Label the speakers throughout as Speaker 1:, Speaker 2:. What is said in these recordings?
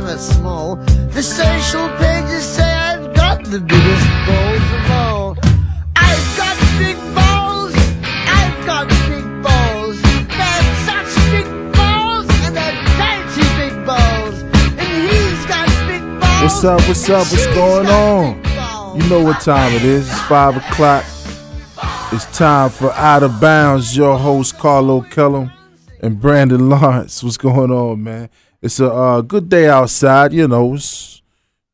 Speaker 1: but small. The social pages say I've got the biggest balls of all. I've got big balls. I've got big balls. They're such big balls, and they're dainty big balls. And he's got big balls.
Speaker 2: What's up, what's up, what's
Speaker 1: She's
Speaker 2: going
Speaker 1: got
Speaker 2: on?
Speaker 1: big balls.
Speaker 2: You know what time it is. It's 5 o'clock. It's time for Out of Bounds. Your host, Carlo Kellum and Brandon Lawrence. What's going on, man? It's a uh, good day outside. You know, it's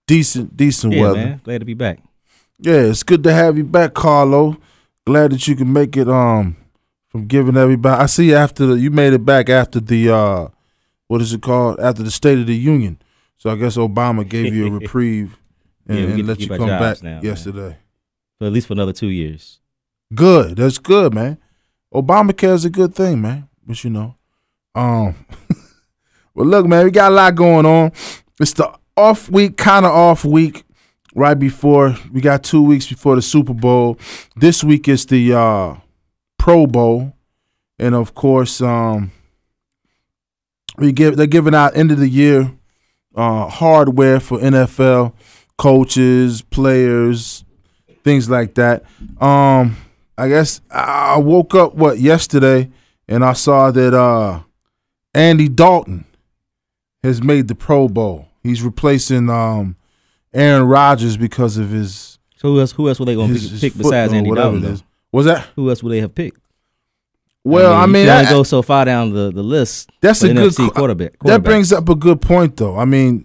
Speaker 2: decent, decent
Speaker 3: Yeah,
Speaker 2: weather.
Speaker 3: man. Glad to be back.
Speaker 2: Yeah, it's good to have you back, Carlo. Glad that you can make it um from giving everybody. I see after the, you made it back after the uh what is it called? After the State of the Union. So I guess Obama gave you a reprieve and,
Speaker 3: Yeah, we
Speaker 2: and
Speaker 3: get to
Speaker 2: let you
Speaker 3: keep our
Speaker 2: come back
Speaker 3: jobs now, man.
Speaker 2: yesterday.
Speaker 3: For at least for another two years.
Speaker 2: Good. That's good, man. Obamacare is a good thing, man. But you know, um, well, look, man, we got a lot going on. It's the off week, kind of off week, right before we got two weeks before the Super Bowl. This week is the uh, Pro Bowl, and of course, um, we give they're giving out end of the year uh, hardware for NFL coaches, players, things like that. Um, I guess I I woke up what yesterday and I saw that uh, Andy Dalton has made the Pro Bowl. He's replacing um, Aaron Rodgers because of his
Speaker 3: So who else? Who else were they going
Speaker 2: his,
Speaker 3: to
Speaker 2: his
Speaker 3: pick
Speaker 2: foot
Speaker 3: besides
Speaker 2: or
Speaker 3: Andy
Speaker 2: whatever
Speaker 3: Dalton?
Speaker 2: it is.
Speaker 3: though?
Speaker 2: Was that?
Speaker 3: Who else would they have picked?
Speaker 2: Well, I mean,
Speaker 3: you can
Speaker 2: I-
Speaker 3: only go so far down the, the list.
Speaker 2: That's
Speaker 3: for
Speaker 2: a good
Speaker 3: NFC
Speaker 2: qu-
Speaker 3: quarterback,
Speaker 2: That
Speaker 3: quarterback.
Speaker 2: brings up a good point, though. I mean,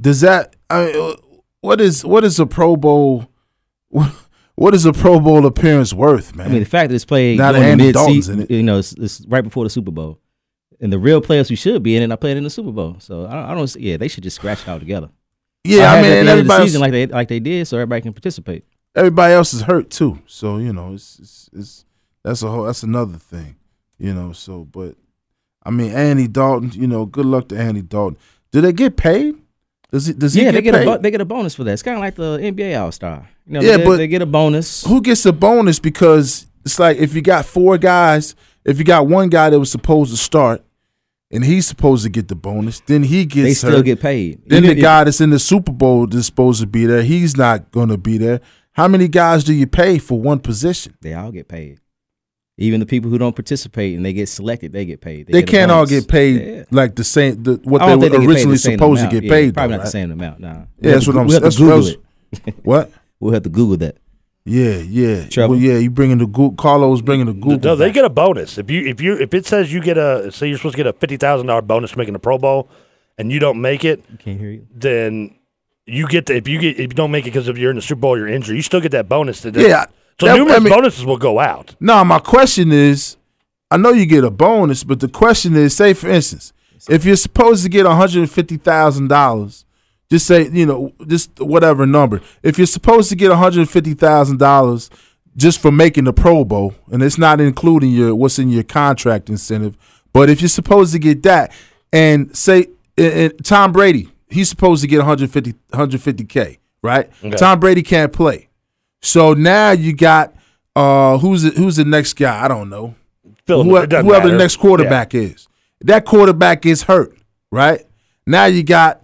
Speaker 2: does that? I mean, uh, what is what is a Pro Bowl? What is a Pro Bowl appearance worth, man?
Speaker 3: I mean, the fact that it's played
Speaker 2: Now that
Speaker 3: during
Speaker 2: Andy
Speaker 3: the
Speaker 2: Dalton's in
Speaker 3: mid-season,
Speaker 2: it.
Speaker 3: you know, it's, it's right before the Super Bowl, and the real players who should be in it are playing in the Super Bowl. So I don't, I don't see- yeah, they should just scratch it out together.
Speaker 2: yeah,
Speaker 3: Or
Speaker 2: I
Speaker 3: have it
Speaker 2: mean,
Speaker 3: at
Speaker 2: and
Speaker 3: the end of the
Speaker 2: everybody
Speaker 3: season
Speaker 2: else,
Speaker 3: like they like they did, so everybody can participate.
Speaker 2: everybody else is hurt too. So you know, it's, it's it's that's a whole that's another thing, you know. So, but I mean, Andy Dalton, you know, good luck to Andy Dalton. Do they get paid? Does he? Does he get
Speaker 3: Yeah, they get
Speaker 2: paid?
Speaker 3: a bo- they get a bonus for that. It's kind of like the NBA All Star. You know,
Speaker 2: Yeah,
Speaker 3: they, get-
Speaker 2: but-
Speaker 3: they get a bonus.
Speaker 2: who gets a bonus because it's like if you got four guys, if you got one guy that was supposed to start and he's supposed to get the bonus, then he gets
Speaker 3: They still
Speaker 2: hurt.
Speaker 3: get paid.
Speaker 2: then the
Speaker 3: Even if-
Speaker 2: guy that's in the Super Bowl that's supposed to be there, he's not gonna be there. How many guys do you pay for one position?
Speaker 3: they all get paid. Even the people who don't participate and they get selected, they get paid.
Speaker 2: They,
Speaker 3: get a
Speaker 2: can't all
Speaker 3: bonus.
Speaker 2: get paid
Speaker 3: Yeah.
Speaker 2: like the same the, what
Speaker 3: I
Speaker 2: they were
Speaker 3: don't think get paid the
Speaker 2: originally
Speaker 3: same
Speaker 2: supposed to
Speaker 3: amount.
Speaker 2: get
Speaker 3: Yeah,
Speaker 2: paid.
Speaker 3: Probably
Speaker 2: though,
Speaker 3: not the
Speaker 2: right?
Speaker 3: same amount. Nah. We'll
Speaker 2: Yeah,
Speaker 3: have
Speaker 2: that's
Speaker 3: to-
Speaker 2: what I'm
Speaker 3: We'll have to
Speaker 2: that's what I
Speaker 3: Google
Speaker 2: was-
Speaker 3: it.
Speaker 2: What?
Speaker 3: We'll have to Google that.
Speaker 2: Yeah, yeah.
Speaker 3: Trouble.
Speaker 2: Well, yeah, you bringing the Google. Carlos bringing the Google.
Speaker 4: No, they
Speaker 2: back.
Speaker 4: get a bonus. If you if you if it says you get a say you're supposed to get a fifty thousand dollar bonus for making the Pro Bowl, and you don't make it,
Speaker 3: Can't hear you.
Speaker 4: then you get the if you get if you don't make it because if you're in the Super Bowl, you're injured, you still get that bonus. To
Speaker 2: Yeah,
Speaker 4: So
Speaker 2: that- I
Speaker 4: numerous
Speaker 2: mean-
Speaker 4: bonuses will go out.
Speaker 2: Now, my question is, I know you get a bonus, but the question is, say for instance, if you're supposed to get one hundred and fifty thousand dollars, just say you know, just whatever number. If you're supposed to get one hundred and fifty thousand dollars just for making the Pro Bowl, and it's not including your what's in your contract incentive, but if you're supposed to get that, and say and- and Tom Brady, he's supposed to get 150 150k, right?
Speaker 4: Okay.
Speaker 2: Tom Brady can't play. So now you got uh who's the, who's the next guy? I don't know.
Speaker 4: Fill in the-
Speaker 2: Whoever,
Speaker 4: it doesn't
Speaker 2: whoever the
Speaker 4: matter.
Speaker 2: next quarterback is. That quarterback gets hurt, right? Now you got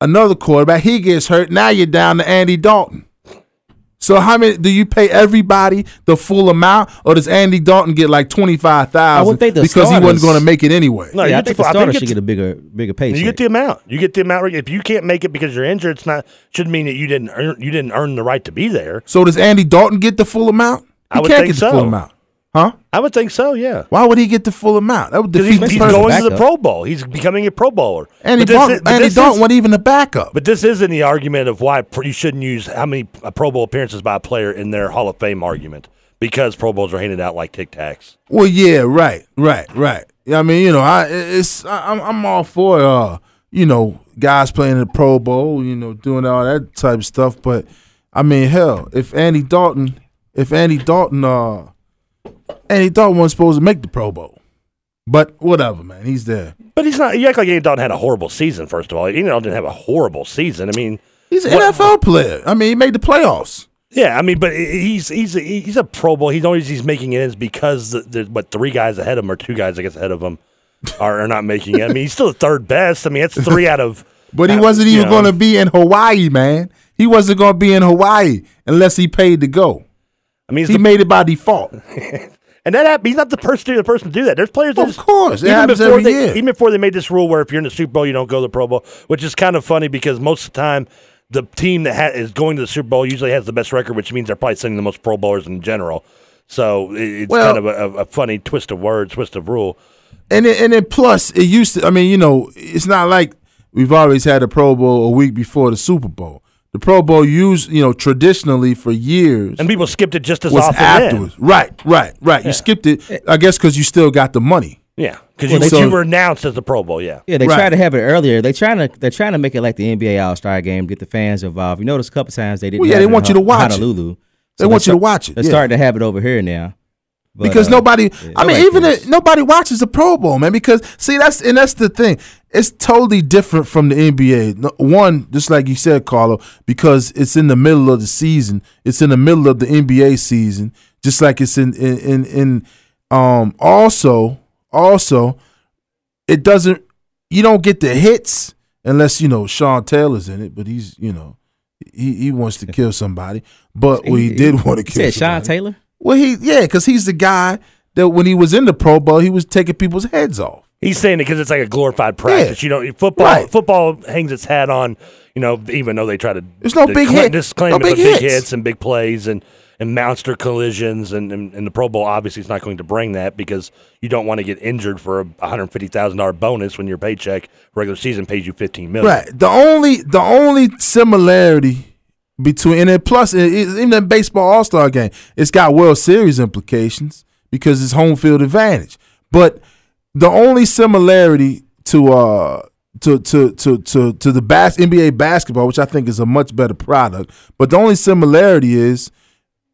Speaker 2: another quarterback. He gets hurt. Now you're down to Andy Dalton. So how many do you pay everybody the full amount, or does Andy Dalton get like twenty five
Speaker 3: I would
Speaker 2: thousand
Speaker 3: think the
Speaker 2: because he wasn't
Speaker 3: starters-
Speaker 2: going to make it anyway?
Speaker 4: No, you
Speaker 3: yeah, I
Speaker 4: get
Speaker 3: think
Speaker 4: the-
Speaker 3: the
Speaker 4: I think
Speaker 3: starters
Speaker 4: it's-
Speaker 3: should get a bigger bigger paycheck.
Speaker 4: You get the amount. You get the amount. If you can't make it because you're injured, it's not should mean that you didn't earn you didn't earn the right to be there.
Speaker 2: So does Andy Dalton get the full amount?
Speaker 4: I would think
Speaker 2: get the full
Speaker 4: so.
Speaker 2: amount, huh?
Speaker 4: I would think so. Yeah.
Speaker 2: Why would he get the full amount? That would
Speaker 4: Because
Speaker 2: defeat
Speaker 4: he's,
Speaker 2: the
Speaker 4: he's
Speaker 2: purpose.
Speaker 4: going to the
Speaker 3: Backup.
Speaker 4: Pro Bowl. He's becoming a Pro Bowler.
Speaker 2: Andy
Speaker 4: But this
Speaker 2: Dalton,
Speaker 4: is- but
Speaker 2: Andy
Speaker 4: this
Speaker 2: Dalton
Speaker 4: is-
Speaker 2: wasn't even a backup.
Speaker 4: But this isn't the argument of why pr- you shouldn't use how many uh, Pro Bowl appearances by a player in their Hall of Fame argument because Pro Bowls are handed out like Tic Tacs.
Speaker 2: Well, yeah, right, right, right. Yeah, I mean, you know, I it's I, I'm I'm all for uh, you know, guys playing in the Pro Bowl, you know, doing all that type of stuff. But I mean, hell, if Andy Dalton, if Andy Dalton, uh, Andy Dalton wasn't supposed to make the Pro Bowl, but whatever, man, he's there.
Speaker 4: But he's not. You act like Andy Dalton had a horrible season. First of all, Andy Dalton didn't have a horrible season. I mean,
Speaker 2: He's an
Speaker 4: What-
Speaker 2: NFL player. I mean, he made the playoffs.
Speaker 4: yeah, I mean, but he- he's he's a, he's a Pro Bowl. He's always he's making it is because the, the what three guys ahead of him or two guys I guess ahead of him are, are not making it. I mean, he's still the third best. I mean, that's three out of
Speaker 2: But he wasn't
Speaker 4: you
Speaker 2: even
Speaker 4: know.
Speaker 2: going to be in Hawaii, man. He wasn't going to be in Hawaii unless he paid to go.
Speaker 4: I mean, he's
Speaker 2: He
Speaker 4: the-
Speaker 2: made it by default.
Speaker 4: and that hap- he's not the person the person to do that. There's players, that
Speaker 2: Of
Speaker 4: just-
Speaker 2: course, it
Speaker 4: even
Speaker 2: happens
Speaker 4: before
Speaker 2: every
Speaker 4: they
Speaker 2: year.
Speaker 4: even before they made this rule where if you're in the Super Bowl, you don't go to the Pro Bowl, which is kind of funny because most of the time the team that ha- is going to the Super Bowl usually has the best record, which means they're probably sending the most Pro Bowlers in general. So it- it's
Speaker 2: Well-
Speaker 4: kind of a, a- a funny twist of word, twist of rule.
Speaker 2: And then, and then plus, it used to. I mean, you know, it's not like we've always had a Pro Bowl a week before the Super Bowl. The Pro Bowl used, you know, traditionally for years
Speaker 4: And people skipped it just as
Speaker 2: was
Speaker 4: often. then.
Speaker 2: afterwards. Right, right, right. You skipped it, I guess, because you still got the money.
Speaker 4: Yeah, because
Speaker 2: Well,
Speaker 4: you,
Speaker 2: they-
Speaker 4: you
Speaker 2: so-
Speaker 4: were announced as the Pro Bowl. Yeah,
Speaker 3: Yeah, they
Speaker 2: Right.
Speaker 3: tried to have it earlier. They trying to they're trying to make it like the NBA All Star Game, get the fans involved. You notice a couple times they didn't.
Speaker 2: Well, yeah,
Speaker 3: have
Speaker 2: they
Speaker 3: it in
Speaker 2: want you to
Speaker 3: Ho-
Speaker 2: watch it.
Speaker 3: Honolulu.
Speaker 2: They want you to watch it,
Speaker 3: They're
Speaker 2: yeah.
Speaker 3: starting to have it over here now. But,
Speaker 2: because
Speaker 3: uh,
Speaker 2: nobody
Speaker 3: yeah,
Speaker 2: I mean
Speaker 3: nobody
Speaker 2: even
Speaker 3: cares.
Speaker 2: if nobody watches the Pro Bowl man because see that's and that's the thing it's totally different from the NBA No- one just like you said Carlo because it's in the middle of the season it's in the middle of the NBA season just like it's in in in, in um also also it doesn't you don't get the hits unless you know Sean Taylor's in it but he's you know he, he wants to kill somebody but well, he did want to
Speaker 3: You
Speaker 2: kill
Speaker 3: said Sean
Speaker 2: somebody.
Speaker 3: Taylor.
Speaker 2: Well, he yeah, because he's the guy that when he was in the Pro Bowl, he was taking people's heads off.
Speaker 4: he's saying it because it's like a glorified practice. You know, football
Speaker 2: Right.
Speaker 4: football hangs its hat on. You know, even though they try to
Speaker 2: There's no
Speaker 4: to
Speaker 2: big
Speaker 4: cla-
Speaker 2: hit-
Speaker 4: disclaim
Speaker 2: no
Speaker 4: it, but
Speaker 2: big
Speaker 4: big
Speaker 2: hits.
Speaker 4: hits and big plays and and monster collisions and, and and the Pro Bowl obviously is not going to bring that because you don't want to get injured for a hundred fifty thousand dollar bonus when your paycheck regular season pays you fifteen million.
Speaker 2: Right. The only the only similarity between and then plus it, it- even the baseball All Star game, it's got World Series implications because it's home field advantage. But the only similarity to uh to to to to to the bas- NBA basketball, which I think is a much better product, but the only similarity is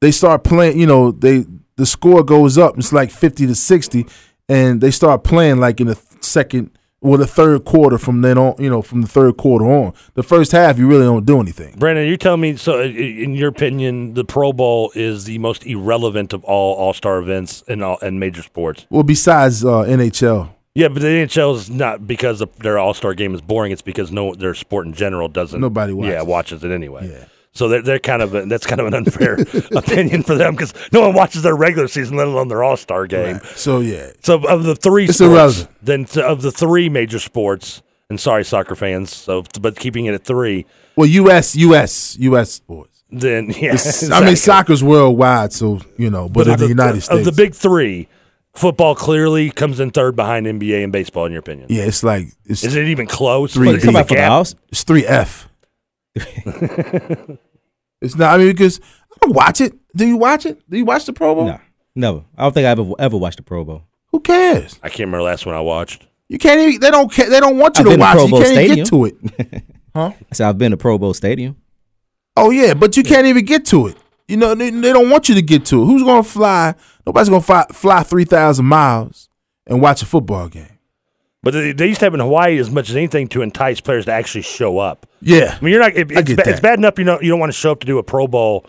Speaker 2: they start playing. You know, they the score goes up. It's like fifty to sixty, and they start playing like in the th- second or the third quarter from then on. You know, from the third quarter on. The first half, you really don't do anything.
Speaker 4: Brandon, you tell me. So, i- i- in your opinion, the Pro Bowl is the most irrelevant of all All Star events in all in major sports.
Speaker 2: Well, besides uh, NHL,
Speaker 4: Yeah, but the NHL is not because of their All Star game is boring. It's because no their sport in general doesn't.
Speaker 2: Nobody
Speaker 4: Yeah,
Speaker 2: watches.
Speaker 4: watches it anyway.
Speaker 2: Yeah.
Speaker 4: So they're, they're kind of a, that's kind of an unfair opinion for them because no one watches their regular season, let alone their All Star game.
Speaker 2: so yeah,
Speaker 4: So of the three,
Speaker 2: It's
Speaker 4: sports,
Speaker 2: irrelevant.
Speaker 4: Then to, of the three major sports, and sorry, soccer fans. So, but keeping it at three,
Speaker 2: well, U.S. U.S. U.S. sports.
Speaker 4: then yeah,
Speaker 2: I
Speaker 4: exactly.
Speaker 2: mean, soccer's worldwide, so you know, but, in
Speaker 4: of
Speaker 2: the, United States,
Speaker 4: of the big three, football clearly comes in third behind NBA and baseball. In your opinion,
Speaker 2: yeah, it's like it's
Speaker 4: is it even close?
Speaker 2: Three
Speaker 4: Is it
Speaker 2: deep.
Speaker 3: Come
Speaker 4: a
Speaker 3: out for the
Speaker 4: gap?
Speaker 3: All-
Speaker 2: It's three F. it's not. I mean, because I don't watch it. Do you watch it? Do you watch the Pro Bowl?
Speaker 3: No, never. I don't think I've ever, ever watched a Pro Bowl.
Speaker 2: Who cares?
Speaker 4: I can't remember the last one I watched.
Speaker 2: You can't even. They don't. Care, they don't want you
Speaker 3: I've
Speaker 2: to
Speaker 3: been to
Speaker 2: watch.
Speaker 3: Pro
Speaker 2: it. You
Speaker 3: Bowl
Speaker 2: can't even get to it.
Speaker 3: Stadium. I said I've been to Pro Bowl Stadium.
Speaker 2: Oh yeah, but you can't even get to it. You know, they, they don't want you to get to it. Who's gonna fly? Nobody's gonna fly, fly three thousand miles and watch a football game.
Speaker 4: But they, they used to have in Hawaii as much as anything to entice players to actually show up.
Speaker 2: Yeah,
Speaker 4: I mean, you're not. It,
Speaker 2: I
Speaker 4: it's,
Speaker 2: get
Speaker 4: ba-
Speaker 2: that.
Speaker 4: it's bad enough you know you don't want to show up to do a Pro Bowl.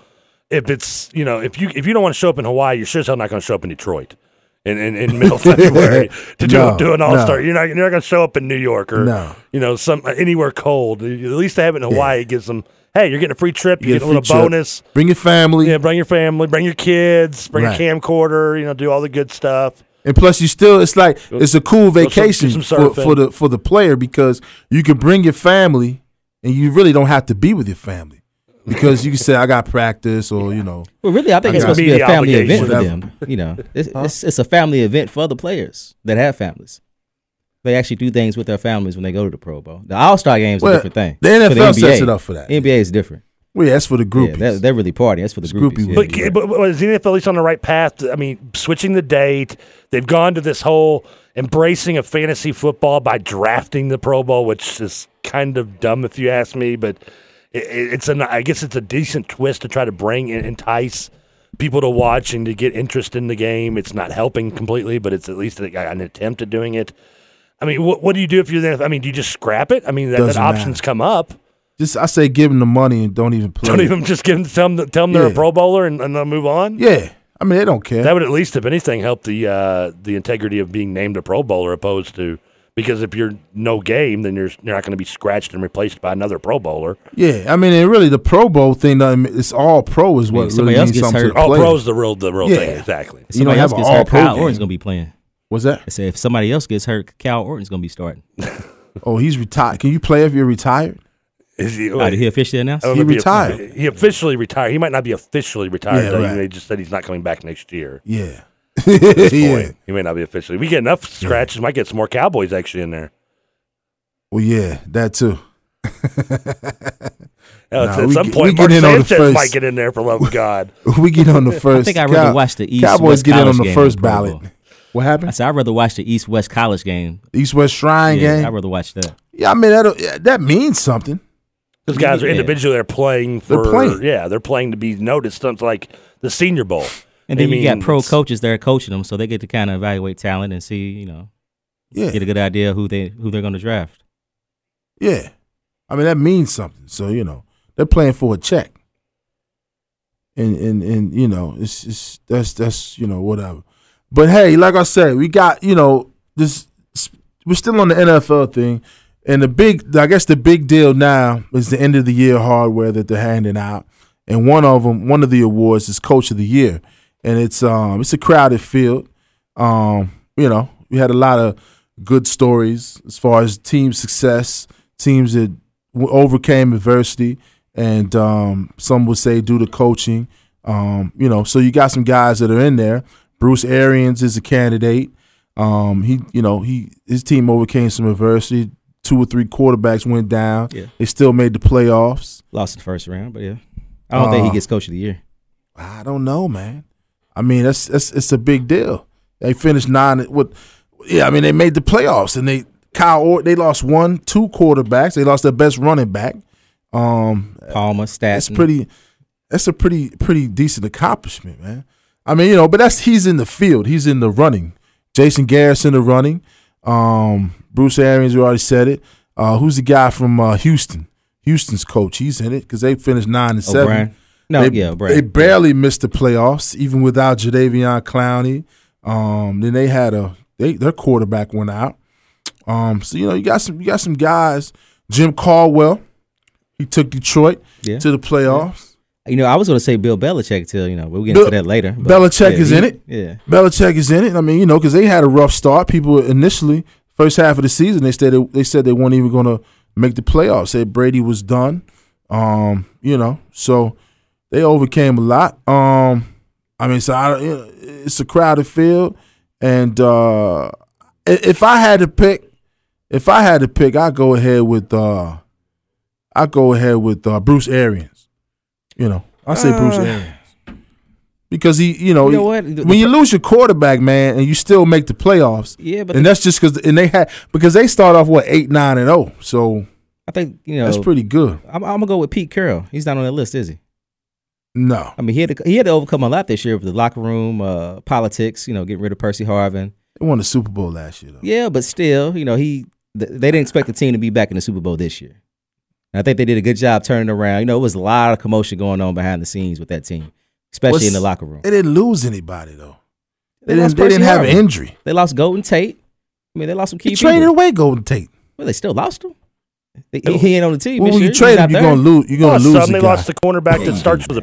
Speaker 4: If it's you know if you if you don't want to show up in Hawaii, you're sure as hell not going to show up in Detroit in in, in middle February to do,
Speaker 2: No,
Speaker 4: do an
Speaker 2: no.
Speaker 4: All Star. You're not you're not going to show up in New York or
Speaker 2: No.
Speaker 4: you know some uh, anywhere cold. At least to have it in Hawaii it gives them. Hey, you're getting a free trip. You, get, a
Speaker 2: free
Speaker 4: little
Speaker 2: trip.
Speaker 4: bonus.
Speaker 2: Bring your family,
Speaker 4: Yeah, bring your family, bring your kids, bring
Speaker 2: Right.
Speaker 4: your camcorder. You know, do all the good stuff.
Speaker 2: and plus you still. It's like it's a cool
Speaker 4: do some
Speaker 2: vacation for,
Speaker 4: surfing.
Speaker 2: for the for the player because you can bring your family and you really don't have to be with your family because you can say I got practice or you know.
Speaker 3: Well, really, I think
Speaker 2: I
Speaker 3: it's
Speaker 2: got
Speaker 3: supposed to be a
Speaker 4: media
Speaker 3: family event
Speaker 4: obligation.
Speaker 3: for them. You know, it's, it's, it's a family event for the players that have families. They actually do things with their families when they go to the Pro Bowl. The All Star game's
Speaker 2: Well,
Speaker 3: a different thing.
Speaker 2: the
Speaker 3: For
Speaker 2: NFL sets it up for that.
Speaker 3: NBA is different.
Speaker 2: Well, yeah, that's for the
Speaker 3: Yeah,
Speaker 2: groupies.
Speaker 3: they're, they're really partying. That's for the
Speaker 2: It's groupie
Speaker 3: groupies. yeah,
Speaker 4: But,
Speaker 3: you're right.
Speaker 4: but, but is the NFL at least on the right path? I mean, switching the date, they've gone to this whole embracing of fantasy football by drafting the Pro Bowl, which is kind of dumb if you ask me. But it, it- it's an I guess it's a decent twist to try to bring and entice people to watch and to get interest in the game. It's not helping completely, but it's at least a- an attempt at doing it. I mean, what, what do you do if you're the NFL? I mean, do you just scrap it? I mean, that, that
Speaker 2: Doesn't
Speaker 4: options
Speaker 2: matter.
Speaker 4: come up.
Speaker 2: Just I say, give them the money and don't even play.
Speaker 4: Don't even just give them tell them, tell them they're a
Speaker 2: Yeah.
Speaker 4: Pro Bowler and, and they'll move on.
Speaker 2: Yeah, I mean they don't care.
Speaker 4: That would at least, if anything, help the uh, the integrity of being named a Pro Bowler opposed to Because if you're no game, then you're you're not going to be scratched and replaced by another Pro Bowler.
Speaker 2: Yeah, I mean, and really, the Pro Bowl thing, doesn't mean- it's all pro is what
Speaker 3: somebody
Speaker 2: really
Speaker 3: else
Speaker 2: means
Speaker 3: gets
Speaker 2: something to
Speaker 3: hurt.
Speaker 2: the
Speaker 4: All
Speaker 2: players.
Speaker 4: Oh, pros, the real the real thing,
Speaker 2: Yeah.
Speaker 4: exactly.
Speaker 3: If somebody
Speaker 2: don't
Speaker 3: else
Speaker 2: have
Speaker 3: gets
Speaker 2: an
Speaker 3: hurt,
Speaker 2: all-pro
Speaker 3: Kyle
Speaker 2: game.
Speaker 3: Orton's gonna be playing.
Speaker 2: What's that?
Speaker 3: I said if somebody else gets hurt, Kyle Orton's gonna be starting.
Speaker 2: Oh, he's retired. Can you play if you're retired?
Speaker 4: Is he,
Speaker 3: Uh, did he officially announce?
Speaker 4: I don't
Speaker 2: He
Speaker 4: know if
Speaker 2: retired.
Speaker 4: He officially retired. He might not be officially retired.
Speaker 2: Yeah,
Speaker 4: though.
Speaker 2: right.
Speaker 4: They just said he's not coming back next year.
Speaker 2: Yeah.
Speaker 4: Boy,
Speaker 2: yeah.
Speaker 4: He may not be officially. We get enough scratches. Might get some more Cowboys actually in there.
Speaker 2: Well, yeah, that too.
Speaker 4: Now,
Speaker 2: Nah,
Speaker 4: at- at
Speaker 2: we
Speaker 4: some
Speaker 2: get- we
Speaker 4: point,
Speaker 2: get
Speaker 4: Mark
Speaker 2: in on the
Speaker 4: Sanchez
Speaker 2: first.
Speaker 4: might get in there for love of God.
Speaker 2: We get on the first.
Speaker 3: think I'd rather watch the East
Speaker 2: Cowboys
Speaker 3: West
Speaker 2: get in on
Speaker 3: College
Speaker 2: the
Speaker 3: game
Speaker 2: first
Speaker 3: than Pro
Speaker 2: ballot.
Speaker 3: Bowl.
Speaker 2: What
Speaker 3: I
Speaker 2: happened?
Speaker 3: said I'd rather watch the East West College game.
Speaker 2: East West Shrine
Speaker 3: Yeah, I'd
Speaker 2: game.
Speaker 3: rather watch that.
Speaker 2: Yeah, I mean that yeah, that means something.
Speaker 4: Those guys are
Speaker 3: Yeah.
Speaker 4: individually. They're playing for.
Speaker 2: They're playing.
Speaker 4: Yeah, they're playing to be noticed. Something like the Senior Bowl.
Speaker 3: And then
Speaker 4: I
Speaker 3: you got
Speaker 4: mean,
Speaker 3: pro
Speaker 4: it's-
Speaker 3: coaches that are coaching them, so they get to kind of evaluate talent and see, you know,
Speaker 2: Yeah,
Speaker 3: get a good idea who they who they're going to draft.
Speaker 2: yeah. I mean that means something. So you know they're playing for a check. And and and you know it's it's that's that's you know whatever. But hey, like I said, we got you know this. We're still on the NFL thing, and the big I guess the big deal now is the end of the year hardware that they're handing out, and one of them one of the awards is Coach of the Year, and it's um it's a crowded field. Um, you know we had a lot of good stories as far as team success, teams that w- overcame adversity, and um, some would say due to coaching. Um, you know, so you got some guys that are in there. Bruce Arians is a candidate. Um, he, you know, he his team overcame some adversity. Two or three quarterbacks went down.
Speaker 3: Yeah.
Speaker 2: They still made the playoffs.
Speaker 3: Lost in the first round, but yeah, I don't think he
Speaker 2: Uh,
Speaker 3: gets coach of the year.
Speaker 2: I don't know, man. I mean, that's that's it's a big deal. They finished nine. What? Yeah, I mean, they made the playoffs, and they Kyle. Or, they lost one, two quarterbacks. They lost their best running back. Um,
Speaker 3: Palmer,
Speaker 2: that's
Speaker 3: Stats,
Speaker 2: pretty. That's a pretty pretty decent accomplishment, man. I mean, you know, but that's he's in the field. He's in the running. Jason Garrett's in the running. Um, Bruce Arians, we already said it. Uh, who's the guy from uh, Houston? Houston's coach. He's in it because they finished nine and seven.
Speaker 3: O'Brien. No,
Speaker 2: they,
Speaker 3: yeah,
Speaker 2: They
Speaker 3: O'Brien.
Speaker 2: barely missed the playoffs, even without Jadavion Clowney. Um, then they had a they their quarterback went out. Um, so you know you got some you got some guys. Jim Caldwell, he took Detroit
Speaker 3: Yeah.
Speaker 2: to the playoffs.
Speaker 3: You know, I was going to say Bill Belichick till you know, we'll get
Speaker 2: Bill-
Speaker 3: into that later. but
Speaker 2: Belichick
Speaker 3: yeah,
Speaker 2: is
Speaker 3: he-
Speaker 2: in it?
Speaker 3: Yeah,
Speaker 2: Belichick is in it. I mean, you know, because they had a rough start. People initially first half of the season they said they, they said they weren't even going to make the playoffs. Said Brady was done. Um, you know, so they overcame a lot. Um, I mean, so I, you know, it's a crowded field, and uh, i- if I had to pick, if I had to pick, I go ahead with uh, I go ahead with uh, Bruce Arians. You know, I say Bruce
Speaker 4: Uh,
Speaker 2: Arians because he, you know,
Speaker 3: You know
Speaker 2: Oh, he-
Speaker 3: what? The-
Speaker 2: when you lose your quarterback, man, and you still make the playoffs,
Speaker 3: yeah, but
Speaker 2: and that's just because and they had because they start off what eight, nine, and zero, so
Speaker 3: I think you know
Speaker 2: that's pretty good.
Speaker 3: I'm, I'm gonna go with Pete Carroll. He's not on that list, is he?
Speaker 2: No,
Speaker 3: I mean, he had to, he had to overcome a lot this year with the locker room uh, politics. You know, getting rid of Percy Harvin.
Speaker 2: they won the Super Bowl last year, though.
Speaker 3: Yeah, but still, you know, he th- they didn't expect the team to be back in the Super Bowl this year. And I think they did a good job turning around. You know, it was a lot of commotion going on behind the scenes with that team, especially in the
Speaker 2: What's-
Speaker 3: locker room.
Speaker 2: They didn't lose anybody though. They,
Speaker 3: lost
Speaker 2: didn't. They didn't
Speaker 3: Percy
Speaker 2: have an
Speaker 3: Harvin.
Speaker 2: injury.
Speaker 3: They lost Golden Tate. I mean, they lost some key
Speaker 2: You
Speaker 3: people.
Speaker 2: traded away Golden Tate.
Speaker 3: Well, they still lost him. He, he ain't on the team.
Speaker 2: Well,
Speaker 3: this
Speaker 2: when
Speaker 3: year.
Speaker 2: you
Speaker 3: He's
Speaker 2: trade
Speaker 3: not
Speaker 2: him, you're
Speaker 3: there.
Speaker 2: gonna lose. You're gonna
Speaker 4: Lost
Speaker 2: lose
Speaker 4: Oh, some.
Speaker 2: the
Speaker 4: They
Speaker 2: guy.
Speaker 4: lost the cornerback that starts with the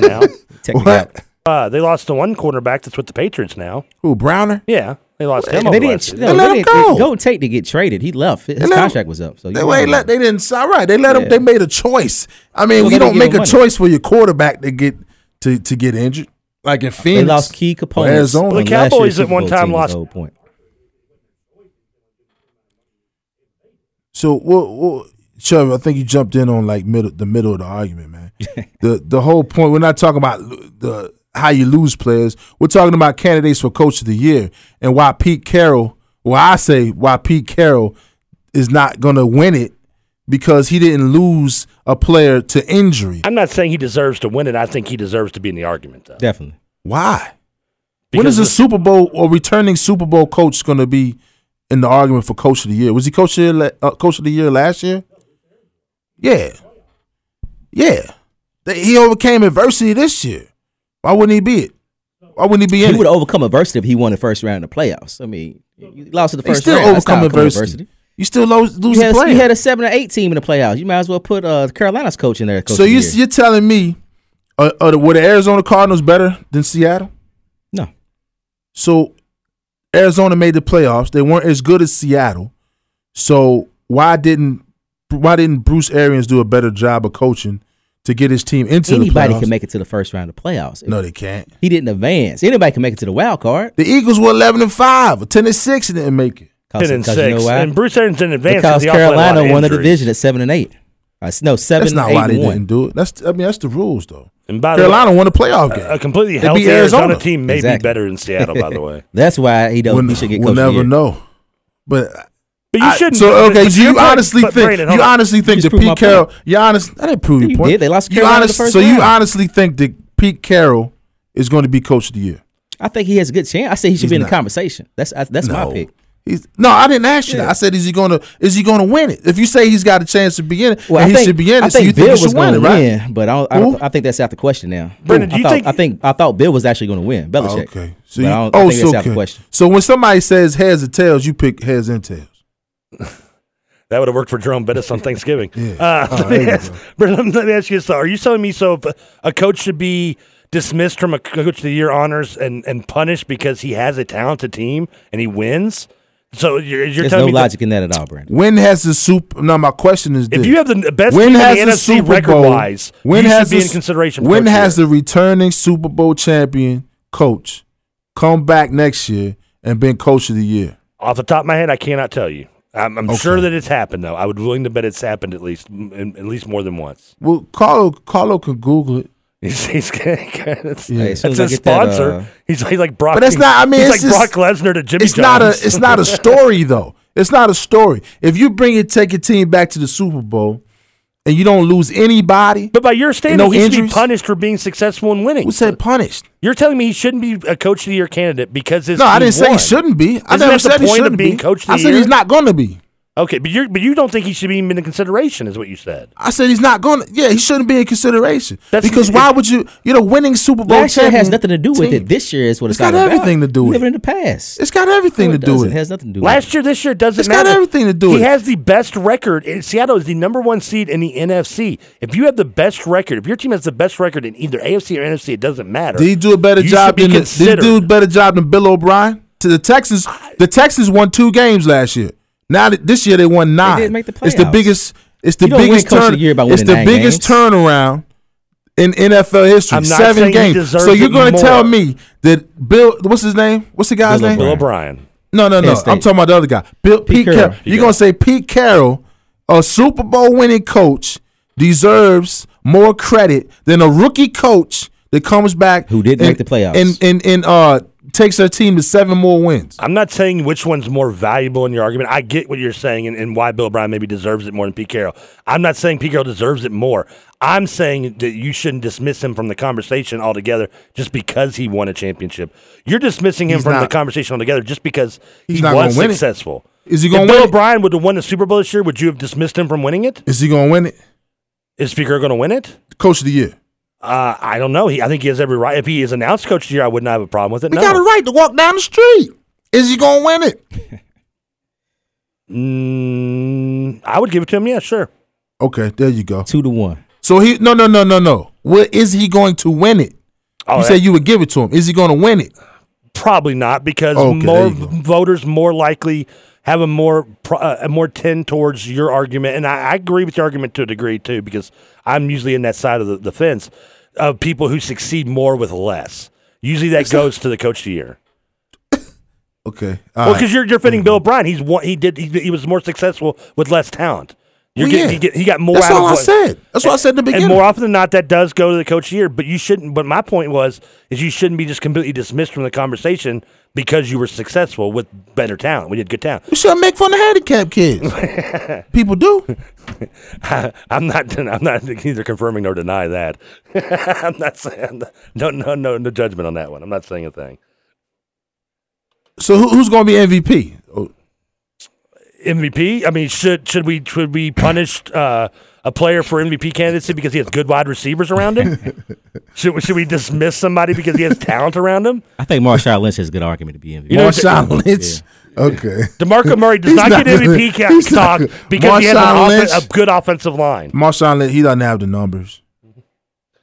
Speaker 4: now.
Speaker 3: Technicality.
Speaker 2: what?
Speaker 4: Uh, they lost the one cornerback that's with the Patriots now.
Speaker 2: Who Browner?
Speaker 4: Yeah, they lost him.
Speaker 3: And
Speaker 4: over
Speaker 3: They
Speaker 4: last
Speaker 3: didn't.
Speaker 4: season.
Speaker 3: No,
Speaker 2: They
Speaker 3: they
Speaker 2: let him
Speaker 3: didn't
Speaker 2: go.
Speaker 3: Golden Tate didn't get traded. He left. His
Speaker 2: They let him-
Speaker 3: contract was up. So you
Speaker 2: They
Speaker 3: know.
Speaker 2: wait, let, they didn't. All right, they let them.
Speaker 3: Yeah.
Speaker 2: They made a choice. I mean,
Speaker 3: Well,
Speaker 2: you
Speaker 3: they
Speaker 2: don't
Speaker 3: didn't
Speaker 2: make
Speaker 3: give
Speaker 2: a
Speaker 3: him money.
Speaker 2: choice for your quarterback to get to to get injured. Like in
Speaker 3: They
Speaker 2: Phoenix,
Speaker 3: lost key components.
Speaker 2: Arizona.
Speaker 3: on
Speaker 4: Well, the
Speaker 3: last year's
Speaker 4: Cowboys at
Speaker 3: Super
Speaker 4: one
Speaker 3: Bowl
Speaker 4: time
Speaker 3: team was
Speaker 4: lost-
Speaker 3: the whole point.
Speaker 2: So what? what Trevor, I think you jumped in on like middle the middle of the argument, man. the the whole point we're not talking about lo- the how you lose players. We're talking about candidates for coach of the year and why Pete Carroll. Well, I say why Pete Carroll is not going to win it because he didn't lose a player to injury.
Speaker 4: I'm not saying he deserves to win it. I think he deserves to be in the argument though.
Speaker 3: Definitely.
Speaker 2: Why? when is
Speaker 4: Because
Speaker 2: the
Speaker 4: the-
Speaker 2: Super Bowl or returning Super Bowl coach going to be in the argument for coach of the year? Was he coach of the year, la- uh, coach of the year last year? Yeah, yeah. They- he overcame adversity this year. Why wouldn't he be it? Why wouldn't he be
Speaker 3: He
Speaker 2: in
Speaker 3: would
Speaker 2: it?
Speaker 3: have overcome adversity if he won the first round of the playoffs. I mean, You you lost in the
Speaker 2: They
Speaker 3: first
Speaker 2: still
Speaker 3: round. That's
Speaker 2: overcome
Speaker 3: not overcoming
Speaker 2: adversity. You still lo- lose
Speaker 3: You had,
Speaker 2: the
Speaker 3: a,
Speaker 2: player.
Speaker 3: you had a seven or eight team in the playoffs. You might as well put uh, Carolina's coach in there. Coach
Speaker 2: so
Speaker 3: of the
Speaker 2: you,
Speaker 3: year.
Speaker 2: you're telling me, uh, uh, were the Arizona Cardinals better than Seattle?
Speaker 3: no,
Speaker 2: So Arizona made the playoffs. They weren't as good as Seattle. So why didn't why didn't Bruce Arians do a better job of coaching to get his team into
Speaker 3: anybody
Speaker 2: the playoffs?
Speaker 3: can make it to the first round of playoffs. If
Speaker 2: no, they can't.
Speaker 3: He didn't advance. Anybody can make it to the wild card.
Speaker 2: The Eagles were eleven and five, or ten and six, and didn't make it.
Speaker 4: 10 and 6.
Speaker 3: why?
Speaker 4: and Bruce Arians didn't advance
Speaker 3: because
Speaker 4: he also had a lot
Speaker 3: Carolina
Speaker 4: of
Speaker 3: won the
Speaker 4: injuries.
Speaker 3: division at seven and eight. Uh, s- no, seven
Speaker 2: That's not
Speaker 3: eight
Speaker 2: why they
Speaker 3: and one.
Speaker 2: didn't do it. That's I mean that's the rules though.
Speaker 4: And by
Speaker 2: Carolina won a playoff
Speaker 3: uh,
Speaker 4: the way, a
Speaker 2: game.
Speaker 4: completely
Speaker 2: beat
Speaker 4: healthy Arizona.
Speaker 2: Arizona.
Speaker 4: team may be
Speaker 3: Exactly.
Speaker 4: better than Seattle, by the way.
Speaker 3: That's why he don't.
Speaker 2: We'll,
Speaker 3: he should get
Speaker 2: we'll
Speaker 3: coach of the
Speaker 2: never
Speaker 3: year.
Speaker 2: know. But
Speaker 4: But you
Speaker 2: I-
Speaker 4: shouldn't.
Speaker 2: So
Speaker 4: but-
Speaker 2: okay,
Speaker 4: but
Speaker 2: so you
Speaker 4: you're right.
Speaker 2: honestly
Speaker 4: But
Speaker 2: think
Speaker 4: Brandon, hold
Speaker 2: you
Speaker 4: on.
Speaker 2: honestly think
Speaker 3: just
Speaker 2: that
Speaker 3: proved my
Speaker 2: Pete Carroll? You honest? I didn't prove your
Speaker 3: You
Speaker 2: point.
Speaker 3: did. They lost to
Speaker 2: You
Speaker 3: Carolina in the
Speaker 2: honest-
Speaker 3: first
Speaker 2: So you
Speaker 3: round.
Speaker 2: honestly think that Pete Carroll is going to be coach of the year?
Speaker 3: I think he has a good chance. I say he should
Speaker 2: He's
Speaker 3: be in
Speaker 2: not.
Speaker 3: the conversation. That's I, that's my pick.
Speaker 2: He's, no, I didn't ask you. that. I said, is he going to is he going to win it? If you say he's got a chance to be in it,
Speaker 3: Well,
Speaker 2: and
Speaker 3: I
Speaker 2: he
Speaker 3: think,
Speaker 2: should be in
Speaker 3: I
Speaker 2: it, so you
Speaker 3: think
Speaker 2: think
Speaker 3: Bill
Speaker 2: he
Speaker 3: was
Speaker 2: should
Speaker 3: going
Speaker 2: win it,
Speaker 3: to
Speaker 2: right?
Speaker 3: win, but I don't, I,
Speaker 2: Who?
Speaker 3: don't, I think that's out the question now.
Speaker 4: Brendan,
Speaker 3: I
Speaker 4: do you
Speaker 3: thought,
Speaker 4: think-
Speaker 3: I think I thought Bill was actually going to win. Belichick.
Speaker 2: Oh, Okay, so
Speaker 3: But
Speaker 2: you,
Speaker 3: I don't- I
Speaker 2: oh,
Speaker 3: think that's
Speaker 2: so
Speaker 3: out the
Speaker 2: okay.
Speaker 3: question.
Speaker 2: So when somebody says heads or tails, you pick heads and tails.
Speaker 4: That would have worked for Jerome Bettis on Thanksgiving.
Speaker 2: Yeah.
Speaker 4: uh,
Speaker 2: Oh,
Speaker 4: let,
Speaker 2: there
Speaker 4: me
Speaker 2: you
Speaker 4: ask, Brendan, let me ask you this. though. Are you telling me so if a coach should be dismissed from a coach of the year honors and, and punished because he has a talented team and he wins? So you're,
Speaker 3: There's
Speaker 4: you're
Speaker 3: no
Speaker 4: telling me that-
Speaker 3: logic in that at all, Brandon.
Speaker 2: When has the super? Now my question is this:
Speaker 4: If you have the best
Speaker 2: when
Speaker 4: team in
Speaker 2: has
Speaker 4: the
Speaker 2: the
Speaker 4: NFC
Speaker 2: Super
Speaker 4: record
Speaker 2: Bowl,
Speaker 4: wise,
Speaker 2: when
Speaker 4: you should
Speaker 2: has
Speaker 4: be
Speaker 2: the-
Speaker 4: in consideration for
Speaker 2: When
Speaker 4: coach of the
Speaker 2: has
Speaker 4: year.
Speaker 2: the returning Super Bowl champion coach come back next year and been coach of the year?
Speaker 4: Off the top of my head, I cannot tell you. I'm, I'm sure that it's happened though. I would willing to bet it's happened at least m- at least more than once.
Speaker 2: Well, Carlo Carlo can Google it.
Speaker 4: He's, he's that's
Speaker 3: Hey, as soon as
Speaker 4: his
Speaker 3: I get that,
Speaker 4: sponsor.
Speaker 3: uh,
Speaker 4: he's, he's like Brock.
Speaker 2: But it's not- I mean,
Speaker 4: he's
Speaker 2: it's
Speaker 4: like
Speaker 2: just-
Speaker 4: Brock Lesnar to Jimmy.
Speaker 2: It's not a
Speaker 4: John's.
Speaker 2: it's not a story though. It's not a story. If you bring it, take your team back to the Super Bowl, and you don't lose anybody,
Speaker 4: But by your standard,
Speaker 2: No
Speaker 4: he should be
Speaker 2: injuries?
Speaker 4: punished for being successful and winning.
Speaker 2: who said punished?
Speaker 4: You're telling me he shouldn't be a coach of the year candidate because his
Speaker 2: No, I
Speaker 4: team
Speaker 2: didn't say he
Speaker 4: won.
Speaker 2: shouldn't be. I
Speaker 4: Isn't that
Speaker 2: never
Speaker 4: the
Speaker 2: said he
Speaker 4: point of
Speaker 2: shouldn't
Speaker 4: being
Speaker 2: be.
Speaker 4: coach of the
Speaker 2: I said
Speaker 4: year?
Speaker 2: he's not going to be.
Speaker 4: Okay, but you but you don't think he should be even in consideration, is what you said.
Speaker 2: I said he's not going. to Yeah, he shouldn't be in consideration.
Speaker 4: That's-
Speaker 2: because why would you? You're the winning Super Bowl
Speaker 3: Last year
Speaker 2: champion.
Speaker 3: has nothing to do with
Speaker 2: team.
Speaker 3: it. This year is what
Speaker 2: It's
Speaker 3: it's,
Speaker 2: got
Speaker 3: all about.
Speaker 2: everything to do
Speaker 3: We're
Speaker 2: with
Speaker 3: living
Speaker 2: it.
Speaker 3: in the past.
Speaker 2: It's got everything to do
Speaker 3: doesn't.
Speaker 2: with
Speaker 3: It
Speaker 2: it.
Speaker 3: has nothing to do with it.
Speaker 4: Last year, this year doesn't
Speaker 2: It's got
Speaker 4: matter.
Speaker 2: everything to do
Speaker 4: He
Speaker 2: with it.
Speaker 4: has the best record. in- Seattle is the number one seed in the NFC. If you have the best record, if your team has the best record in either AFC or NFC, it doesn't matter.
Speaker 2: Did he do a better
Speaker 4: You should
Speaker 2: job
Speaker 4: be
Speaker 2: than the, did he
Speaker 4: considered.
Speaker 2: do a better job than Bill O'Brien to the Texans? The Texans won two games last year. Now that this year they won nine.
Speaker 3: didn't make the
Speaker 2: It's the
Speaker 3: playoffs.
Speaker 2: biggest. It's the
Speaker 3: You don't win
Speaker 2: biggest
Speaker 3: Coach of
Speaker 2: turn.
Speaker 3: the Year by
Speaker 2: it's
Speaker 3: winning
Speaker 2: the
Speaker 3: nine
Speaker 2: biggest
Speaker 3: games.
Speaker 2: turnaround in NFL history.
Speaker 4: I'm not
Speaker 2: Seven
Speaker 4: saying he
Speaker 2: games.
Speaker 4: deserves
Speaker 2: So you're
Speaker 4: it
Speaker 2: gonna
Speaker 4: more.
Speaker 2: tell me that Bill? What's his name? What's the guy's
Speaker 3: Bill
Speaker 2: name?
Speaker 4: Bill O'Brien?
Speaker 2: No, no, no.
Speaker 3: Penn State.
Speaker 2: I'm talking about the other guy. Bill, Pete,
Speaker 3: Pete
Speaker 2: Carroll.
Speaker 3: Carroll.
Speaker 2: You're going to say Pete Carroll, a Super Bowl winning coach, deserves more credit than a rookie coach that comes back
Speaker 3: Who didn't
Speaker 2: and-
Speaker 3: make the playoffs.
Speaker 2: and and, and uh, takes their team to seven more wins.
Speaker 4: I'm not saying which one's more valuable in your argument. I get what you're saying and, and why Bill O'Brien maybe deserves it more than Pete Carroll. I'm not saying Pete Carroll deserves it more. I'm saying that you shouldn't dismiss him from the conversation altogether just because he won a championship. You're dismissing him
Speaker 2: He's
Speaker 4: from the
Speaker 2: not-
Speaker 4: conversation altogether just because
Speaker 2: He's
Speaker 4: he
Speaker 2: not
Speaker 4: was
Speaker 2: gonna win it.
Speaker 4: successful.
Speaker 2: Is he
Speaker 4: If
Speaker 2: going to
Speaker 4: Bill
Speaker 2: win? It?
Speaker 4: O'Brien would have won the Super Bowl this year, would you have dismissed him from winning it?
Speaker 2: Is he going to win it?
Speaker 4: Is Speaker going to win it?
Speaker 2: Coach of the year.
Speaker 4: Uh, I don't know. He, I think he has every right. If he is announced coach of the year, I would not have a problem with it.
Speaker 2: We
Speaker 4: No.
Speaker 2: got a right to walk down the street. Is he going to win it?
Speaker 4: Mm, I would give it to him. Yeah, sure.
Speaker 2: Okay, there you go.
Speaker 3: two to one.
Speaker 2: So he no no no no no. What is he going to win it?
Speaker 4: Oh,
Speaker 2: you
Speaker 4: that-
Speaker 2: say you would give it to him. Is he going to win it?
Speaker 4: probably not because
Speaker 2: Okay,
Speaker 4: more
Speaker 2: there you go.
Speaker 4: voters more likely have a more pro- uh, a more tend towards your argument, and I, I agree with your argument to a degree too because I'm usually in that side of the, the fence of people who succeed more with less. Usually that goes to the coach of the year.
Speaker 2: Okay.
Speaker 4: Well,
Speaker 2: all right. Mm-hmm.
Speaker 4: because you're defending Bill O'Brien, he's one, he did he, he was more successful with less talent. You're
Speaker 2: Well,
Speaker 4: getting,
Speaker 2: yeah.
Speaker 4: he, get, he got more.
Speaker 2: That's
Speaker 4: out of
Speaker 2: all I
Speaker 4: what-
Speaker 2: said. That's what I said in the beginning.
Speaker 4: And more often than not, that does go to the coach of the year. But you shouldn't. But my point was, is you shouldn't be just completely dismissed from the conversation because you were successful with better talent. We did good talent.
Speaker 2: You should make fun of handicapped kids. People do.
Speaker 4: I'm not. I'm not either confirming nor deny that. I'm not saying no, no, no, no judgment on that one. I'm not saying a thing.
Speaker 2: So who, who's going to be MVP? Oh,
Speaker 4: MVP. I mean, should should we should we punish uh, a player for MVP candidacy because he has good wide receivers around him? should we, should we dismiss somebody because he has talent around him?
Speaker 3: I think Marshawn Lynch has a good argument to be MVP.
Speaker 4: You know,
Speaker 2: Marshawn Lynch. Okay.
Speaker 4: Demarco Murray does
Speaker 2: He's
Speaker 4: not,
Speaker 2: not
Speaker 4: get
Speaker 2: gonna-
Speaker 4: MVP ca-
Speaker 2: he's not
Speaker 4: talk
Speaker 2: gonna-
Speaker 4: because he has an
Speaker 2: Marshawn
Speaker 4: offen-
Speaker 2: Lynch.
Speaker 4: a good offensive line.
Speaker 2: Marshawn Lynch, he doesn't have the numbers.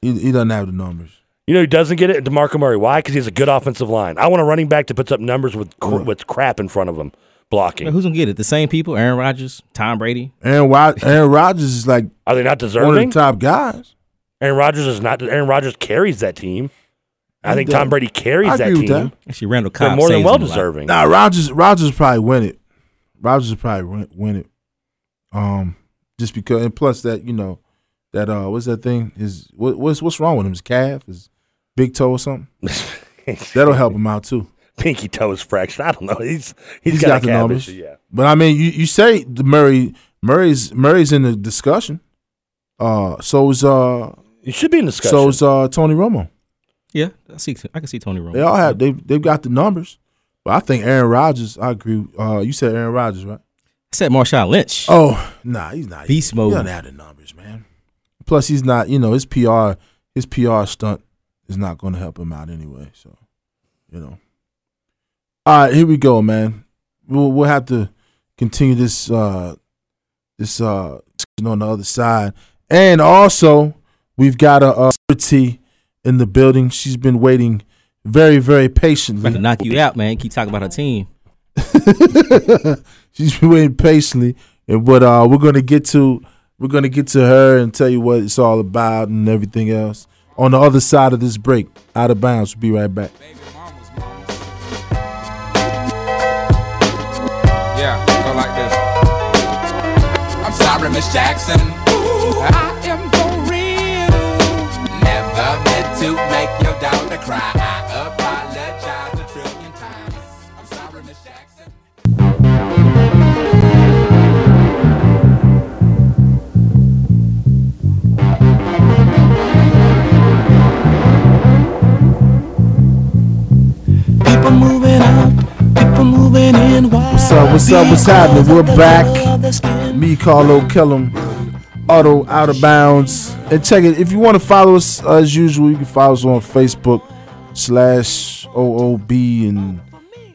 Speaker 2: He, he doesn't have the numbers.
Speaker 4: You know who doesn't get it? DeMarco Murray. Why? Because he has a good offensive line. I want a running back that puts up numbers with cr- with crap in front of him blocking.
Speaker 3: Who's gonna get it? The same people: Aaron Rodgers, Tom Brady.
Speaker 2: Aaron, Rod- Aaron Rodgers is like
Speaker 4: Are they not
Speaker 2: one of
Speaker 4: deserving?
Speaker 2: the top guys.
Speaker 4: Aaron Rodgers is not. Aaron Rodgers carries that team. I
Speaker 2: He
Speaker 4: think
Speaker 2: does.
Speaker 4: Tom Brady carries
Speaker 2: I
Speaker 4: that
Speaker 2: agree
Speaker 4: team.
Speaker 2: with that.
Speaker 3: Actually, Randall Cobb.
Speaker 4: They're more than
Speaker 3: saves
Speaker 4: well
Speaker 3: him a lot.
Speaker 4: deserving.
Speaker 2: Nah, Rodgers Rodgers will probably win it. Rodgers will probably win, win it. Um, just because, and plus that you know that uh, what's that thing? Is what, what's what's wrong with him? His calf, his big toe or something. That'll help him out too.
Speaker 4: Pinky toe is fractured. I don't know. He's he's
Speaker 2: He's
Speaker 4: got,
Speaker 2: got
Speaker 4: a
Speaker 2: the
Speaker 4: calf
Speaker 2: numbers.
Speaker 4: issue, Yeah.
Speaker 2: But I mean, you you say the Murray Murray's Murray's in the discussion. Uh, so's uh,
Speaker 4: It should be in discussion.
Speaker 2: so's uh, Tony Romo.
Speaker 3: Yeah, I see. I can see Tony Romo.
Speaker 2: They all have they they've got the numbers. But I think Aaron Rodgers. I agree. Uh, you said Aaron Rodgers, right?
Speaker 3: I said Marshawn Lynch.
Speaker 2: Oh, nah, he's not.
Speaker 3: Beast
Speaker 2: he,
Speaker 3: mode.
Speaker 2: He doesn't have the numbers, man. Plus, he's not. You know, his PR, his PR stunt is not going to help him out anyway. So, you know. All right, here we go, man. We'll we'll have to continue this uh this uh discussion on the other side, and also we've got a uh, Liberty in the building. She's been waiting very very patiently.
Speaker 3: About to knock you out, man. Keep talking about her team.
Speaker 2: She's been waiting patiently, and but uh, we're gonna get to we're gonna get to her and tell you what it's all about and everything else on the other side of this break. Out of bounds. We'll be right back.
Speaker 5: Yeah, go like this. I'm sorry, Miss Jackson. Ooh, I am for real. Never meant to make your daughter cry. I apologize a trillion times. I'm sorry, Miss Jackson.
Speaker 6: People moving out, people moving in. What's
Speaker 2: up, what's up, what's happening? We're back. Me, Carlo Kellum, Auto Out of Bounds, and check it. If you want to follow us uh, as usual, you can follow us on Facebook slash OOB and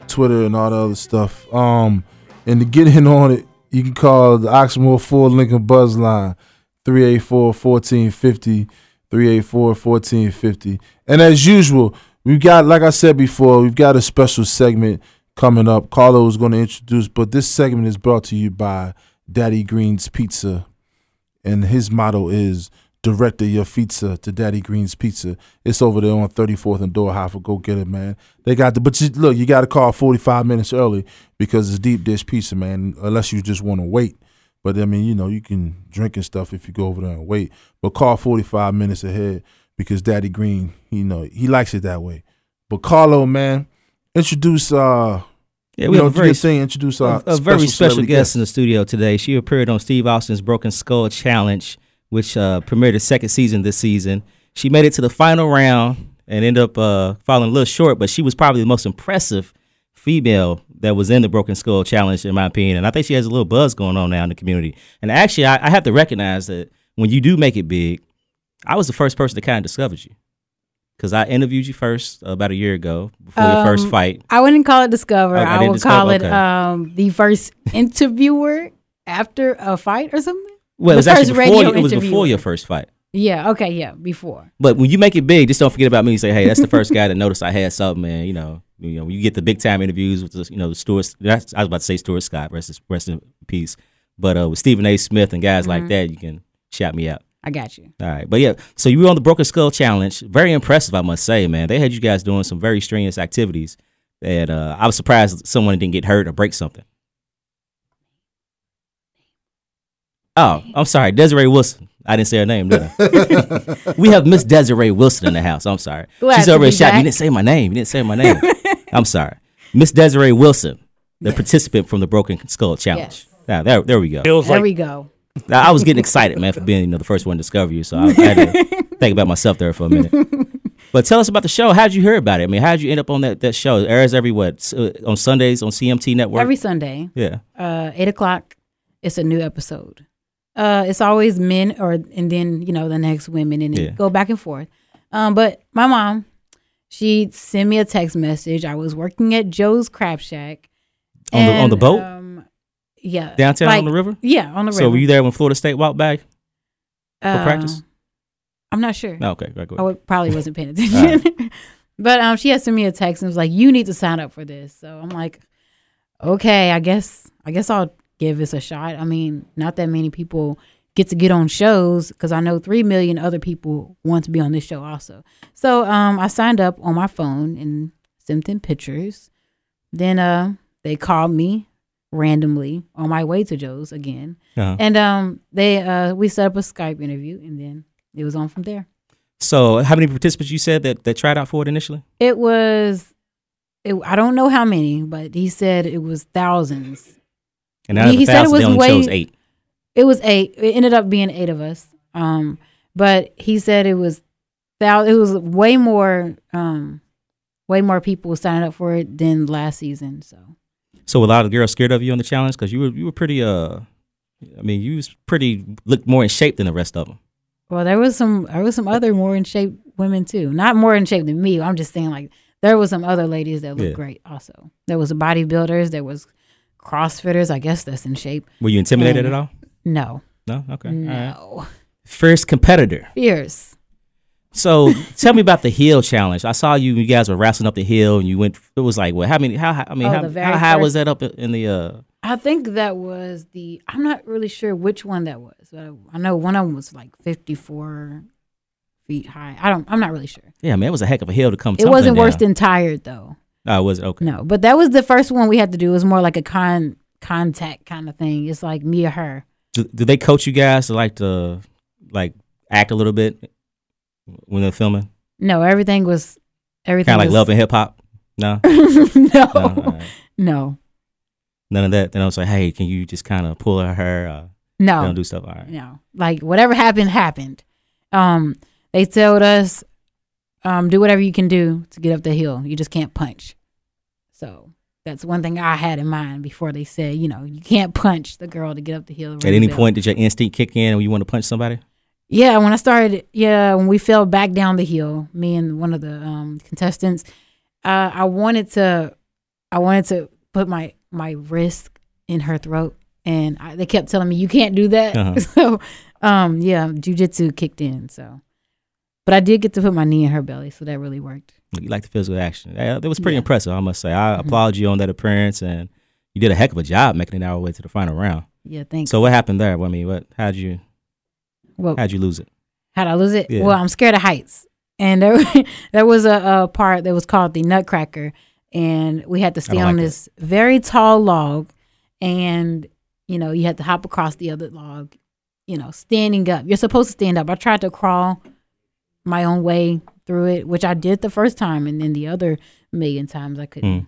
Speaker 2: Twitter and all the other stuff. Um, and to get in on it, you can call the Oxmoor Ford Lincoln Buzz Line 384-1450, 384-1450. And as usual, we've got, like I said before, we've got a special segment coming up. Carlo is going to introduce, but this segment is brought to you by Daddy Green's Pizza and his motto is Director your pizza to Daddy Green's Pizza. It's over there on 34th and Dorhofer. Go get it, man. They got the, but you, look, you got to call 45 minutes early because it's deep dish pizza, man, unless you just want to wait. But I mean, you know, you can drink and stuff if you go over there and wait. But call 45 minutes ahead because Daddy Green, you know, he likes it that way. But Carlo, man, introduce, uh,
Speaker 3: Yeah,
Speaker 2: you
Speaker 3: we
Speaker 2: know,
Speaker 3: have a
Speaker 2: do
Speaker 3: very
Speaker 2: your thing, introduce our
Speaker 3: a very special
Speaker 2: celebrity
Speaker 3: guest in the studio today. She appeared on Steve Austin's Broken Skull Challenge, which uh, premiered its second season this season. She made it to the final round and ended up uh, falling a little short, but she was probably the most impressive female that was in the Broken Skull Challenge, in my opinion. And I think she has a little buzz going on now in the community. And actually, I, I have to recognize that when you do make it big, I was the first person to kind of discover you. Because I interviewed you first about a year ago before your first
Speaker 7: Um,
Speaker 3: fight.
Speaker 7: I wouldn't call it discover.
Speaker 3: Oh, I
Speaker 7: I,
Speaker 3: didn't
Speaker 7: would
Speaker 3: discover,
Speaker 7: call it
Speaker 3: okay.
Speaker 7: um, the first interviewer after a fight or something.
Speaker 3: Well,
Speaker 7: the
Speaker 3: it was actually
Speaker 7: first
Speaker 3: before,
Speaker 7: radio
Speaker 3: it was before
Speaker 7: interviewer.
Speaker 3: your first fight.
Speaker 7: Yeah. Okay. Yeah. Before.
Speaker 3: But when you make it big, just don't forget about me. Say, hey, that's the first guy that noticed I had something, man. You know, you know, when you get the big time interviews with the, you know, Stuart. That's, I was about to say Stuart Scott, rest, his- rest in peace. But uh, with Stephen A. Smith and guys like that, you can shout me out.
Speaker 7: I got you.
Speaker 3: All right, but yeah, so you were on the Broken Skull Challenge. Very impressive, I must say, man. They had you guys doing some very strenuous activities, and uh, I was surprised someone didn't get hurt or break something. Oh, I'm sorry, Desiree Wilson. I didn't say her name, did I? we have Miss Desiree Wilson in the house. I'm sorry.
Speaker 7: Glad
Speaker 3: She's
Speaker 7: to
Speaker 3: over
Speaker 7: be
Speaker 3: in shop. You
Speaker 7: back.
Speaker 3: didn't say my name. You didn't say my name. I'm sorry. Miss Desiree Wilson, the participant from the Broken Skull Challenge.
Speaker 7: Yes.
Speaker 3: Now, there, there we go.
Speaker 4: Feels
Speaker 7: There
Speaker 4: like
Speaker 7: we go.
Speaker 3: Now, I was getting excited, man, for being you know the first one to discover you. So I, I had to think about myself there for a minute. But tell us about the show. How'd you hear about it? I mean, how'd you end up on that that show? It airs every what S- uh, on Sundays on CMT Network.
Speaker 7: Every Sunday,
Speaker 3: yeah,
Speaker 7: uh, eight o'clock, it's a new episode. Uh, it's always men, or and then you know the next women, and then
Speaker 3: Yeah.
Speaker 7: go back and forth. Um, but my mom, she sent me a text message. I was working at Joe's Crab Shack,
Speaker 3: On the- on
Speaker 7: And,
Speaker 3: the boat?
Speaker 7: Um, yeah.
Speaker 3: Downtown on
Speaker 7: like-
Speaker 3: the river?
Speaker 7: Yeah, on the river.
Speaker 3: So were you there when Florida State walked back?
Speaker 7: Uh,
Speaker 3: practice?
Speaker 7: I'm not sure.
Speaker 3: No, okay, right, go
Speaker 7: I
Speaker 3: ahead.
Speaker 7: would, probably wasn't paying attention. but um, she had sent me a text and was like, "You need to sign up for this." So I'm like, "Okay, I guess I guess I'll give this a shot." I mean, not that many people get to get on shows because I know three million other people want to be on this show also. So um, I signed up on my phone and sent them pictures. Then uh, they called me randomly on my way to Joe's again,
Speaker 3: Uh-huh.
Speaker 7: and um, they uh, we set up a Skype interview, and then it was on from there.
Speaker 3: So how many participants you said that, that tried out for it initially?
Speaker 7: It was, it, I don't know how many, but he said it was thousands.
Speaker 3: And out of
Speaker 7: He-
Speaker 3: the
Speaker 7: he said it
Speaker 3: thousand, they
Speaker 7: was
Speaker 3: only
Speaker 7: way-
Speaker 3: chose eight.
Speaker 7: It was eight. It ended up being eight of us. Um, but he said it was thou. It was way more, um, way more people signed up for it than last season. So
Speaker 3: So were a lot of girls scared of you on the challenge because you were you were pretty uh, I mean you was pretty looked more in shape than the rest of them.
Speaker 7: Well, there was some there was some other more in shape women too. Not more in shape than me. I'm just saying like there was some other ladies that looked
Speaker 3: Yeah.
Speaker 7: great also. There was bodybuilders, there was crossfitters, I guess that's in shape.
Speaker 3: Were you intimidated
Speaker 7: Um,
Speaker 3: at all?
Speaker 7: No.
Speaker 3: No. Okay. All right.
Speaker 7: No.
Speaker 3: First competitor.
Speaker 7: Fierce.
Speaker 3: So tell me about the hill challenge. I saw you you guys were wrestling up the hill and you went. It was like what? How many? How? high I mean,
Speaker 7: Oh,
Speaker 3: how,
Speaker 7: the very
Speaker 3: how high was
Speaker 7: first-
Speaker 3: that up in the? uh
Speaker 7: I think that was the I'm not really sure which one that was, but I, I know one of them was like 54 feet high. I don't I'm not really sure.
Speaker 3: Yeah, man, it was a heck of a hill to come.
Speaker 7: it
Speaker 3: tumbling
Speaker 7: wasn't worse
Speaker 3: down.
Speaker 7: than tired though.
Speaker 3: Oh, was it okay?
Speaker 7: No, but that was the first one we had to do. It was more like a con contact kind of thing. It's like me or her.
Speaker 3: Do, do they coach you guys to like to like act a little bit when they're filming?
Speaker 7: No, everything was everything.
Speaker 3: Kind of like
Speaker 7: was,
Speaker 3: Love and Hip Hop. No, no,
Speaker 7: no,
Speaker 3: all right.
Speaker 7: no,
Speaker 3: none of that. Then I was like, hey, can you just kind of pull her hair? Uh,
Speaker 7: no,
Speaker 3: Don't do stuff. All right.
Speaker 7: no. Like whatever happened happened. Um, they told us, um, do whatever you can do to get up the hill. You just can't punch. So that's one thing I had in mind before they said, you know, you can't punch the girl to get up the hill.
Speaker 3: At any point, did your instinct kick in and you want to punch somebody?
Speaker 7: Yeah, when I started, yeah, when we fell back down the hill, me and one of the um, contestants, uh, I wanted to, I wanted to put my my wrist in her throat, and I, they kept telling me you can't do that.
Speaker 3: Uh-huh.
Speaker 7: So, um, yeah, jujitsu kicked in. So, but I did get to put my knee in her belly, so that really worked.
Speaker 3: You like the physical action. Yeah, That was pretty
Speaker 7: Yeah. Mm-hmm.
Speaker 3: impressive, I must say. I applaud you on that appearance, and you did a heck of a job making it our way to the final round.
Speaker 7: Yeah, thanks.
Speaker 3: So what happened there? I mean, what? How'd you?
Speaker 7: well,
Speaker 3: How'd you lose it?
Speaker 7: How'd I lose it?
Speaker 3: Yeah.
Speaker 7: Well, I'm scared of heights. And there, there was a, a part that was called the Nutcracker, and we had to stay
Speaker 3: don't
Speaker 7: on
Speaker 3: like
Speaker 7: this very tall log, and you know you had to hop across the other log, you know standing up. You're supposed to stand up. I tried to crawl my own way through it, which I did the first time, and then the other million times I
Speaker 3: Hmm.
Speaker 7: couldn't.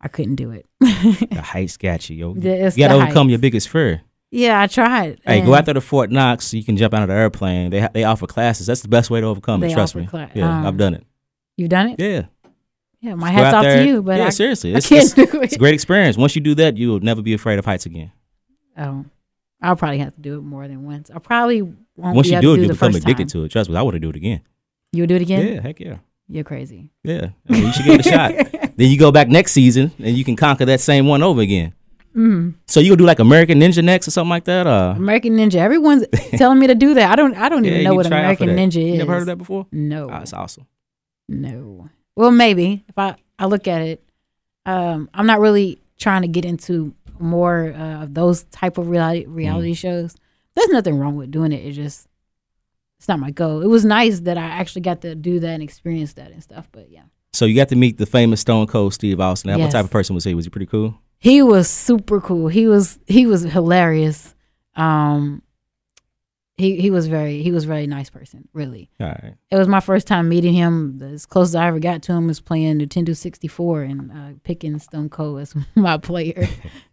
Speaker 7: I couldn't do it.
Speaker 3: The heights got you. Yo.
Speaker 7: The- it's
Speaker 3: you got to
Speaker 7: the
Speaker 3: overcome
Speaker 7: heights.
Speaker 3: your biggest fear.
Speaker 7: yeah, I tried.
Speaker 3: Hey,
Speaker 7: and
Speaker 3: go out there to Fort Knox. So you can jump out of the airplane. They ha- they offer classes. That's the best way to overcome it.
Speaker 7: They
Speaker 3: Trust
Speaker 7: offer
Speaker 3: me.
Speaker 7: cla-
Speaker 3: yeah, I've
Speaker 7: um,
Speaker 3: done it.
Speaker 7: You've done it.
Speaker 3: Yeah.
Speaker 7: Yeah, my
Speaker 3: Go
Speaker 7: hats
Speaker 3: out
Speaker 7: off
Speaker 3: there.
Speaker 7: to you, but
Speaker 3: yeah,
Speaker 7: I,
Speaker 3: seriously,
Speaker 7: I
Speaker 3: it's,
Speaker 7: can't
Speaker 3: it's,
Speaker 7: do it.
Speaker 3: it's a great experience. Once you do that, you will never be afraid of heights again.
Speaker 7: Oh, I'll probably have to do it more than once. I probably won't.
Speaker 3: Once
Speaker 7: be
Speaker 3: you
Speaker 7: able
Speaker 3: do it,
Speaker 7: to
Speaker 3: you
Speaker 7: the
Speaker 3: become
Speaker 7: first
Speaker 3: addicted
Speaker 7: time.
Speaker 3: to it. Trust me, I want to do it again.
Speaker 7: You would do it again?
Speaker 3: yeah heck yeah.
Speaker 7: You're crazy.
Speaker 3: Yeah, I mean, you should give it a shot. Then you go back next season and you can conquer that same one over again. Mm. So you gonna do like American Ninja next or something like that? Uh,
Speaker 7: Mm-hmm. American Ninja. Everyone's telling me to do that. I don't. I don't
Speaker 3: yeah,
Speaker 7: even
Speaker 3: you
Speaker 7: know what
Speaker 3: try out for that.
Speaker 7: American Ninja is.
Speaker 3: You ever heard of that before?
Speaker 7: No.
Speaker 3: Oh, it's awesome.
Speaker 7: no. Well, maybe if I I look at it, um, I'm not really trying to get into more uh, of those type of reality
Speaker 3: Mm.
Speaker 7: reality shows. There's nothing wrong with doing it. It just it's not my goal. It was nice that I actually got to do that and experience that and stuff. But yeah.
Speaker 3: So you got to meet the famous Stone Cold Steve Austin. Now, What
Speaker 7: Yes.
Speaker 3: type of person was he? Was he pretty cool?
Speaker 7: he was super cool. He was he was hilarious. Um he he was very he was a very nice person, really.
Speaker 3: All right.
Speaker 7: It was my first time meeting him. As close as I ever got to him was playing Nintendo 64 and uh, picking Stone Cold as my player.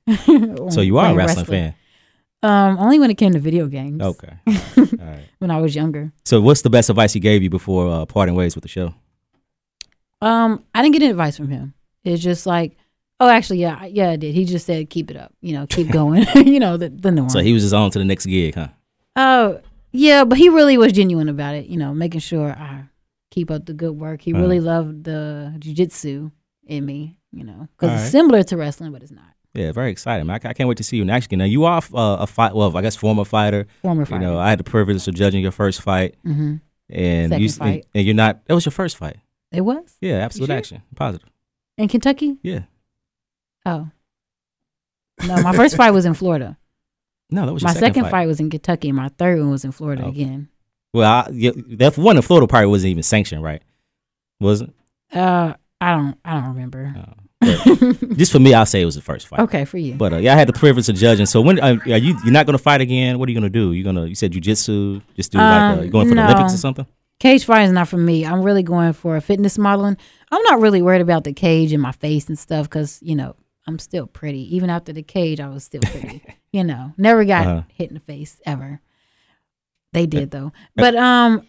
Speaker 3: So you are a wrestling, fan.
Speaker 7: Um only when it came to video games.
Speaker 3: Okay. All right. All right.
Speaker 7: When I was younger.
Speaker 3: So what's the best advice he gave you before uh, parting ways with the show?
Speaker 7: Um I didn't get any advice from him. It's just like Oh, actually, yeah, I- yeah, I did. He just said, "Keep it up, you know, keep going, you know, the, the norm."
Speaker 3: So he was just on to the next gig, huh?
Speaker 7: Oh, yeah, but he really was genuine about it, you know, making sure I keep up the good work. He really loved the jujitsu in me, you know, because it's
Speaker 3: Alright.
Speaker 7: similar to wrestling, but it's not.
Speaker 3: Yeah, very excited, man. I, I can't wait to see you in action. Now, you are uh, a fight, well, I guess former fighter.
Speaker 7: Former
Speaker 3: You
Speaker 7: fighter.
Speaker 3: know, uh, I had the privilege of judging your first fight,
Speaker 7: mm-hmm.
Speaker 3: and
Speaker 7: Second
Speaker 3: you
Speaker 7: fight.
Speaker 3: and you're not. That was your first fight.
Speaker 7: It was
Speaker 3: Yeah, absolute
Speaker 7: sure?
Speaker 3: action, positive.
Speaker 7: in Kentucky.
Speaker 3: Yeah,
Speaker 7: Oh, no, my first fight was in Florida.
Speaker 3: no, that was your
Speaker 7: My second,
Speaker 3: fight.
Speaker 7: fight. was in Kentucky. and My third one was in Florida
Speaker 3: Oh.
Speaker 7: again.
Speaker 3: Well, I, yeah, that one in Florida probably wasn't even sanctioned, right? Wasn't.
Speaker 7: Uh, I don't, I don't remember.
Speaker 3: Uh, but just for me, I'll say it was the first fight.
Speaker 7: Okay, for you.
Speaker 3: But uh, yeah, I had the privilege of judging. So when uh, are you? You're not gonna fight again. What are you gonna do? You gonna you said jujitsu? Just do like uh,
Speaker 7: Um,
Speaker 3: going for the
Speaker 7: no.
Speaker 3: Olympics or something?
Speaker 7: Cage fighting is not for me. I'm really going for fitness modeling. I'm not really worried about the cage and my face and stuff because you know I'm still pretty. Even after the cage, I was still pretty. you know, never got
Speaker 3: Uh-huh.
Speaker 7: hit in the face ever. They did though. But um,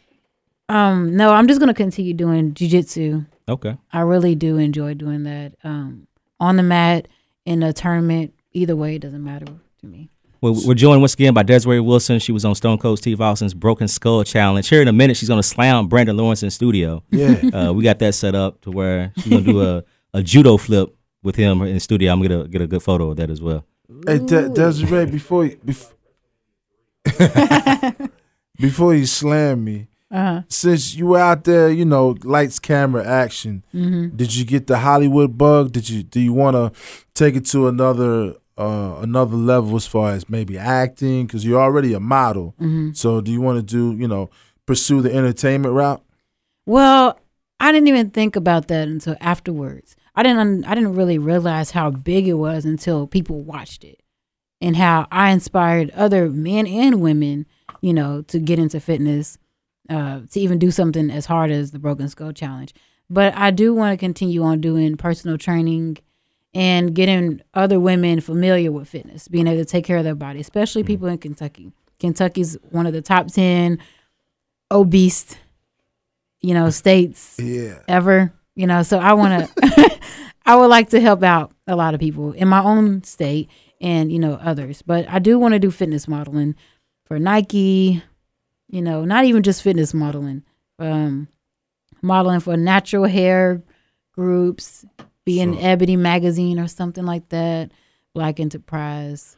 Speaker 7: um, no, I'm just gonna continue doing jujitsu.
Speaker 3: Okay.
Speaker 7: I really do enjoy doing that. Um, on the mat in a tournament, either way, it doesn't matter to me.
Speaker 3: Well, we're joined once again by Desiree Wilson. She was on Stone Cold Steve Austin's Broken Skull Challenge. Here in a minute, she's gonna slam Brandon Lawrence in studio.
Speaker 2: Yeah.
Speaker 3: Uh, we got that set up to where she's gonna do a, a judo flip with him in the studio. I'm gonna get a good photo of that as well.
Speaker 2: Hey, De- Desiree, before you, bef- before you slam me,
Speaker 7: Uh-huh.
Speaker 2: since you were out there, you know, lights, camera, action. Did you get the Hollywood bug? Did you do you want to take it to another uh another level as far as maybe acting? Because you're already a model, so do you want to do you know pursue the entertainment route?
Speaker 7: Well, I didn't even think about that until afterwards. I didn't un- I didn't really realize how big it was until people watched it and how I inspired other men and women, you know, to get into fitness, uh, to even do something as hard as the Broken Skull Challenge. But I do want to continue on doing personal training and getting other women familiar with fitness, being able to take care of their body, especially people in Kentucky. Kentucky's one of the top 10 obese, you know, states
Speaker 2: Yeah,
Speaker 7: ever, you know. So I want to, I would like to help out a lot of people in my own state and you know others. But I do want to do fitness modeling for Nike, you know, not even just fitness modeling, um, modeling for natural hair groups, be in Ebony magazine or something like that, Black Enterprise,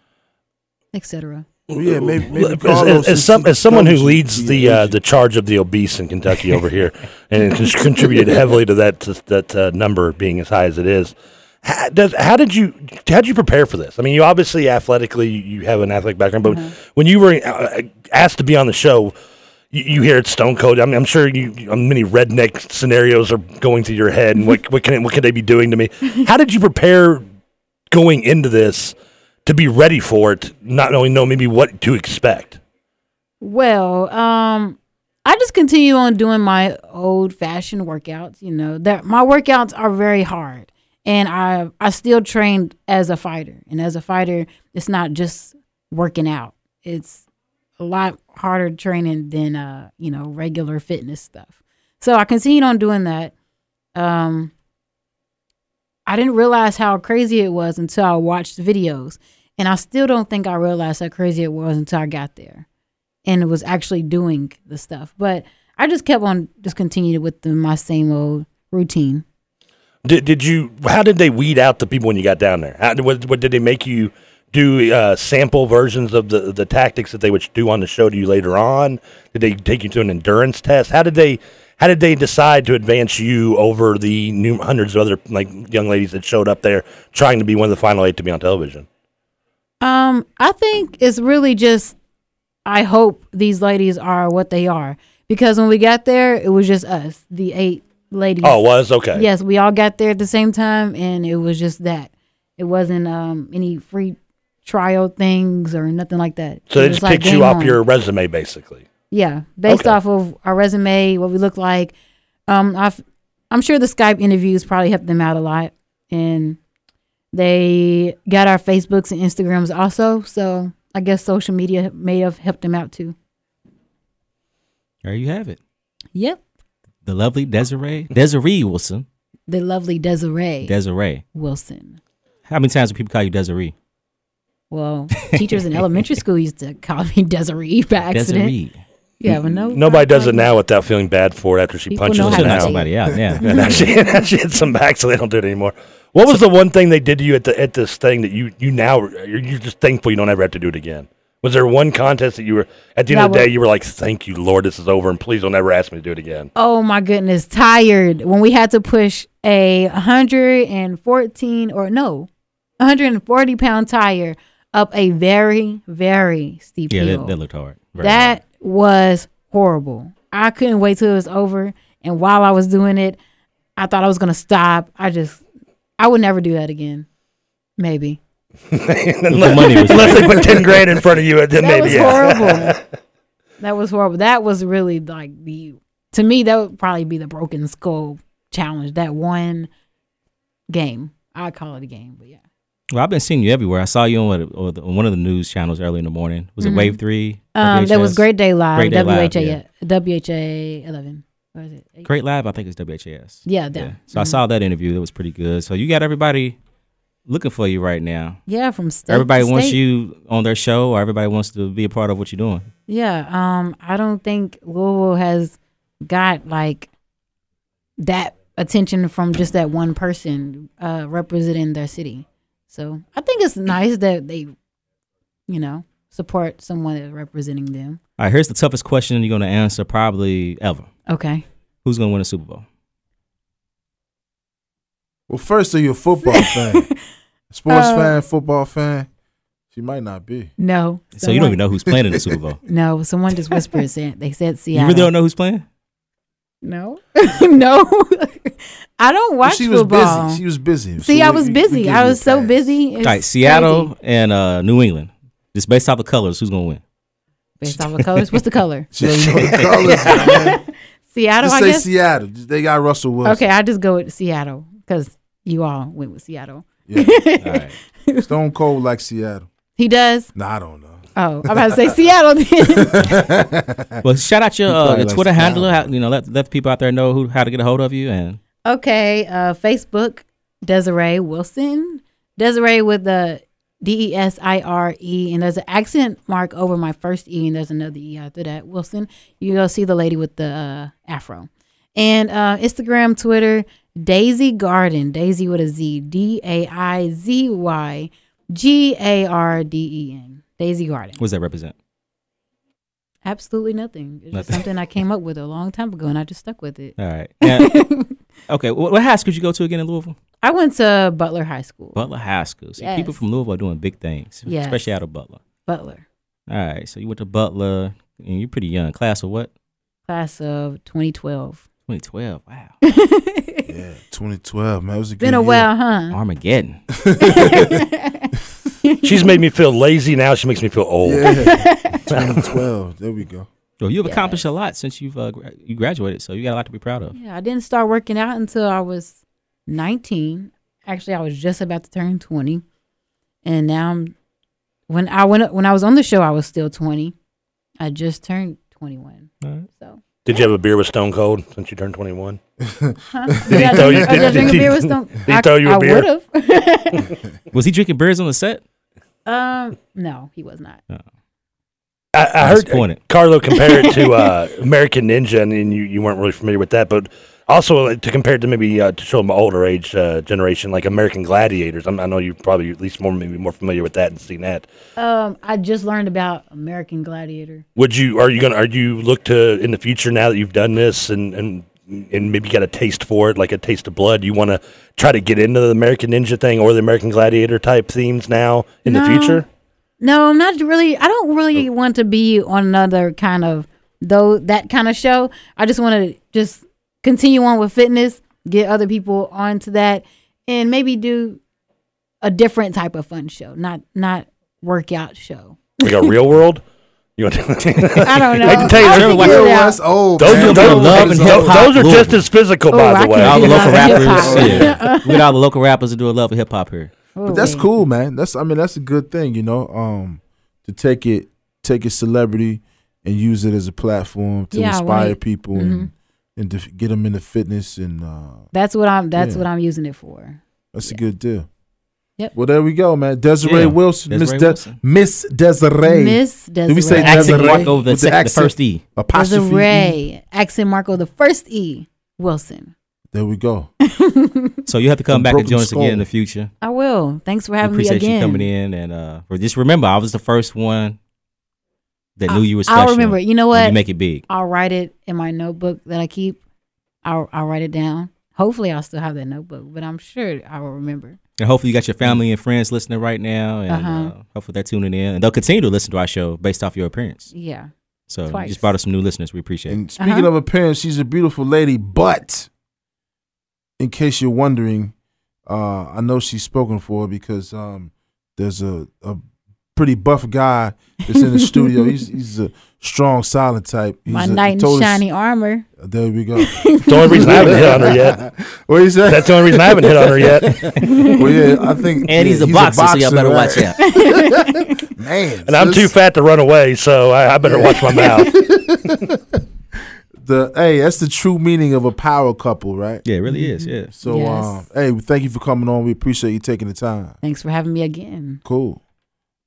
Speaker 7: etc.
Speaker 2: well, yeah. Maybe, maybe
Speaker 4: Look, as,
Speaker 2: Carlos
Speaker 4: as, as
Speaker 2: is-
Speaker 4: some, as someone who
Speaker 2: Carlos is
Speaker 4: leads the uh,
Speaker 2: agent.
Speaker 4: the charge of the obese in Kentucky over here, and has contributed heavily to that that uh, number being as high as it is. How, does, how did you how did you prepare for this? I mean, you obviously athletically you have an athletic background, but
Speaker 2: Uh-huh.
Speaker 4: when you were uh, asked to be on the show, you, you hear it's Stone Cold. I mean, I'm sure you you- many redneck scenarios are going through your head, and what what can what could they be doing to me? How did you prepare going into this to be ready for it, not only know maybe what to expect?
Speaker 7: Well, um, I just continue on doing my old fashioned workouts. You know that my workouts are very hard, and I I still trained as a fighter. And as a fighter, it's not just working out; it's a lot harder training than uh you know regular fitness stuff. So I continued on doing that. Um, I didn't realize how crazy it was until I watched videos, and I still don't think I realized how crazy it was until I got there and was actually doing the stuff. But I just kept on just continued with the, my same old routine.
Speaker 4: Did, did you? How did they weed out the people when you got down there? How, what, what did they make you do? Uh, sample versions of the the tactics that they would do on the show to you later on. Did they take you to an endurance test? How did they? How did they decide to advance you over the new hundreds of other like young ladies that showed up there trying to be one of the final eight to be on television?
Speaker 7: Um, I think it's really just I hope these ladies are what they are because when we got there, it was just us, the eight ladies.
Speaker 4: Oh, it was okay.
Speaker 7: yes, we all got there at the same time, and it was just that. It wasn't um any free trial things or nothing like that.
Speaker 4: So
Speaker 7: It
Speaker 4: they
Speaker 7: was
Speaker 4: just
Speaker 7: like
Speaker 4: picked you
Speaker 7: game
Speaker 4: off
Speaker 7: on.
Speaker 4: your resume basically.
Speaker 7: Yeah, based
Speaker 4: Okay.
Speaker 7: off of our resume, what we look like. Um, I've, I'm sure the Skype interviews probably helped them out a lot, and they got our Facebooks and Instagrams also. So I guess social media may have helped them out too.
Speaker 3: There you have it.
Speaker 7: Yep,
Speaker 3: The lovely Desiree Desiree Wilson.
Speaker 7: the lovely Desiree
Speaker 3: Desiree.
Speaker 7: Wilson.
Speaker 3: How many times do people call you Desiree?
Speaker 7: Well, teachers in elementary school used to call me Desiree by accident.
Speaker 3: Desiree.
Speaker 7: Yeah, but no,
Speaker 4: Nobody does it now without feeling bad for it after she
Speaker 7: People
Speaker 4: punches
Speaker 7: know
Speaker 4: them
Speaker 7: how
Speaker 3: Should
Speaker 4: out.
Speaker 7: to
Speaker 3: knock somebody
Speaker 7: Desiree.
Speaker 3: out. Yeah.
Speaker 4: and actually, actually hit some back so they don't do it anymore. What was the one thing they did to you at the at this thing that you you now you're, you're just thankful you don't ever have to do it again? Was there one contest that you were at the end of the day
Speaker 7: That was-
Speaker 4: you were like, "Thank you, Lord, this is over, and please don't ever ask me to do it again."
Speaker 7: Oh my goodness, tired when we had to push a 114 or no, 140 pound tire up a very very steep
Speaker 3: Yeah,
Speaker 7: hill.
Speaker 3: that, that looked hard. Very hard.
Speaker 7: That was horrible. I couldn't wait till it was over. And while I was doing it, I thought I was gonna stop. I just, I would never do that again. Maybe
Speaker 3: the money was
Speaker 4: Unless they put ten grand in front of you, then
Speaker 7: that
Speaker 4: maybe
Speaker 7: was
Speaker 4: yeah.
Speaker 7: horrible. that was horrible. That was really like the to me that would probably be the broken skull challenge. That one game, I call it a game, but yeah,
Speaker 3: Well, I've been seeing you everywhere. I saw you on, what- on the- on one of the news channels early in the morning. Was it Wave Three?
Speaker 7: Mm-hmm. um, that was
Speaker 3: WHS?
Speaker 7: Great Day Live,
Speaker 3: Great Day Live,
Speaker 7: WHA,
Speaker 3: yeah.
Speaker 7: WHA eleven. What is it? Eight?
Speaker 3: Great Live, I think it's WHS.
Speaker 7: Yeah, that.
Speaker 3: So I saw that interview. That was pretty good. So you got everybody looking for you right now.
Speaker 7: Yeah, from state. to
Speaker 3: everybody wants
Speaker 7: state.
Speaker 3: you on their show, or everybody wants to be a part of what you're doing.
Speaker 7: Yeah, um, I don't think Louisville has got like that attention from just that one person uh, representing their city. So I think it's nice that they, you know, support someone that's representing them.
Speaker 3: All right, here's the toughest question you're going to answer probably ever.
Speaker 7: Okay.
Speaker 3: Who's going to win a Super Bowl?
Speaker 2: Well, first, are you a football fan? Sports
Speaker 7: Uh,
Speaker 2: fan, football fan? She might not be.
Speaker 7: No.
Speaker 3: So you don't even
Speaker 7: someone-
Speaker 3: know who's playing in the Super Bowl.
Speaker 7: No, someone just whispered. said, they said
Speaker 3: You
Speaker 7: Seattle.
Speaker 3: really don't know who's playing?
Speaker 7: No. no. I don't
Speaker 2: Well,
Speaker 7: watch
Speaker 2: she was
Speaker 7: football.
Speaker 2: busy. She was busy.
Speaker 7: See,
Speaker 2: So
Speaker 7: I
Speaker 2: we-
Speaker 7: was
Speaker 2: we- we
Speaker 7: busy.
Speaker 2: give
Speaker 7: I
Speaker 2: you a
Speaker 7: was so
Speaker 2: pass.
Speaker 7: busy.
Speaker 3: All right, Seattle and uh, New England. Just based off the colors, who's going to win?
Speaker 7: Based off of colors. What's the color?
Speaker 2: She don't even know the colors, man.
Speaker 7: Seattle,
Speaker 2: Just
Speaker 7: I
Speaker 2: say
Speaker 7: guess.
Speaker 2: Seattle. They got Russell Wilson.
Speaker 7: Okay, I just go with Seattle because you all went with Seattle.
Speaker 3: All right.
Speaker 2: Stone cold like Seattle.
Speaker 7: He does.
Speaker 2: Nah, I don't know.
Speaker 7: Oh, I'm about to say Seattle. Then.
Speaker 3: Well, shout out your uh,
Speaker 2: probably
Speaker 3: your
Speaker 2: likes
Speaker 3: Twitter
Speaker 2: to
Speaker 3: handle.
Speaker 2: download.
Speaker 3: How, you know, let let the people out there know who how to get a hold of you. And
Speaker 7: okay, uh, Facebook Desiree Wilson, Desiree with the D E S I R E, and there's an accent mark over my first E, and there's another E after that. Wilson, you go see the lady with the uh, afro, and uh, Instagram, Twitter, Daisy Garden, Daisy with a Z, D A I Z Y G A R D E N, Daisy Garden.
Speaker 3: what does that represent?
Speaker 7: Absolutely nothing. It's just
Speaker 3: Nothing.
Speaker 7: something I came up with a long time ago, and I just stuck with it.
Speaker 3: All right. And- okay. What, what high school did you go to again in Louisville?
Speaker 7: I went to Butler High School.
Speaker 3: Butler High School. See, people
Speaker 7: Yes.
Speaker 3: from Louisville are doing big things,
Speaker 7: Yes.
Speaker 3: especially out of Butler.
Speaker 7: Butler,
Speaker 3: All right. So you went to Butler, and you're pretty young. Class of what?
Speaker 7: class of 2012.
Speaker 3: 2012. Wow.
Speaker 2: Yeah, 2012, man. It was a good
Speaker 7: Been a
Speaker 2: year.
Speaker 7: while, huh?
Speaker 3: Armageddon.
Speaker 4: She's made me feel lazy. Now she makes me feel old.
Speaker 2: Yeah, 2012. There we go.
Speaker 3: So you've accomplished a lot since you've uh, gra- you graduated. So you got a lot to be proud of.
Speaker 7: Yeah, I didn't start working out until I was 19. Actually, I was just about to turn 20, and now I'm. When I went when I was on the show, I was still 20. I just turned 21. So.
Speaker 4: Did you have a beer with Stone Cold since you turned twenty one?
Speaker 7: Huh? Did I
Speaker 4: throw you-
Speaker 7: drink- oh, did I
Speaker 4: did-
Speaker 7: drink a
Speaker 4: did-
Speaker 7: beer with Stone-
Speaker 4: he
Speaker 7: I-
Speaker 4: throw you a
Speaker 7: I
Speaker 4: beer?
Speaker 7: would've.
Speaker 3: Was he drinking beers on the set?
Speaker 7: Um, no, he was not.
Speaker 4: I, I heard uh,
Speaker 3: Disappointed.
Speaker 4: Carlo compare it to uh, American Ninja, and, and you, you weren't really familiar with that, but also uh, to compare it to maybe uh, to show them older age uh, generation, like American Gladiators. I'm, I know you're probably at least more maybe more familiar with that and seen that.
Speaker 7: Um, I just learned about American Gladiator.
Speaker 4: Would you are you gonna are you look to in the future now that you've done this and and and maybe got a taste for it, like a taste of blood? You want to try to get into the American Ninja thing or the American Gladiator type themes now in the
Speaker 7: No.
Speaker 4: future?
Speaker 7: No, I'm not really. I don't really want to be on another kind of though that kind of show. I just want to just continue on with fitness, get other people onto that, and maybe do a different type of fun show, not not workout show.
Speaker 4: Like a real world? You want to?
Speaker 7: I don't know. I
Speaker 4: can tell you,
Speaker 7: can
Speaker 4: everyone-
Speaker 7: figure it
Speaker 2: Yo,
Speaker 7: out.
Speaker 2: that's old. Oh,
Speaker 4: Those,
Speaker 2: man.
Speaker 4: those,
Speaker 3: people
Speaker 4: those,
Speaker 3: love and hip hop
Speaker 4: those are just
Speaker 3: Louisville.
Speaker 4: as physical,
Speaker 7: Oh,
Speaker 4: by
Speaker 7: I
Speaker 4: the way.
Speaker 3: All
Speaker 7: can
Speaker 3: the
Speaker 7: do
Speaker 3: local
Speaker 7: that. Hip
Speaker 3: rappers.
Speaker 7: hop.
Speaker 3: Yeah. We got all the local rappers that do a love of hip hop here.
Speaker 2: But that's
Speaker 7: Ooh.
Speaker 2: cool, man. That's I mean that's a good thing, you know. Um, to take it, take a celebrity and use it as a platform to
Speaker 7: Yeah, Mm-hmm. I wanna-
Speaker 2: inspire people and and to get them into fitness, and uh,
Speaker 7: That's what I'm. That's
Speaker 2: Yeah.
Speaker 7: what I'm using it for.
Speaker 2: that's a good deal.
Speaker 7: Yep.
Speaker 2: Well, there we go, man. Desiree
Speaker 3: Yeah,
Speaker 2: Wilson, Miss
Speaker 3: Desiree
Speaker 2: De-
Speaker 3: Wilson.
Speaker 2: Miss Desiree.
Speaker 7: Miss Desiree.
Speaker 2: Did we say
Speaker 3: Accent
Speaker 2: Desiree?
Speaker 3: mark over the
Speaker 2: With
Speaker 3: sec- the first E.
Speaker 2: Apostrophe. E?
Speaker 7: Desiree. Accent Marco, the first E. Wilson.
Speaker 2: There we go.
Speaker 3: So you have to come back and
Speaker 2: broken
Speaker 3: join us again in
Speaker 2: skull.
Speaker 3: the future.
Speaker 7: I will. Thanks for
Speaker 3: We
Speaker 7: having me
Speaker 3: appreciate
Speaker 7: again.
Speaker 3: you coming in, and uh, for- just remember, I was the first one that knew you were special.
Speaker 7: I'll remember. You know
Speaker 3: and
Speaker 7: what?
Speaker 3: You make it big.
Speaker 7: I'll write it in my notebook that I keep. I'll, I'll write it down. Hopefully, I'll still have that notebook, but I'm sure I will remember.
Speaker 3: And hopefully, you got your family and friends listening right now, and
Speaker 7: Uh-huh.
Speaker 3: uh, hopefully they're tuning in, and they'll continue to listen to our show based off your appearance.
Speaker 7: Yeah.
Speaker 3: So you
Speaker 7: Twice.
Speaker 3: just brought us some new listeners. We appreciate it.
Speaker 2: And speaking
Speaker 7: Uh-huh.
Speaker 2: of appearance, she's a beautiful lady. But in case you're wondering, uh, I know she's spoken for because um, there's a, a pretty buff guy that's in the studio. He's, he's a strong, silent type. He's
Speaker 7: my
Speaker 2: a,
Speaker 7: knight in
Speaker 2: told us- Uh,
Speaker 7: shiny armor.
Speaker 2: there we go.
Speaker 4: It's the only reason I haven't hit on her yet.
Speaker 2: what you say?
Speaker 4: That's the only reason I haven't hit on her yet.
Speaker 2: well, yeah, I think.
Speaker 3: And
Speaker 2: yeah,
Speaker 3: he's, a, boxer, so y'all better
Speaker 2: right?
Speaker 3: watch out.
Speaker 2: Man,
Speaker 4: And I'm
Speaker 2: sis.
Speaker 4: too fat to run away, so I, I better watch my mouth.
Speaker 2: The hey, that's the true meaning of a power couple, right?
Speaker 3: yeah, it really is. Yeah.
Speaker 2: So,
Speaker 7: Yes.
Speaker 2: um, hey, thank you for coming on. We appreciate you taking the time.
Speaker 7: Thanks for having me again.
Speaker 2: Cool.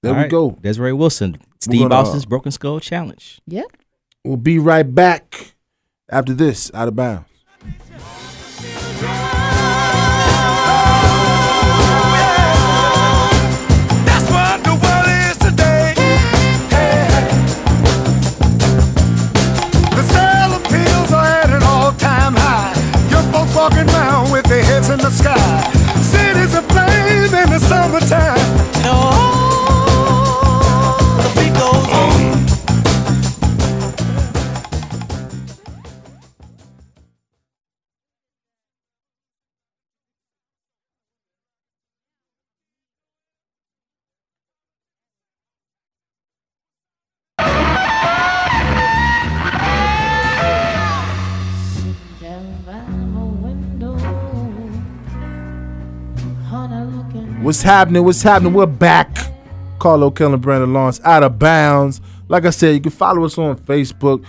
Speaker 2: There
Speaker 3: All
Speaker 2: we
Speaker 3: right,
Speaker 2: go.
Speaker 3: Desiree Wilson, Steve
Speaker 2: gonna, uh,
Speaker 3: Austin's Broken Skull Challenge.
Speaker 7: Yep.
Speaker 2: We'll be right back after this. Out of bounds.
Speaker 5: That's what the world is today. The sale of pills are at an all-time high. Your folks walking round with their heads in the sky. Cities are flame in the summertime. And all the beat goes on.
Speaker 2: What's happening? What's happening? We're back. Carlo Killen, Brandon Lawrence, out of bounds. Like I said, you can follow us on Facebook,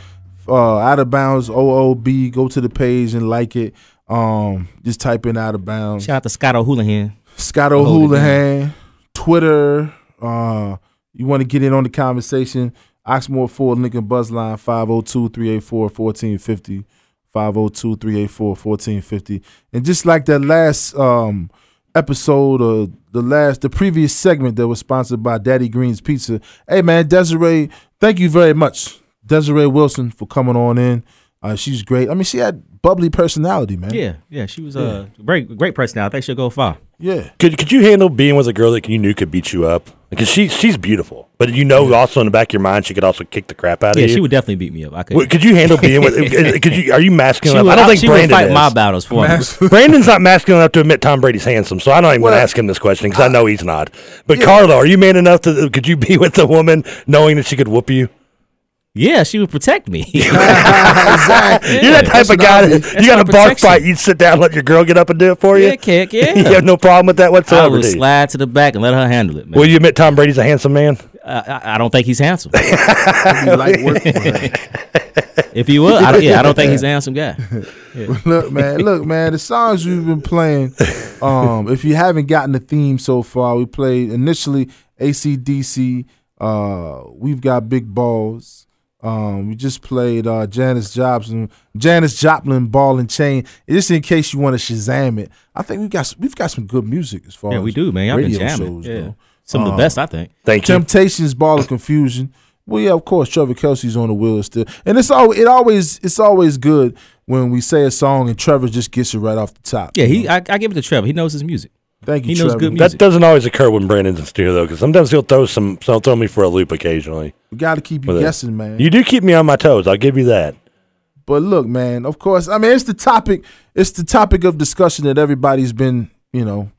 Speaker 2: uh, out of bounds OOB. Go to the page and like it. Um, just type in out of bounds.
Speaker 3: Shout out to Scott O'Houlihan.
Speaker 2: Scott
Speaker 3: Hold it
Speaker 2: O'Houlihan, Twitter. Uh, you want to get in on the conversation? Oxmoor Ford Lincoln Buzz Line 502-384-1450. 502-384-1450. And just like that last um, episode or the last the previous segment that was sponsored by Daddy Green's Pizza. Hey man, Desiree, thank you very much. Desiree Wilson for coming on in. Uh, she's great. I mean, she had bubbly personality, man.
Speaker 3: Yeah, yeah, she was a great, great person. I think she'll go far.
Speaker 2: Yeah.
Speaker 4: Could could you handle being with a girl that you knew could beat you up? Because she she's beautiful, but you know, also in the back of your mind, she could also kick the crap out of
Speaker 3: Yeah,
Speaker 4: you.
Speaker 3: she would definitely beat me up. I could.
Speaker 4: Would- Could you handle being with? Could you? Are you masculine
Speaker 3: she
Speaker 4: enough?
Speaker 3: would,
Speaker 4: I don't think
Speaker 3: she
Speaker 4: Brandon
Speaker 3: would fight
Speaker 4: is.
Speaker 3: my battles for me.
Speaker 4: Brandon's not masculine enough to admit Tom Brady's handsome, so I'm not even going to
Speaker 2: Well,
Speaker 4: ask him this question because I know he's not. But
Speaker 2: yeah.
Speaker 4: Carlo, are you man enough to? Could you be with a woman knowing that she could whoop you?
Speaker 3: Yeah, she would protect me.
Speaker 2: exactly.
Speaker 4: You're that type
Speaker 2: That's
Speaker 4: of
Speaker 2: what
Speaker 4: guy.
Speaker 2: I
Speaker 4: That,
Speaker 2: did.
Speaker 4: you got a
Speaker 3: my
Speaker 4: bark
Speaker 3: protection.
Speaker 4: fight. You'd sit down, and let your girl get up and do it for you.
Speaker 3: yeah, kick,
Speaker 4: you
Speaker 3: yeah.
Speaker 4: have no problem with that
Speaker 3: I
Speaker 4: whatsoever.
Speaker 3: would
Speaker 4: do you?
Speaker 3: slide to the back and let her handle it, man.
Speaker 4: Will you admit Tom Brady's a handsome man?
Speaker 3: I, I- I don't think he's handsome.
Speaker 2: You like work for that.
Speaker 3: if he would, I don't, yeah, I don't think he's a handsome guy.
Speaker 2: look, man, look, man, the songs we've been playing, um, if you haven't gotten the theme so far, we played initially ACDC, uh, We've Got Big Balls. Um, we just played uh, Janis Joplin, Janis Joplin, Ball and Chain. Just in case you want to Shazam it, I think we got we've got some good music as far
Speaker 3: Yeah,
Speaker 2: as
Speaker 3: we do, man. Y'all been
Speaker 2: radio
Speaker 3: jamming.
Speaker 2: shows
Speaker 3: Yeah.
Speaker 2: go.
Speaker 3: Some of the best, I think.
Speaker 4: Thank you.
Speaker 2: Temptations, Ball of Confusion. Well, yeah, of course, Trevor Kelsey's on the wheel still, and it's always it always it's always good when we say a song and Trevor just gets it right off the top.
Speaker 3: Yeah, he. I, I give it to Trevor. He knows his music.
Speaker 2: Thank you,
Speaker 3: he knows
Speaker 2: Trevor.
Speaker 3: good
Speaker 4: That
Speaker 3: music.
Speaker 4: doesn't always occur when Brandon's in studio though, because sometimes he'll throw some, he'll throw me for a loop occasionally.
Speaker 2: We got to keep you
Speaker 4: With it.
Speaker 2: guessing, man.
Speaker 4: You do keep me on my toes. I'll give you that.
Speaker 2: but look, man, of course, I mean it's the topic. It's the topic of discussion that everybody's been, you know,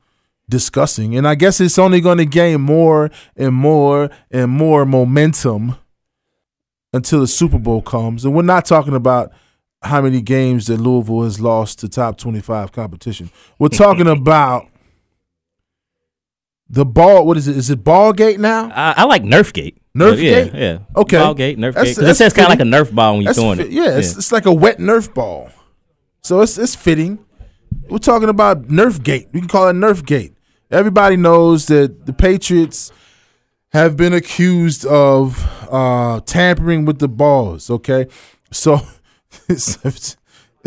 Speaker 2: discussing, and I guess it's only going to gain more and more and more momentum until the Super Bowl comes, and we're not talking about how many games that Louisville has lost to top twenty-five competition. We're talking about the ball. What is it? Is it Ballgate now?
Speaker 3: I, I like Nerfgate.
Speaker 2: Nerf
Speaker 3: yeah,
Speaker 2: gate?
Speaker 3: yeah.
Speaker 2: Okay.
Speaker 3: Ballgate, Nerfgate.
Speaker 2: That's-
Speaker 3: 'Cause it
Speaker 2: that's
Speaker 3: sounds kind of like a
Speaker 2: fitting.
Speaker 3: Nerf ball when you're
Speaker 2: That's
Speaker 3: throwing
Speaker 2: fit-
Speaker 3: it.
Speaker 2: Yeah, It's, it's like a wet Nerf ball. So it's it's fitting. We're talking about Nerf Gate. We can call it Nerf Gate. Everybody knows that the Patriots have been accused of uh, tampering with the balls. Okay, so it's-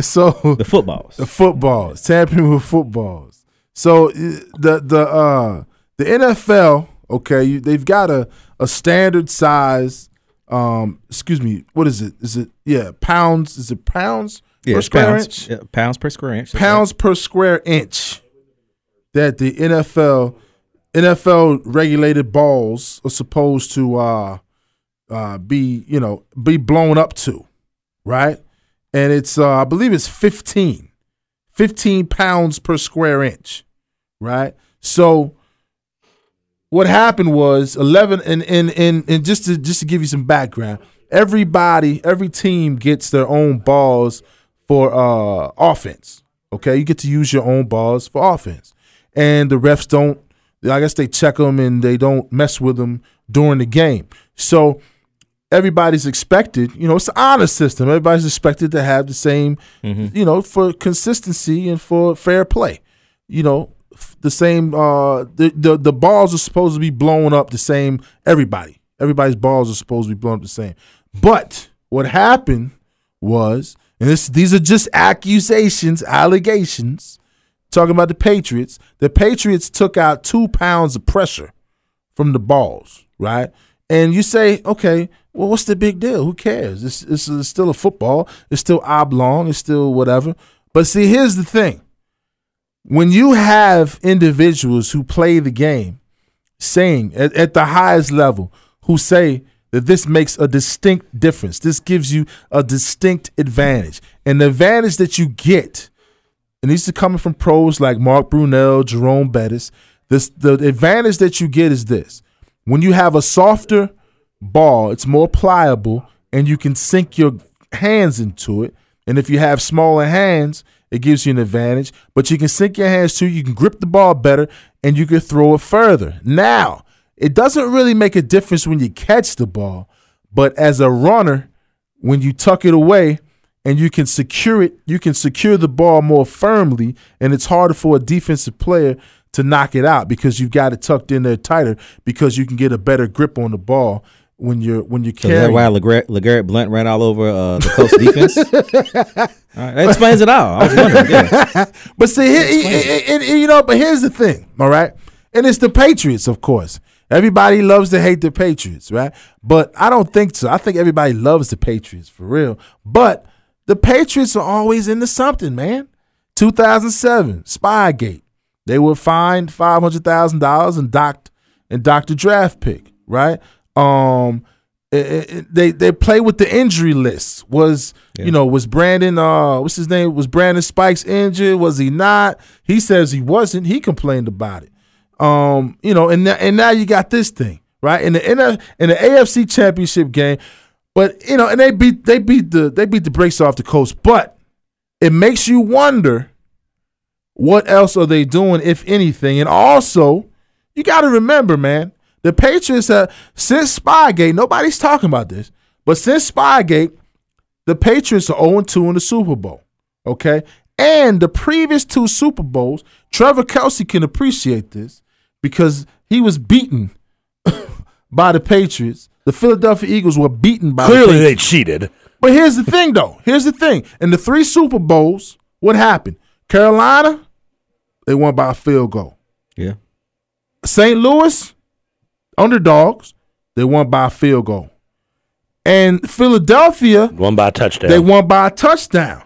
Speaker 2: So
Speaker 3: The footballs.
Speaker 2: The footballs. Tampering with footballs. So uh, the the uh the NFL, okay, you, they've got a a standard size um excuse me, what is it? Is it yeah, pounds, is it pounds
Speaker 3: Yeah,
Speaker 2: per
Speaker 3: it's
Speaker 2: square
Speaker 3: pounds,
Speaker 2: inch?
Speaker 3: Yeah, pounds per square inch. That's
Speaker 2: Pounds per square inch that the NFL NFL regulated balls are supposed to uh uh be, you know, be blown up to, right? And it's uh I believe it's 15. 15 pounds per square inch, right? So what happened was 11 and and and, and just to just to give you some background, everybody, every team gets their own balls for uh offense. Okay? You get to use your own balls for offense. And the refs don't I guess they check them and they don't mess with them during the game. So everybody's expected, you know, it's an honor system. Everybody's expected to have the same, you know, for consistency and for fair play. You know, f- the same uh the, the the balls are supposed to be blown up the same everybody. Everybody's balls are supposed to be blown up the same. But what happened was, and this these are just accusations, allegations, talking about the Patriots. The Patriots took out two pounds of pressure from the balls, right? And you say, okay, well, what's the big deal? Who cares? It's, it's, it's still a football. It's still oblong. It's still whatever. But see, here's the thing when you have individuals who play the game saying at, at the highest level who say that this makes a distinct difference, this gives you a distinct advantage. And the advantage that you get and these are coming from pros like Mark Brunell, Jerome Bettis. This the advantage that you get is this: when you have a softer ball, it's more pliable, and you can sink your hands into it. And if you have smaller hands, it gives you an advantage. But you can sink your hands too. You can grip the ball better, and you can throw it further. Now, it doesn't really make a difference when you catch the ball, but as a runner, when you tuck it away and you can secure it, you can secure the ball more firmly, and it's harder for a defensive player to knock it out because you've got it tucked in there tighter because you can get a better grip on the ball when you're when you're
Speaker 3: So is that
Speaker 2: carrying.
Speaker 3: why LeGarrette, LeGarrette Blunt ran all over uh, the Colts defense? all right, that explains it all. I was wondering. Yeah.
Speaker 2: But see, here, and- and- and, you know, but here's the thing, all right? And it's the Patriots, of course. Everybody loves to hate the Patriots, right? But I don't think so. I think everybody loves the Patriots for real. But the Patriots are always into something, man. 2007, Spygate. They were fined five hundred thousand dollars and docked and docked a draft pick, right? Um, it- it- it- they they play with the injury list. Was you know was Brandon uh what's his name was Brandon Spikes injured? Was he not? He says he wasn't. He complained about it. Um, you know, and now, and now you got this thing right in the NF, in the AFC Championship game. But you know, and they beat they beat the they beat the brakes off the Colts. But it makes you wonder what else are they doing, if anything? And also, you got to remember, man, the Patriots have, since Spygate, nobody's talking about this, but since Spygate, the Patriots are 0 2 in the Super Bowl, okay? And the previous two Super Bowls, Trevor Kelsey can appreciate this because he was beaten by the Patriots. The Philadelphia Eagles were beaten by the
Speaker 4: Clearly,
Speaker 2: Patriots.
Speaker 4: they cheated.
Speaker 2: But here's the thing, though. Here's the thing. In the three Super Bowls, what happened? Carolina, they won by a field goal.
Speaker 3: yeah.
Speaker 2: St. Louis, underdogs, they won by a field goal. And Philadelphia,
Speaker 4: One by a touchdown.
Speaker 2: they won by a touchdown.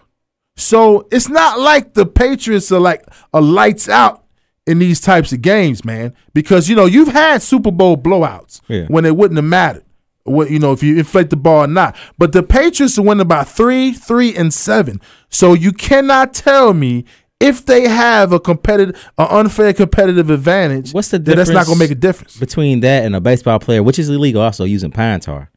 Speaker 2: So it's not like the Patriots are like a lights out in these types of games, man. Because you know you've had Super Bowl blowouts
Speaker 3: Yeah.
Speaker 2: when it wouldn't have mattered. What you know if you inflate the ball or not. But the Patriots are winning by three, three, and seven. So you cannot tell me if they have a competitive, an unfair competitive advantage.
Speaker 3: What's the
Speaker 2: that That's not
Speaker 3: difference
Speaker 2: going to make a difference.
Speaker 3: Between that and a baseball player, which is illegal also, using pine tar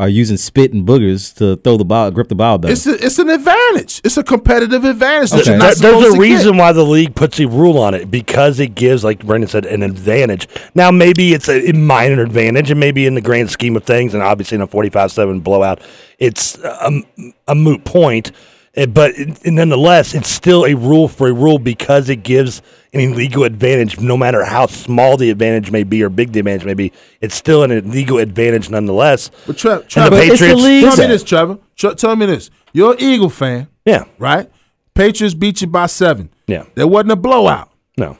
Speaker 3: or using spit and boogers to throw the ball, grip the ball better.
Speaker 2: It's a, it's an advantage. It's a competitive advantage. that
Speaker 3: Okay.
Speaker 2: you're not
Speaker 4: There- there's
Speaker 2: supposed
Speaker 4: a
Speaker 2: to get.
Speaker 4: reason why the league puts a rule on it because it gives, like Brendan said, an advantage. Now, maybe it's a minor advantage, and maybe in the grand scheme of things, and obviously in a 45 7 blowout, it's a, a moot point. Eh, But it- nonetheless, it's still a rule for a rule because it gives an illegal advantage, no matter how small the advantage may be or big the advantage may be. It's still an illegal advantage nonetheless.
Speaker 2: But Trev,
Speaker 4: And the
Speaker 2: Trevor,
Speaker 4: Patriots-
Speaker 2: tell me
Speaker 3: But it's the
Speaker 2: this, Trevor. Tre- tell me this. You're an Eagle fan,
Speaker 4: Yeah.
Speaker 2: right? Patriots beat you by seven.
Speaker 4: Yeah.
Speaker 2: There wasn't a blowout.
Speaker 4: No.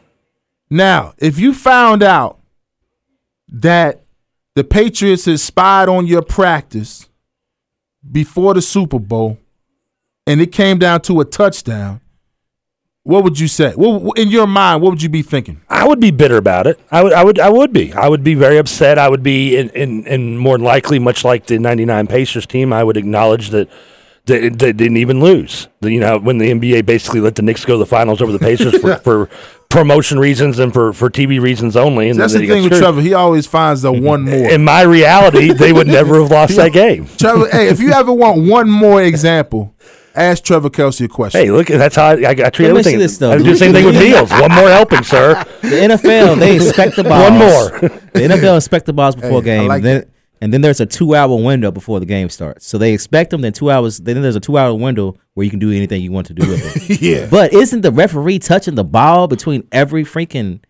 Speaker 2: Now, if you found out that the Patriots had spied on your practice before the Super Bowl and it came down to a touchdown, what would you say? What, in your mind, what would you be thinking?
Speaker 4: I would be bitter about it. I would, I would, I would be. I would be very upset. I would be, and in, in, in more than likely, much like the '99 Pacers team, I would acknowledge that they, they didn't even lose. The- you know, when the NBA basically let the Knicks go to the finals over the Pacers for, for promotion reasons and for, for TV reasons only. And
Speaker 2: That's
Speaker 4: then
Speaker 2: the
Speaker 4: they got
Speaker 2: thing with
Speaker 4: screwed.
Speaker 2: Trevor. He always finds the one more.
Speaker 4: In my reality, they would never have lost that game.
Speaker 2: Trevor, hey, if you ever want one more example, ask Trevor Kelsey a question.
Speaker 4: Hey, look, that's how I, I, I treat
Speaker 3: me
Speaker 4: everything.
Speaker 3: see this, though.
Speaker 4: I do the same thing with meals. One more helping, sir.
Speaker 3: The NFL they inspect the balls.
Speaker 4: One more.
Speaker 3: The NFL inspect the balls before
Speaker 2: Hey, I
Speaker 3: game.
Speaker 2: like
Speaker 3: then,
Speaker 2: that.
Speaker 3: and then there's a two-hour window before the game starts. So they expect them. Then two hours. Then there's a two-hour window where you can do anything you want to do with it.
Speaker 2: Yeah.
Speaker 3: But isn't the referee touching the ball between every freaking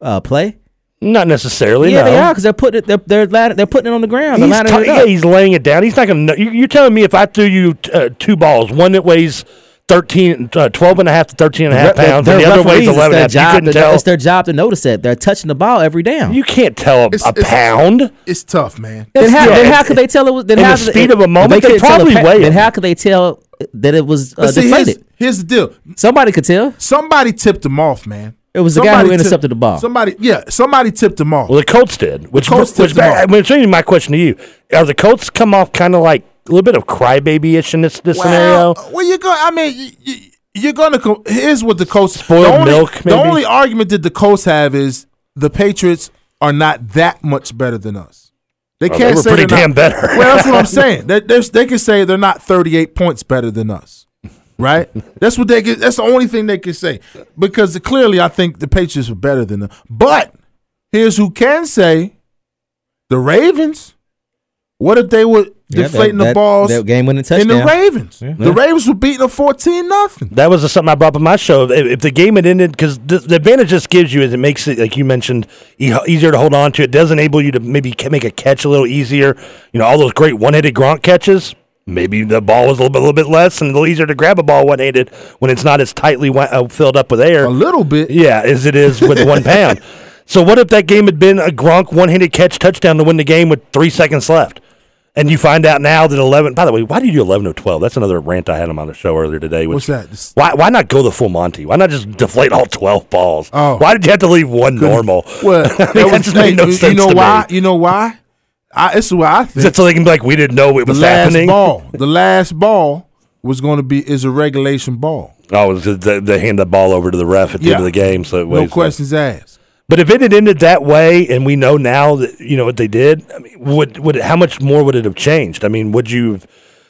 Speaker 3: uh, play?
Speaker 4: Not necessarily.
Speaker 3: Yeah,
Speaker 4: no.
Speaker 3: they are because they're putting it. They're they're, ladder, they're putting it on the ground. They're
Speaker 4: He's,
Speaker 3: laddering it
Speaker 4: t-
Speaker 3: up.
Speaker 4: yeah, he's laying it down. He's not going to know. You, you're telling me if I threw you t- uh, two balls, one that weighs 13, uh, 12 and a half to 13 and a half
Speaker 3: They're-
Speaker 4: pounds,
Speaker 3: they're
Speaker 4: and the other
Speaker 3: referees,
Speaker 4: weighs 11 and
Speaker 3: it's
Speaker 4: a
Speaker 3: their job
Speaker 4: half, you
Speaker 3: to-
Speaker 4: couldn't tell.
Speaker 3: It's their job to notice that they're touching the ball every down.
Speaker 4: you can't tell a,
Speaker 2: It's-
Speaker 4: a
Speaker 2: it's-
Speaker 4: pound.
Speaker 2: It's tough, man.
Speaker 3: Then how,
Speaker 4: Yeah,
Speaker 3: then how
Speaker 4: it-
Speaker 3: could they tell it was? Then
Speaker 4: in
Speaker 3: how
Speaker 4: the
Speaker 3: could-
Speaker 4: speed of a
Speaker 3: if
Speaker 4: moment, they
Speaker 3: couldn't tell
Speaker 4: probably
Speaker 3: the pa-
Speaker 4: weigh
Speaker 3: Then
Speaker 4: it.
Speaker 3: how could they tell that it was uh,
Speaker 2: But see, here's,
Speaker 3: deflated?
Speaker 2: here's the deal.
Speaker 3: Somebody could tell.
Speaker 2: Somebody tipped him off, man.
Speaker 3: It was the guy who
Speaker 2: tipped-
Speaker 3: intercepted the ball.
Speaker 2: Somebody, yeah, somebody tipped him off.
Speaker 4: Well, the Colts did. Which,
Speaker 2: Colts
Speaker 4: which,
Speaker 2: tipped them
Speaker 4: back-
Speaker 2: off.
Speaker 4: which brings me to my question to you: Are the Colts come off kind of like a little bit of crybaby-ish in this, this
Speaker 2: Well,
Speaker 4: scenario?
Speaker 2: well, you're going. I mean, you, you, you're going to. Co- here's what the Colts.
Speaker 4: Spoiled
Speaker 2: the only,
Speaker 4: milk,
Speaker 2: The
Speaker 4: maybe?
Speaker 2: only argument that the Colts have is the Patriots are not that much better than us. They
Speaker 4: Well,
Speaker 2: can't
Speaker 4: Oh, they were
Speaker 2: say
Speaker 4: pretty
Speaker 2: they're
Speaker 4: damn
Speaker 2: not-
Speaker 4: better.
Speaker 2: Well, that's what I'm saying. They, they, they can say they're not 38 points better than us, right? that's what they. Can, that's the only thing they can say because clearly, I think the Patriots are better than them. But here's who can say the Ravens. What if they were deflating the balls?
Speaker 3: That game winning touchdown.
Speaker 2: And the Ravens.
Speaker 3: Yeah.
Speaker 2: The Ravens were beating them 14 nothing.
Speaker 4: That was something I brought up on my show. If, if the game had ended, because the, the advantage this gives you is it makes it, like you mentioned, e- easier to hold on to. It does enable you to maybe ca- make a catch a little easier. You know, all those great one-handed Gronk catches. Maybe the ball was a little bit, little bit less and a little easier to grab a ball one-handed when it's not as tightly wa- uh, filled up with air.
Speaker 2: A little bit.
Speaker 4: Yeah, as it is with one pound. So what if that game had been a Gronk one-handed catch touchdown to win the game with three seconds left? And you find out now that eleven. By the way, why do you do eleven or twelve? That's another rant I had on the show earlier today. Which,
Speaker 2: What's that? This-
Speaker 4: Why why not go the full Monty? Why not just deflate all twelve balls?
Speaker 2: Oh.
Speaker 4: Why did you have to leave one normal?
Speaker 2: Well,
Speaker 4: I mean,
Speaker 2: that was
Speaker 4: just
Speaker 2: great.
Speaker 4: made no
Speaker 2: you, you
Speaker 4: sense
Speaker 2: know
Speaker 4: to
Speaker 2: why?
Speaker 4: me.
Speaker 2: You know why? I, this is why I
Speaker 4: Is
Speaker 2: think
Speaker 4: that so they can be like, we didn't know it
Speaker 2: the
Speaker 4: was
Speaker 2: last
Speaker 4: happening?
Speaker 2: ball, the last ball was going to be is a regulation ball.
Speaker 4: Oh, it was just- they, they hand the ball over to the ref at the
Speaker 2: Yeah.
Speaker 4: end of the game, so it
Speaker 2: No
Speaker 4: weighs less.
Speaker 2: questions asked.
Speaker 4: But if it had ended that way, and we know now that you know what they did, I mean, would would how much more would it have changed? I mean, would you?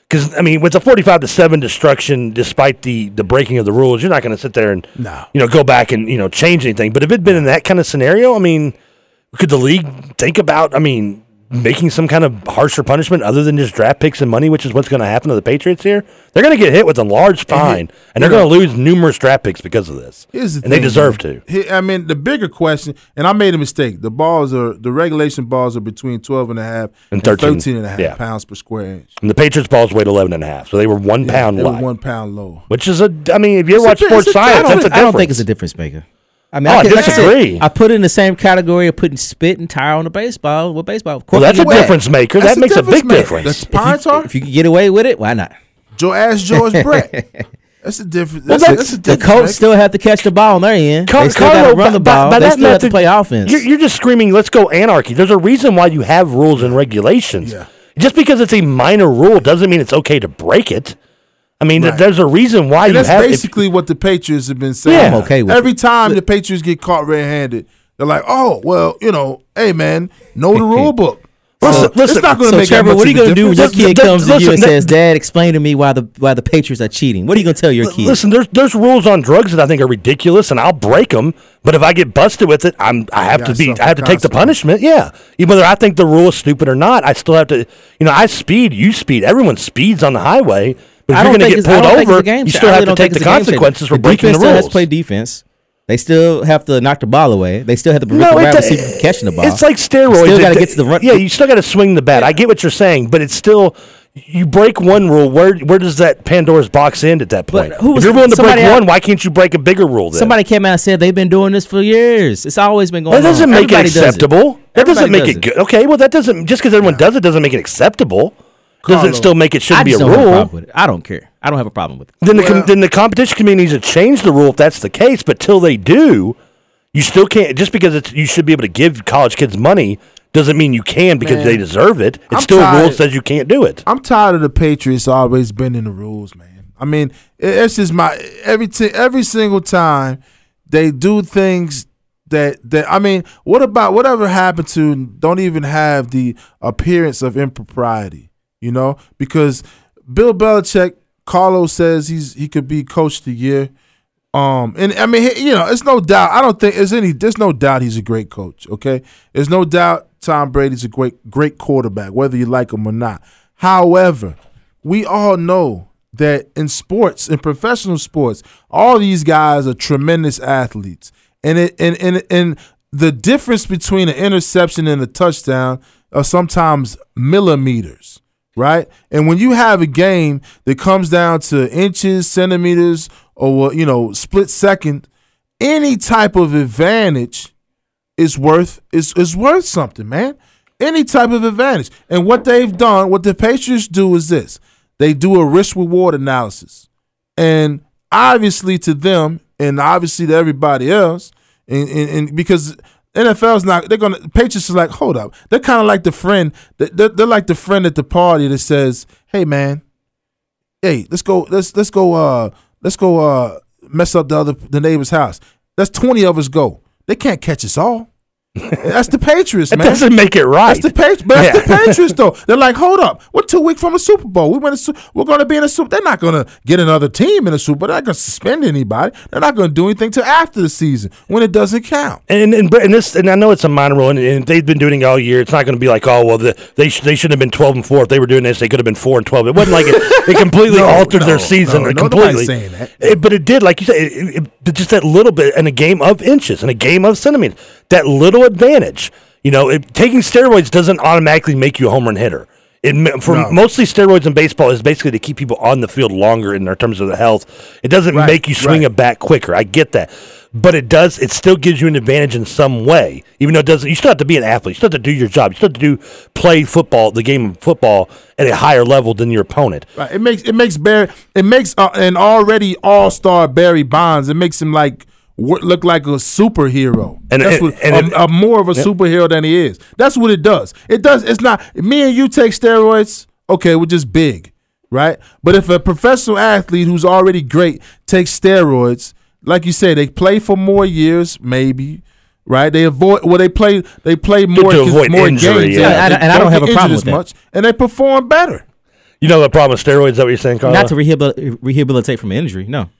Speaker 4: Because I mean, with the forty-five to seven destruction, despite the the breaking of the rules, you're not going to sit there and
Speaker 2: No.
Speaker 4: you know go back and you know change anything. But if it'd been in that kind of scenario, I mean, could the league think about? I mean. Making some kind of harsher punishment other than just draft picks and money, which is what's going to happen to the Patriots here. They're going to get hit with a large fine, and they're going to lose numerous draft picks because of this.
Speaker 2: Here's the
Speaker 4: and they
Speaker 2: thing,
Speaker 4: deserve
Speaker 2: man.
Speaker 4: to.
Speaker 2: He- I mean, the bigger question, and I made a mistake. The balls are the regulation balls are between 12 and a half
Speaker 4: And 13,
Speaker 2: 13 and a half
Speaker 4: yeah.
Speaker 2: pounds per square inch.
Speaker 4: And the Patriots balls weighed 11 and a half, so they were one pound
Speaker 2: They were
Speaker 4: light,
Speaker 2: one pound lower.
Speaker 4: which is a. I mean, if you watch
Speaker 2: bit-
Speaker 4: sports
Speaker 2: it's a
Speaker 3: I
Speaker 4: science,
Speaker 3: don't,
Speaker 4: that's
Speaker 3: think-
Speaker 4: a difference.
Speaker 3: I don't think it's a difference maker. I mean,
Speaker 4: Oh, I
Speaker 3: could- could say-
Speaker 4: disagree.
Speaker 3: I put it in the same category of putting spit and tire on the baseball with baseball. Of course
Speaker 4: well, that's
Speaker 3: you
Speaker 4: a
Speaker 3: do that.
Speaker 4: difference maker.
Speaker 2: That's
Speaker 4: that makes a big
Speaker 2: man.
Speaker 4: difference.
Speaker 2: That's pirates are.
Speaker 3: If you can get away with it, why not?
Speaker 2: Joe, ask George Brett. That's a different.
Speaker 4: Well,
Speaker 2: That's, a, that's
Speaker 4: that's-
Speaker 2: a
Speaker 3: The
Speaker 2: different.
Speaker 3: Colts still have to catch the ball on their end.
Speaker 4: Car-
Speaker 3: they still got to
Speaker 4: Carlo,
Speaker 3: run the
Speaker 4: by- by-
Speaker 3: ball.
Speaker 4: by
Speaker 3: they
Speaker 4: that
Speaker 3: still have to
Speaker 4: method,
Speaker 3: play offense.
Speaker 4: You're, you're just screaming, "Let's go anarchy!" There's a reason why you have rules and regulations.
Speaker 2: Yeah.
Speaker 4: Just because it's a minor rule doesn't mean it's okay to break it. I mean, th-
Speaker 2: Right.
Speaker 4: there's a reason why
Speaker 2: And
Speaker 4: you
Speaker 2: that's
Speaker 4: have. if-
Speaker 2: basically what the Patriots have been saying.
Speaker 4: Yeah. I'm
Speaker 3: okay with
Speaker 2: Every time the Patriots get caught red-handed, they're like, "Oh, well, you know, hey man, know the rule book."
Speaker 4: Listen, listen,
Speaker 2: it's not going to
Speaker 3: so
Speaker 2: make
Speaker 3: Trevor,
Speaker 2: that much
Speaker 3: what are you
Speaker 2: going
Speaker 3: gonna
Speaker 2: to
Speaker 3: do when your
Speaker 4: difference.
Speaker 3: kid
Speaker 4: Th- th-
Speaker 3: comes to you
Speaker 4: listen,
Speaker 3: and
Speaker 4: th-
Speaker 3: says, "Dad, explain to me why the why the Patriots are cheating"? What are you gonna tell your
Speaker 4: L-
Speaker 3: kid?
Speaker 4: Listen, there's there's rules on drugs that I think are ridiculous, and I'll break them. But if I get busted with it, I'm I have
Speaker 2: Yeah,
Speaker 4: to be
Speaker 2: suffer
Speaker 4: I have to take the
Speaker 2: consequences.
Speaker 4: punishment. Yeah, Even whether I think the rule is stupid or not, I still have to. You know, I speed, you speed, everyone speeds on the highway. But
Speaker 3: I don't
Speaker 4: if you're
Speaker 3: think
Speaker 4: going to get
Speaker 3: it's- I
Speaker 4: pulled
Speaker 3: don't think it's
Speaker 4: over,
Speaker 3: a game
Speaker 4: you
Speaker 3: cha-
Speaker 4: still
Speaker 3: I
Speaker 4: have
Speaker 3: really
Speaker 4: to
Speaker 3: don't think
Speaker 4: take the
Speaker 3: it's a game cha-
Speaker 4: consequences for
Speaker 3: the
Speaker 4: breaking the
Speaker 3: defense Still has to
Speaker 4: rules.
Speaker 3: play defense. They still have to knock the ball away. They still have to prevent the
Speaker 4: it
Speaker 3: wide
Speaker 4: do-
Speaker 3: receiver from catching the ball.
Speaker 4: It's like steroids.
Speaker 3: Still
Speaker 4: It-
Speaker 3: gotta get to the run-
Speaker 4: Yeah, you still got to swing the bat. I get what you're saying, but it's still you break one rule, where where does that Pandora's box end at that
Speaker 3: But
Speaker 4: point?
Speaker 3: who
Speaker 4: if
Speaker 3: was-
Speaker 4: you're willing to break
Speaker 3: somebody-
Speaker 4: one, why can't you break a bigger rule? Then?
Speaker 3: Somebody came out and said they've been doing this for years. It's always been going.
Speaker 4: that doesn't
Speaker 3: on.
Speaker 4: make
Speaker 3: Everybody
Speaker 4: it
Speaker 3: does
Speaker 4: acceptable. That doesn't
Speaker 3: Everybody
Speaker 4: make it
Speaker 3: does
Speaker 4: good. Okay, well that doesn't just because everyone does it doesn't make it acceptable. doesn't
Speaker 2: Carlo,
Speaker 4: still make it
Speaker 3: I
Speaker 4: shouldn't be a
Speaker 3: just don't have a
Speaker 4: rule.
Speaker 3: problem with it. I don't care. I don't have a problem with it.
Speaker 4: Then the com- then the competition committee needs to change the rule if that's the case. But till they do, you still can't. Just because it's, you should be able to give college kids money doesn't mean you can because
Speaker 2: Man.
Speaker 4: they deserve it. It's
Speaker 2: I'm
Speaker 4: still a rule
Speaker 2: tired.
Speaker 4: that says you can't do it.
Speaker 2: I'm tired of the Patriots always bending the rules, man. I mean, it- it's just my every t- every single time they do things that that I mean, what about whatever happened to don't even have the appearance of impropriety, you know? Because Bill Belichick, Carlos says he's he could be coach of the year. Um, and I mean, he- you know, it's no doubt. I don't think there's any. There's no doubt he's a great coach. Okay, there's no doubt Tom Brady's a great, great quarterback, whether you like him or not. However, we all know that in sports, in professional sports, all these guys are tremendous athletes, and it and and and the difference between an interception and a touchdown are sometimes millimeters right? And when you have a game that comes down to inches, centimeters, or you know, split second, any type of advantage is worth is is worth something, man. Any type of advantage. And what they've done, what the Patriots do is this. They do a risk reward analysis. And obviously to them and obviously to everybody else, and, and, and because NFL's not they're gonna Patriots is like, hold up. They're kinda like the friend that they're, they're like the friend at the party that says, Hey man, hey, let's go, let's let's go, uh, let's go, uh, mess up the other the neighbor's house. That's twenty of us go. They can't catch us all. That's the Patriots,
Speaker 4: That
Speaker 2: man.
Speaker 4: doesn't make it right.
Speaker 2: That's the Patriots. But that's
Speaker 4: Yeah.
Speaker 2: the Patriots, though. They're like, hold up, we're two weeks from a Super Bowl. We went. A su- we're going to be in a Super. They're not going to get another team in a Super. Bowl. They're not going to suspend anybody. They're not going to do anything till after the season when it doesn't count.
Speaker 4: and, and and this and I know it's a minor rule, and, and they've been doing it all year. It's not going to be like, oh well, the, they sh- they should have been twelve and four. If they were doing this, they could have been four and twelve. It wasn't like it, it completely
Speaker 2: No,
Speaker 4: altered their
Speaker 2: no,
Speaker 4: season
Speaker 2: no,
Speaker 4: or
Speaker 2: nobody's
Speaker 4: completely.
Speaker 2: saying that.
Speaker 4: It- but it did, like you said, it, it, it- just that little bit in a game of inches and a game of centimeters. That little advantage, you know, it, taking steroids doesn't automatically make you a home run hitter. It, ma- for
Speaker 2: No.
Speaker 4: mostly steroids in baseball is basically to keep people on the field longer in their terms of their health. It doesn't
Speaker 2: Right,
Speaker 4: make you swing
Speaker 2: right.
Speaker 4: a back quicker. I get that. But it does, it still gives you an advantage in some way, even though it doesn't. You still have to be an athlete. You still have to do your job. You still have to do play football, the game of football, at a higher level than your opponent.
Speaker 2: Right. It makes it makes Barry it makes uh, an already all star Barry Bonds. It makes him like wo- look like a superhero.
Speaker 4: And-
Speaker 2: That's
Speaker 4: and-
Speaker 2: what,
Speaker 4: and-
Speaker 2: a, a more of a superhero than he is. That's what it does. It does. It's not me and you take steroids. Okay, we're just big, right? But if a professional athlete who's already great takes steroids, like you say, they play for more years, maybe. Right, they avoid well. They play. They play more,
Speaker 4: to avoid
Speaker 2: more
Speaker 4: injury,
Speaker 2: games.
Speaker 4: yeah.
Speaker 3: Yeah, and I-
Speaker 2: They
Speaker 3: and I don't have
Speaker 2: get
Speaker 3: a problem
Speaker 2: injured
Speaker 3: with
Speaker 2: as
Speaker 3: that.
Speaker 2: and they perform better.
Speaker 4: You know the problem with steroids, is that what you're saying, Carl?
Speaker 3: Not to rehabil- rehabilitate from an injury. No.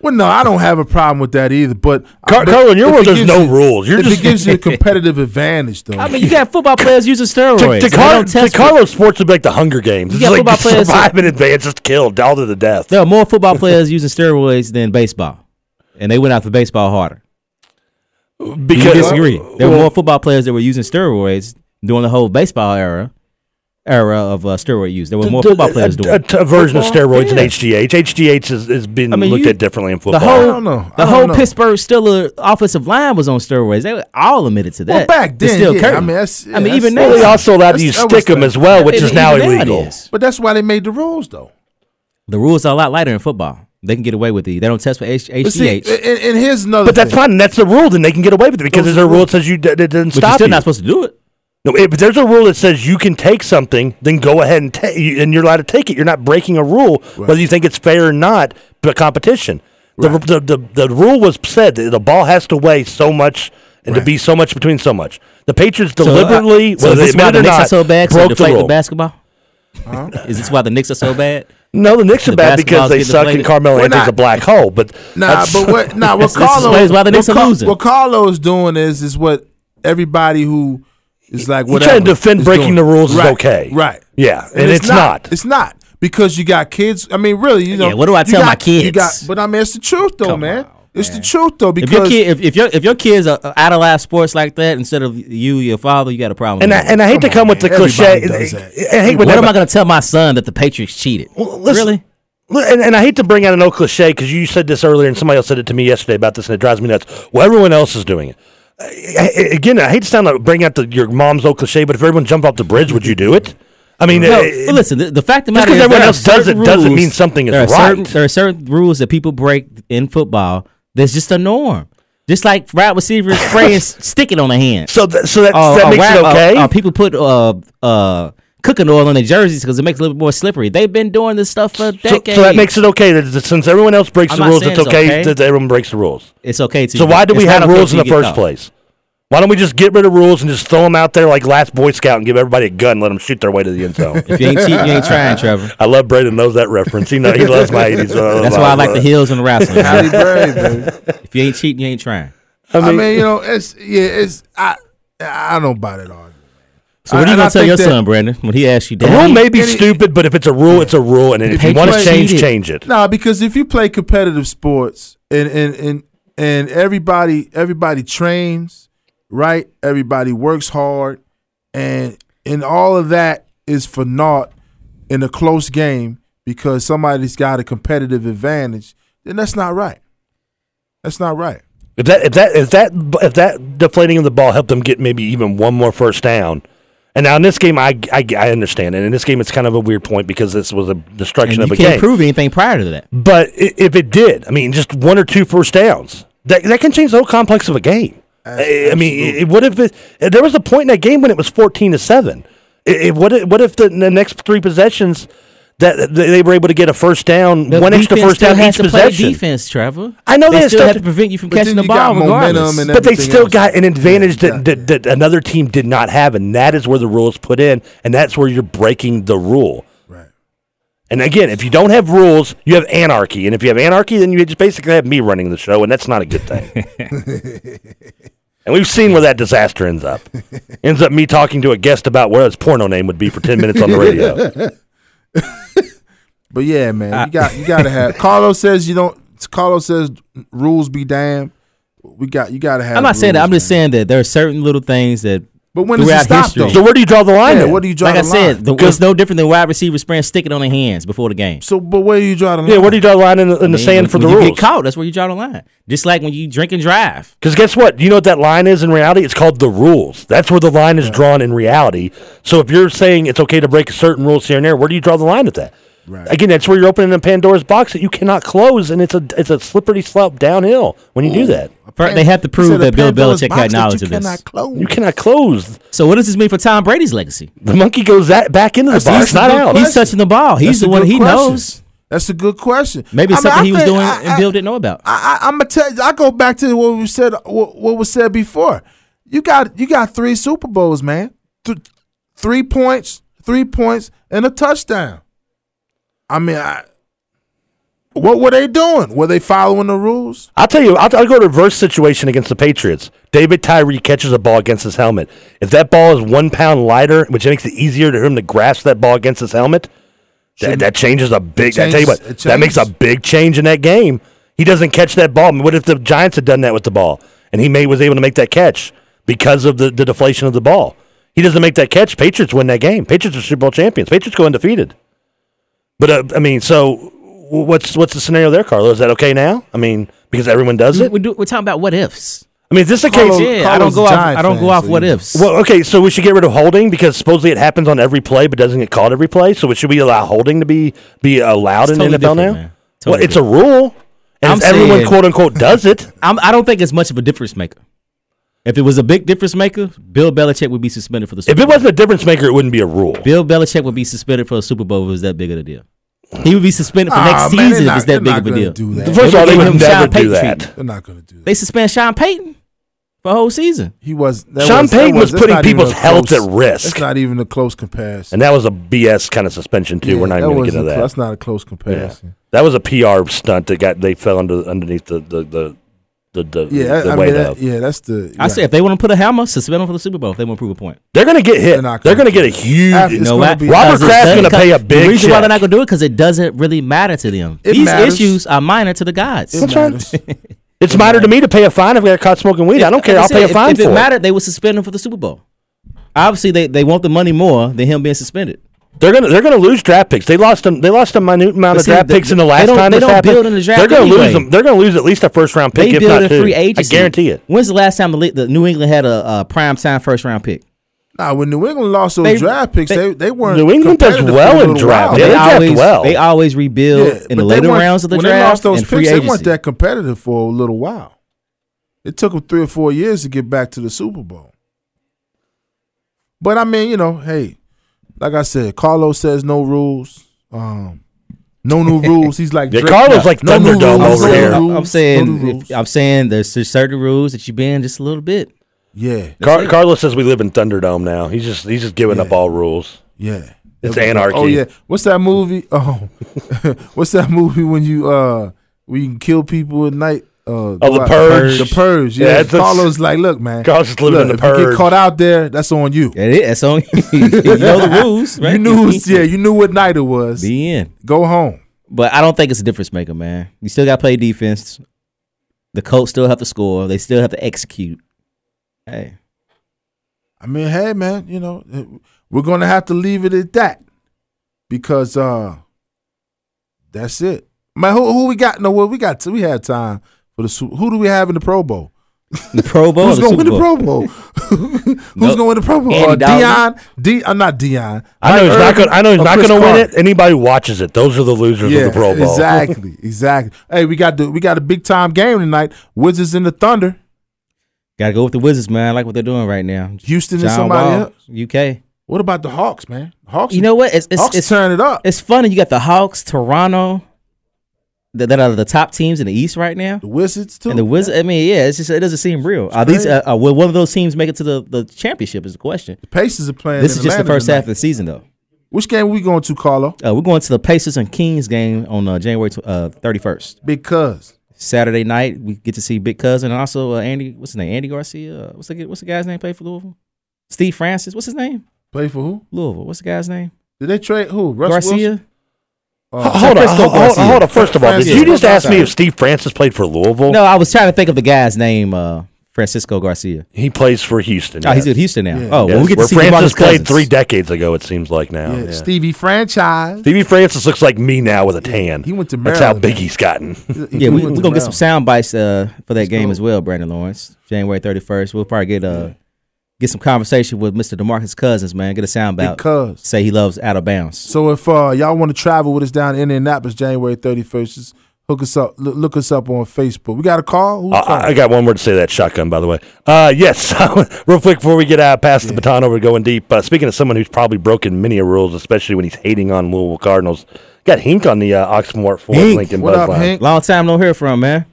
Speaker 2: Well, no, I don't have a problem with that either. But
Speaker 4: Car-
Speaker 2: but
Speaker 4: Carl, in your
Speaker 2: if
Speaker 4: world,
Speaker 2: it
Speaker 4: there's
Speaker 2: gives
Speaker 4: no
Speaker 2: you-
Speaker 4: rules. You're
Speaker 2: if
Speaker 4: just-
Speaker 2: it gives you a competitive advantage, though.
Speaker 3: I mean, you got football players using steroids.
Speaker 4: to, to,
Speaker 3: They
Speaker 4: Car-
Speaker 3: don't
Speaker 4: to
Speaker 3: test for-
Speaker 4: Carlos sports would be like the Hunger Games. It's
Speaker 3: Yeah,
Speaker 4: like
Speaker 3: football
Speaker 4: just
Speaker 3: players-
Speaker 4: survive in advance, just kill, down to the death.
Speaker 3: There are more football players using steroids than baseball, and they went out for baseball harder. Do you disagree? There were more football players that were using steroids during the whole baseball era era of uh, steroid use. There were more
Speaker 4: D-
Speaker 3: football
Speaker 4: a-
Speaker 3: players
Speaker 4: a,
Speaker 3: doing. it.
Speaker 4: a, a version of steroids
Speaker 3: Yeah.
Speaker 4: and HGH. HGH is, is being
Speaker 3: uh, I mean,
Speaker 4: looked
Speaker 3: you-
Speaker 4: at differently in
Speaker 3: the
Speaker 4: football.
Speaker 3: whole,
Speaker 2: don't know. I
Speaker 3: the
Speaker 2: don't
Speaker 3: whole
Speaker 2: know.
Speaker 3: Pittsburgh Steelers offensive line was on steroids. They were all admitted to
Speaker 2: well,
Speaker 3: that.
Speaker 2: back
Speaker 3: They're
Speaker 2: then,
Speaker 3: still
Speaker 2: yeah,
Speaker 3: curtain.
Speaker 2: I mean, that's, yeah,
Speaker 3: I mean,
Speaker 2: that's-
Speaker 3: even
Speaker 4: Well,
Speaker 3: now,
Speaker 4: they also allowed
Speaker 2: That's-
Speaker 4: you
Speaker 2: that
Speaker 4: stick
Speaker 2: was
Speaker 4: them
Speaker 2: the-
Speaker 4: as well, which
Speaker 3: Even-
Speaker 4: is now
Speaker 3: even now it
Speaker 4: illegal.
Speaker 3: is.
Speaker 2: But that's why they made the rules, though.
Speaker 3: The rules are a lot lighter in football. They can get away with it. They don't test for H- HGH.
Speaker 2: But see, and, and here's another.
Speaker 4: But that's
Speaker 2: thing.
Speaker 4: fine. That's the rule. Then they can get away with it because
Speaker 2: Those
Speaker 4: there's
Speaker 2: are
Speaker 4: a rule
Speaker 2: rules.
Speaker 4: that says you d- that doesn't
Speaker 3: but you're
Speaker 4: stop
Speaker 3: still
Speaker 4: you.
Speaker 3: not supposed to do it.
Speaker 4: No, if there's a rule that says you can take something, then go ahead and ta- you- and you're allowed to take it. You're not breaking a rule, whether you think it's fair or not. But competition, the, the, the the rule was said that the ball has to weigh so much and to be so much between so much. The Patriots deliberately,
Speaker 3: so
Speaker 4: whether
Speaker 3: is
Speaker 4: they
Speaker 3: this why
Speaker 4: admit it
Speaker 3: the
Speaker 4: or
Speaker 3: Knicks are
Speaker 4: not,
Speaker 3: so bad? 'cause they
Speaker 4: broke the
Speaker 3: deflate
Speaker 4: rule.
Speaker 3: basketball. Is this why the Knicks are so bad?
Speaker 4: no, the Knicks are
Speaker 3: the
Speaker 4: bad
Speaker 3: basketball's
Speaker 4: because they
Speaker 3: getting
Speaker 4: suck and
Speaker 3: deflated.
Speaker 4: Carmelo
Speaker 2: We're
Speaker 4: Anthony's
Speaker 2: not-
Speaker 4: a black hole. But
Speaker 2: Nah,
Speaker 4: that's-
Speaker 2: but what? Nah, what
Speaker 3: This explains
Speaker 2: Carlo?
Speaker 3: why the Knicks
Speaker 2: what
Speaker 3: are
Speaker 2: Car-
Speaker 3: losing.
Speaker 2: What Carlo's doing is is what everybody who is like
Speaker 4: You're
Speaker 2: whatever.
Speaker 4: trying to defend
Speaker 2: is doing.
Speaker 4: breaking the rules is
Speaker 2: Right,
Speaker 4: okay.
Speaker 2: Right.
Speaker 4: Yeah, and it's not.
Speaker 2: It's not because you got kids. I mean, really, you know.
Speaker 3: Yeah, what do I
Speaker 2: you
Speaker 3: tell
Speaker 2: got-
Speaker 3: my kids?
Speaker 2: You got, but I mean, it's the truth, though,
Speaker 3: Come
Speaker 2: man.
Speaker 3: on.
Speaker 2: It's the truth though,
Speaker 3: If your
Speaker 2: because
Speaker 3: kid, if, if your if your kids are are idolize sports like that instead of you, your father, you got a problem.
Speaker 4: And I,
Speaker 3: with that.
Speaker 4: and I hate to come with the
Speaker 2: everybody
Speaker 4: cliche.
Speaker 2: does
Speaker 4: I, I hate
Speaker 3: what
Speaker 4: when that,
Speaker 3: am I going to tell my son that the Patriots cheated?
Speaker 4: Well, listen-
Speaker 3: really?
Speaker 4: Well, And, and I hate to bring out an old cliche because you said this earlier, and somebody else said it to me yesterday about this, and it drives me nuts. Well, everyone else is doing it. I- I- again, I hate to sound like bring out the, your mom's old cliche, but if everyone jumped off the bridge, would you do it? I mean,
Speaker 3: No,
Speaker 4: uh,
Speaker 3: but listen, the, the fact of the matter
Speaker 4: Just 'cause
Speaker 3: is
Speaker 4: everyone
Speaker 3: there are
Speaker 4: else does
Speaker 3: certain
Speaker 4: it doesn't
Speaker 3: rules-
Speaker 4: mean something is
Speaker 3: there are Certain,
Speaker 4: right.
Speaker 3: there are certain rules that people break in football. That's just a norm. Just like wide receivers spraying s- stick it on the hand.
Speaker 4: so th- so that,
Speaker 3: Uh,
Speaker 4: that
Speaker 3: uh,
Speaker 4: makes it
Speaker 3: wide- uh,
Speaker 4: okay.
Speaker 3: uh, people put uh, uh, cooking oil on their jerseys because it makes it a little bit more slippery. They've been doing this stuff for
Speaker 4: so, so
Speaker 3: decades.
Speaker 4: that makes it okay that, that since everyone else breaks
Speaker 3: I'm
Speaker 4: the
Speaker 3: not
Speaker 4: rules,
Speaker 3: saying
Speaker 4: it's
Speaker 3: it's
Speaker 4: okay,
Speaker 3: okay.
Speaker 4: that everyone breaks the rules.
Speaker 3: it's okay to.
Speaker 4: So why do
Speaker 3: it's
Speaker 4: we
Speaker 3: not
Speaker 4: have
Speaker 3: okay
Speaker 4: rules in
Speaker 3: till
Speaker 4: the
Speaker 3: you get
Speaker 4: first
Speaker 3: caught.
Speaker 4: place? Why don't we just get rid of rules and just throw them out there like last Boy Scout and give everybody a gun and let them shoot their way to the end zone?
Speaker 3: If you ain't cheating, you ain't trying, Trevor.
Speaker 4: I love Braden knows that reference. He know he loves my 80s.
Speaker 3: That's why I like the heels and the wrestling.
Speaker 2: Halle Berry, baby.
Speaker 3: if you ain't cheating, you ain't trying.
Speaker 2: I mean, you know, it's yeah, it's I I don't buy that argument.
Speaker 3: So what
Speaker 2: I-
Speaker 3: are
Speaker 2: and
Speaker 3: you
Speaker 2: I
Speaker 3: gonna tell
Speaker 2: think
Speaker 3: your
Speaker 2: that-
Speaker 3: son, Brandon, when he asks you?
Speaker 4: The
Speaker 3: "Dad,
Speaker 4: rule may be
Speaker 2: And it-
Speaker 4: stupid, but if it's a rule, it's a rule. And if you want to
Speaker 2: Patriots
Speaker 4: change,
Speaker 3: cheated.
Speaker 4: change it.
Speaker 2: Nah, because if you play competitive sports and and and and everybody everybody trains, right? Everybody works hard, and and all of that is for naught in a close game because somebody's got a competitive advantage. Then that's not right. That's not right.
Speaker 4: If that if that if that if that deflating of the ball helped them get maybe even one more first down. And now in this game, I, I, I understand, and in this game, it's kind of a weird point because this was a
Speaker 3: And
Speaker 4: destruction
Speaker 3: you
Speaker 4: of a
Speaker 3: can't
Speaker 4: game.
Speaker 3: prove anything prior to that.
Speaker 4: but i- if it did, I mean, just one or two first downs, that that can change the whole complex of a game. I, I mean, it, what if it, there was a point in that game when it was fourteen to seven? It, it- what if, what if the, the next three possessions that they they were able to get a first down,
Speaker 3: The
Speaker 4: one extra
Speaker 3: defense
Speaker 4: first
Speaker 3: still
Speaker 4: down
Speaker 3: has
Speaker 4: each
Speaker 3: to play
Speaker 4: possession?
Speaker 3: defense, Trevor.
Speaker 4: I know
Speaker 3: they
Speaker 4: they
Speaker 3: still
Speaker 4: still
Speaker 3: have to
Speaker 4: did-
Speaker 3: prevent you from
Speaker 2: but then
Speaker 3: catching the
Speaker 2: you got
Speaker 3: ball,
Speaker 2: momentum
Speaker 3: regardless.
Speaker 2: and
Speaker 4: But they
Speaker 2: everything
Speaker 4: still
Speaker 2: else.
Speaker 4: got an advantage
Speaker 2: Yeah,
Speaker 4: that,
Speaker 2: exactly.
Speaker 4: that, that another team did not have, and that is where the rule is put in, and that's where you're breaking the rule.
Speaker 2: Right.
Speaker 4: And again, if you don't have rules, you have anarchy, and if you have anarchy, then you just basically have me running the show, and that's not a good thing. and we've seen where that disaster ends up. Ends up me talking to a guest about where his porno name would be for ten minutes on the radio.
Speaker 2: But yeah, man, you got you gotta have. Carlos says you don't. Carlos says rules be damned. We got you gotta have.
Speaker 3: I'm not saying that.
Speaker 2: rules,
Speaker 3: I'm just
Speaker 2: man.
Speaker 3: saying that there are certain little things that.
Speaker 2: But when does it
Speaker 3: throughout
Speaker 2: stop
Speaker 3: history-
Speaker 2: though?
Speaker 4: So where do you draw the line?
Speaker 2: Yeah,
Speaker 4: then?
Speaker 2: what do you draw
Speaker 3: Like I
Speaker 2: the line?
Speaker 3: said, the, it's no different than wide receivers spraying sticking on their hands before the game.
Speaker 2: so, but where do you draw the line?
Speaker 4: yeah, where do you draw the line in the, in the
Speaker 3: I mean,
Speaker 4: sand
Speaker 3: when-
Speaker 4: for
Speaker 3: when
Speaker 4: the
Speaker 3: you
Speaker 4: rules?
Speaker 3: get caught, that's where you draw the line. Just like when you drink and drive.
Speaker 4: Because guess what? You know what that line is in reality? It's called the rules. That's where the line is drawn in reality. So if you're saying it's okay to break certain rules here and there, where do you draw the line at that?
Speaker 2: Right.
Speaker 4: Again, that's where you're opening a Pandora's box that you cannot close, and it's a it's a slippery slope downhill when you do that.
Speaker 3: Fir- they have to
Speaker 2: He
Speaker 3: prove
Speaker 2: said a
Speaker 3: that Bill
Speaker 2: Pandora's
Speaker 3: Belichick
Speaker 2: box
Speaker 3: had
Speaker 2: that
Speaker 3: knowledge
Speaker 2: you
Speaker 3: of this.
Speaker 2: cannot close.
Speaker 4: You cannot close.
Speaker 3: So what does this mean for Tom Brady's legacy?
Speaker 4: The monkey goes that back into the
Speaker 2: That's-
Speaker 4: box,
Speaker 2: that's
Speaker 4: not
Speaker 2: a good
Speaker 4: out.
Speaker 2: question.
Speaker 3: He's touching the ball. He's
Speaker 2: That's
Speaker 3: the
Speaker 2: a
Speaker 3: one.
Speaker 2: good
Speaker 3: He
Speaker 2: question.
Speaker 3: knows.
Speaker 2: That's a good question.
Speaker 3: Maybe
Speaker 2: I
Speaker 3: it's
Speaker 2: mean,
Speaker 3: something
Speaker 2: I
Speaker 3: he was
Speaker 2: think-
Speaker 3: doing
Speaker 2: I-
Speaker 3: and Bill didn't know about.
Speaker 2: I, I, I'm gonna tell you. I go back to what we said. What, what was said before. You got you got three Super Bowls, man. Th- three points, three points, and a touchdown. I mean, I, what were they doing? Were they following the rules?
Speaker 4: I'll tell you, I'll, I'll go reverse situation against the Patriots. David Tyree catches a ball against his helmet. If that ball is one pound lighter, which makes it easier for him to grasp that ball against his helmet, that, that changes a big. I tell you
Speaker 2: changes-
Speaker 4: what,
Speaker 2: it
Speaker 4: that makes a
Speaker 2: changes.
Speaker 4: big change in that game. He doesn't catch that ball. I mean, What if the Giants had done that with the ball and he may, was able to make that catch because of the, the deflation of the ball? He doesn't make that catch. Patriots win that game. Patriots are Super Bowl champions. Patriots go undefeated. But uh, I mean, so w- what's what's the scenario there, Carlo? Is that okay now? I mean, because everyone does it.
Speaker 3: We do, we're talking about what ifs.
Speaker 4: I mean, is this the
Speaker 2: Carlo-
Speaker 4: case?
Speaker 3: Yeah, I don't
Speaker 2: Carlos
Speaker 3: go off.
Speaker 2: Giant
Speaker 3: I don't
Speaker 2: fan,
Speaker 3: go off
Speaker 2: so
Speaker 3: what
Speaker 2: you-
Speaker 3: ifs.
Speaker 4: Well, okay, so we should get rid of holding because supposedly it happens on every play, but doesn't get called every play. So should we allow holding to be be allowed
Speaker 3: It's
Speaker 4: in
Speaker 3: totally
Speaker 4: the NFL
Speaker 3: different,
Speaker 4: now?
Speaker 3: man. Totally
Speaker 4: well, it's a rule, and
Speaker 3: I'm
Speaker 4: if everyone
Speaker 3: saying-
Speaker 4: quote unquote does it.
Speaker 3: I'm, I don't think it's much of a difference maker. If it was a big difference maker, Bill Belichick would be suspended for the. Super
Speaker 4: If it
Speaker 3: Bowl.
Speaker 4: wasn't a difference maker, it wouldn't be a rule.
Speaker 3: Bill Belichick would be suspended for a Super Bowl if it was that big of a deal. He would be suspended for
Speaker 2: Aw,
Speaker 3: next
Speaker 2: man,
Speaker 3: season
Speaker 2: they're
Speaker 3: if it's
Speaker 2: not-
Speaker 3: that big
Speaker 2: they're
Speaker 3: of a
Speaker 2: not
Speaker 3: deal.
Speaker 2: gonna do that.
Speaker 4: First of all, they
Speaker 3: They
Speaker 4: would
Speaker 3: gave him
Speaker 4: never
Speaker 3: Sean
Speaker 4: do
Speaker 3: Payton
Speaker 4: that.
Speaker 3: treatment.
Speaker 2: They're not gonna do that.
Speaker 3: They suspend Sean Payton for a whole season.
Speaker 2: He was. That
Speaker 4: Sean
Speaker 2: was, that
Speaker 4: Payton was
Speaker 2: that's
Speaker 4: putting
Speaker 2: not even
Speaker 4: people's
Speaker 2: a
Speaker 4: health
Speaker 2: close-
Speaker 4: at risk.
Speaker 2: That's not even a close comparison.
Speaker 4: And that was a BS kind of suspension too.
Speaker 2: Yeah,
Speaker 4: We're not
Speaker 2: that
Speaker 4: even going to
Speaker 2: wasn't
Speaker 4: get into
Speaker 2: clo-
Speaker 4: that.
Speaker 2: That's not a close comparison.
Speaker 4: That was a PR stunt that got they fell under underneath the the the the, the,
Speaker 2: Yeah,
Speaker 4: the
Speaker 2: I, I
Speaker 4: weight
Speaker 2: mean, that-
Speaker 4: of.
Speaker 2: yeah, that's the.
Speaker 3: I say if they want to put a hammer, suspend him for the Super Bowl if they want to prove a point.
Speaker 4: They're going to get hit.
Speaker 2: They're not
Speaker 4: They're going
Speaker 2: gonna
Speaker 4: to get a
Speaker 2: do
Speaker 4: huge.
Speaker 2: After-
Speaker 3: You know
Speaker 2: gonna
Speaker 3: why?
Speaker 2: be-
Speaker 4: Robert
Speaker 3: Because it
Speaker 4: Kraft's
Speaker 3: doesn't
Speaker 4: gonna
Speaker 3: come-
Speaker 4: pay a
Speaker 3: The
Speaker 4: big
Speaker 3: reason why they're not
Speaker 4: check.
Speaker 3: going to do it because it doesn't really matter to them.
Speaker 2: It
Speaker 3: These
Speaker 2: matters.
Speaker 3: issues are minor to the gods.
Speaker 2: It matters.
Speaker 4: It's minor to me to pay a fine if I got caught smoking weed. I don't care.
Speaker 3: Like
Speaker 4: I'll
Speaker 3: said,
Speaker 4: pay a
Speaker 3: if-
Speaker 4: fine
Speaker 3: if,
Speaker 4: for
Speaker 3: it
Speaker 4: it.
Speaker 3: mattered, they would suspend him for the Super Bowl. Obviously, they, they want the money more than him being suspended.
Speaker 4: They're gonna they're gonna lose draft picks. They lost them. They lost a minute
Speaker 3: But
Speaker 4: amount of
Speaker 3: see,
Speaker 4: draft
Speaker 3: they-
Speaker 4: picks in the
Speaker 3: they
Speaker 4: last
Speaker 3: don't-
Speaker 4: time.
Speaker 3: they
Speaker 4: this
Speaker 3: don't
Speaker 4: happened.
Speaker 3: build in the draft
Speaker 4: They're gonna
Speaker 3: anyway.
Speaker 4: lose them. They're gonna lose at least a first round pick,
Speaker 3: they
Speaker 4: if not
Speaker 3: build a
Speaker 4: two.
Speaker 3: free agency.
Speaker 4: I guarantee it.
Speaker 3: When's the last time the, Le- the New England had a, uh prime time first round pick?
Speaker 2: Nah, when New England lost those
Speaker 3: They-
Speaker 2: draft picks, they,
Speaker 3: they-
Speaker 2: they, weren't.
Speaker 4: New England does
Speaker 2: competitive
Speaker 4: well
Speaker 2: for a
Speaker 4: in
Speaker 2: little
Speaker 4: draft.
Speaker 2: while.
Speaker 4: Oh, They draft
Speaker 3: always
Speaker 4: well.
Speaker 3: they always rebuild
Speaker 2: Yeah, but
Speaker 3: in the
Speaker 2: they
Speaker 3: later
Speaker 2: weren't-
Speaker 3: rounds of the
Speaker 2: when
Speaker 3: draft
Speaker 2: they lost those
Speaker 3: and
Speaker 2: picks,
Speaker 3: free agency.
Speaker 2: they weren't that competitive for a little while. It took them three or four years to get back to the Super Bowl. But I mean, you know, hey, like I said, Carlos says no rules. Um, no new rules. He's like
Speaker 4: Yeah,
Speaker 2: Drake.
Speaker 4: Carlos like
Speaker 2: no new
Speaker 4: Thunderdome
Speaker 2: rules, no
Speaker 4: over
Speaker 2: new
Speaker 4: here.
Speaker 3: I'm,
Speaker 2: rules, no
Speaker 3: saying
Speaker 2: new
Speaker 3: if,
Speaker 2: rules.
Speaker 3: I'm saying there's just certain rules that you bend just a little bit.
Speaker 2: yeah,
Speaker 4: Car- Carlos says we live in Thunderdome now. He's just he's just giving up all rules.
Speaker 2: yeah.
Speaker 4: It's
Speaker 2: Okay.
Speaker 4: anarchy.
Speaker 2: Oh yeah. What's that movie? Oh, what's that movie when you uh when you can kill people at night? Uh,
Speaker 4: Oh, The
Speaker 2: go out-
Speaker 4: Purge.
Speaker 2: The purge.
Speaker 4: Yeah,
Speaker 2: Yeah.
Speaker 4: it's a-
Speaker 2: Carlos like, look, man.
Speaker 4: Carlos is living
Speaker 2: look,
Speaker 4: in
Speaker 2: if
Speaker 4: the
Speaker 2: you
Speaker 4: purge.
Speaker 2: get caught out there, that's on you.
Speaker 3: That is, that's on you. know the rules, right?
Speaker 2: You knew, who's- yeah, you knew what night it was.
Speaker 3: Be in.
Speaker 2: Go home.
Speaker 3: But I don't think it's a difference maker, man. You still got to play defense. The Colts still have to score. They still have to execute. Hey,
Speaker 2: I mean, hey, man, you know, eh, we're gonna have to leave it at that because uh, that's it. Man, who who we got? No, well, we got we had time for the Super. Who do we have in the Pro Bowl?
Speaker 3: the Pro Bowl.
Speaker 2: Who's
Speaker 3: or the
Speaker 2: going to
Speaker 3: Super
Speaker 2: win the Pro Bowl?
Speaker 3: Bowl?
Speaker 2: Who's
Speaker 3: Nope.
Speaker 2: going to the Pro Bowl?
Speaker 3: Andy
Speaker 2: Uh,
Speaker 3: Dalton.
Speaker 2: Dion, D. I'm not Dion.
Speaker 4: I know he's not gonna. I know he's not gonna win it.
Speaker 2: And
Speaker 4: Anybody who watches it, those are the losers
Speaker 2: yeah,
Speaker 4: of the Pro Bowl.
Speaker 2: exactly, exactly. Hey, we got the we got a big time game tonight. Wizards and the Thunder.
Speaker 3: Got to go with the Wizards, man. I like what they're doing right now.
Speaker 2: Houston and somebody else.
Speaker 3: UK.
Speaker 2: What about the Hawks, man? Hawks.
Speaker 3: You know what? It's it's
Speaker 2: Hawks
Speaker 3: it's,
Speaker 2: turn it up.
Speaker 3: it's funny. You got the Hawks, Toronto, that, that are the top teams in the East right now.
Speaker 2: the Wizards too.
Speaker 3: And the Wizards. I mean, yeah, it's just it doesn't seem real. Are these?
Speaker 2: crazy.
Speaker 3: Uh, uh, will one of those teams make it to the, the championship? Is the question.
Speaker 2: The Pacers are playing.
Speaker 3: This
Speaker 2: in
Speaker 3: is just the
Speaker 2: Atlanta
Speaker 3: first
Speaker 2: tonight.
Speaker 3: half of the season, though.
Speaker 2: Which game we going to, Carlo?
Speaker 3: Uh, we're going to the Pacers and Kings game on uh, January tw- uh, 31st.
Speaker 2: Because
Speaker 3: Saturday night, we get to see Big Cousin and also uh, Andy, what's his name? Andy Garcia. Uh, what's, the, what's the guy's name? Played for Louisville? Steve Francis. What's his name?
Speaker 2: play for who?
Speaker 3: Louisville. What's the guy's name?
Speaker 2: Did they trade who? Russ
Speaker 3: Garcia?
Speaker 2: Wilson? Oh,
Speaker 4: Ho- Hold on,
Speaker 3: Francisco
Speaker 4: hold, hold,
Speaker 3: Garcia.
Speaker 4: hold on. First of all, did
Speaker 2: Francisco
Speaker 4: you just ask me
Speaker 2: Garcia.
Speaker 4: if Steve Francis played for Louisville?
Speaker 3: No, I was trying to think of the guy's name, uh, Francisco Garcia.
Speaker 4: he plays for Houston.
Speaker 3: Oh, he's
Speaker 4: yes.
Speaker 3: with Houston now.
Speaker 2: Yeah.
Speaker 3: Oh, well,
Speaker 4: Yes,
Speaker 3: we get
Speaker 4: where
Speaker 3: to see
Speaker 4: Francis
Speaker 3: Francis
Speaker 4: played three decades ago. It seems like now.
Speaker 2: Yeah,
Speaker 4: Yeah.
Speaker 2: Stevie franchise.
Speaker 4: Stevie Francis looks like me now with a tan.
Speaker 2: He went to
Speaker 4: That's how
Speaker 2: Maryland,
Speaker 4: big
Speaker 2: man.
Speaker 4: he's gotten.
Speaker 3: Yeah, we, we're going to get some
Speaker 2: sound.
Speaker 3: sound bites uh, for that game
Speaker 2: go.
Speaker 3: as well, Brandon Lawrence. January 31st. We'll probably get uh, get some conversation with Mr. DeMarcus Cousins, man. Get a sound bite.
Speaker 2: Because.
Speaker 3: Say he loves out of bounds.
Speaker 2: So if uh, y'all want to travel with us down in Indianapolis, January 31st, just hook us up. Look, look us up on Facebook. We got a call. Who's
Speaker 4: Uh, I I
Speaker 2: calling?
Speaker 4: got one word to say to that shotgun, by the way. Uh, yes, real quick before we get out, pass the baton over to going deep. Uh, speaking of someone who's probably broken many a rules, especially when he's hating on Louisville Cardinals, got Hink on the uh, Oxmoor Ford
Speaker 2: Hank,
Speaker 4: Lincoln
Speaker 2: what
Speaker 4: Buzz
Speaker 2: up,
Speaker 4: line.
Speaker 2: Hank?
Speaker 3: Long time no hear from, man.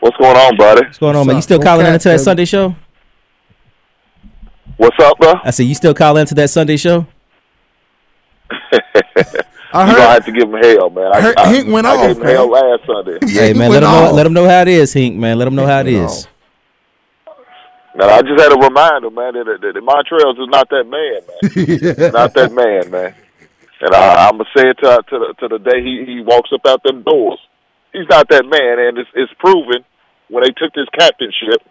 Speaker 8: What's going on, buddy?
Speaker 3: What's going on,
Speaker 2: What's
Speaker 3: man? You
Speaker 2: up?
Speaker 3: still
Speaker 2: Go
Speaker 3: calling in
Speaker 2: Cats,
Speaker 3: to that
Speaker 2: baby.
Speaker 3: Sunday show?
Speaker 8: What's up, bro?
Speaker 3: I said, you still calling into that Sunday show?
Speaker 2: I
Speaker 8: You gonna
Speaker 2: heard.
Speaker 8: have to give him hell, man. I,
Speaker 2: Her-
Speaker 8: I,
Speaker 2: Hank went
Speaker 8: I
Speaker 2: off,
Speaker 8: gave him
Speaker 2: man.
Speaker 8: hell last Sunday.
Speaker 2: Yeah,
Speaker 3: hey,
Speaker 2: he
Speaker 3: man, let
Speaker 2: went
Speaker 3: them know,
Speaker 2: off.
Speaker 3: let them know how it is, Hink, man. Let them know how it
Speaker 2: went
Speaker 3: is.
Speaker 2: off.
Speaker 8: Now, I just had a reminder, man, that, that, that Montreal's is not that man, man. not that man, man. And I, I'm gonna say it to, to the to the day he, he walks up out them doors. He's not that man, and it's it's proven when they took this captainship.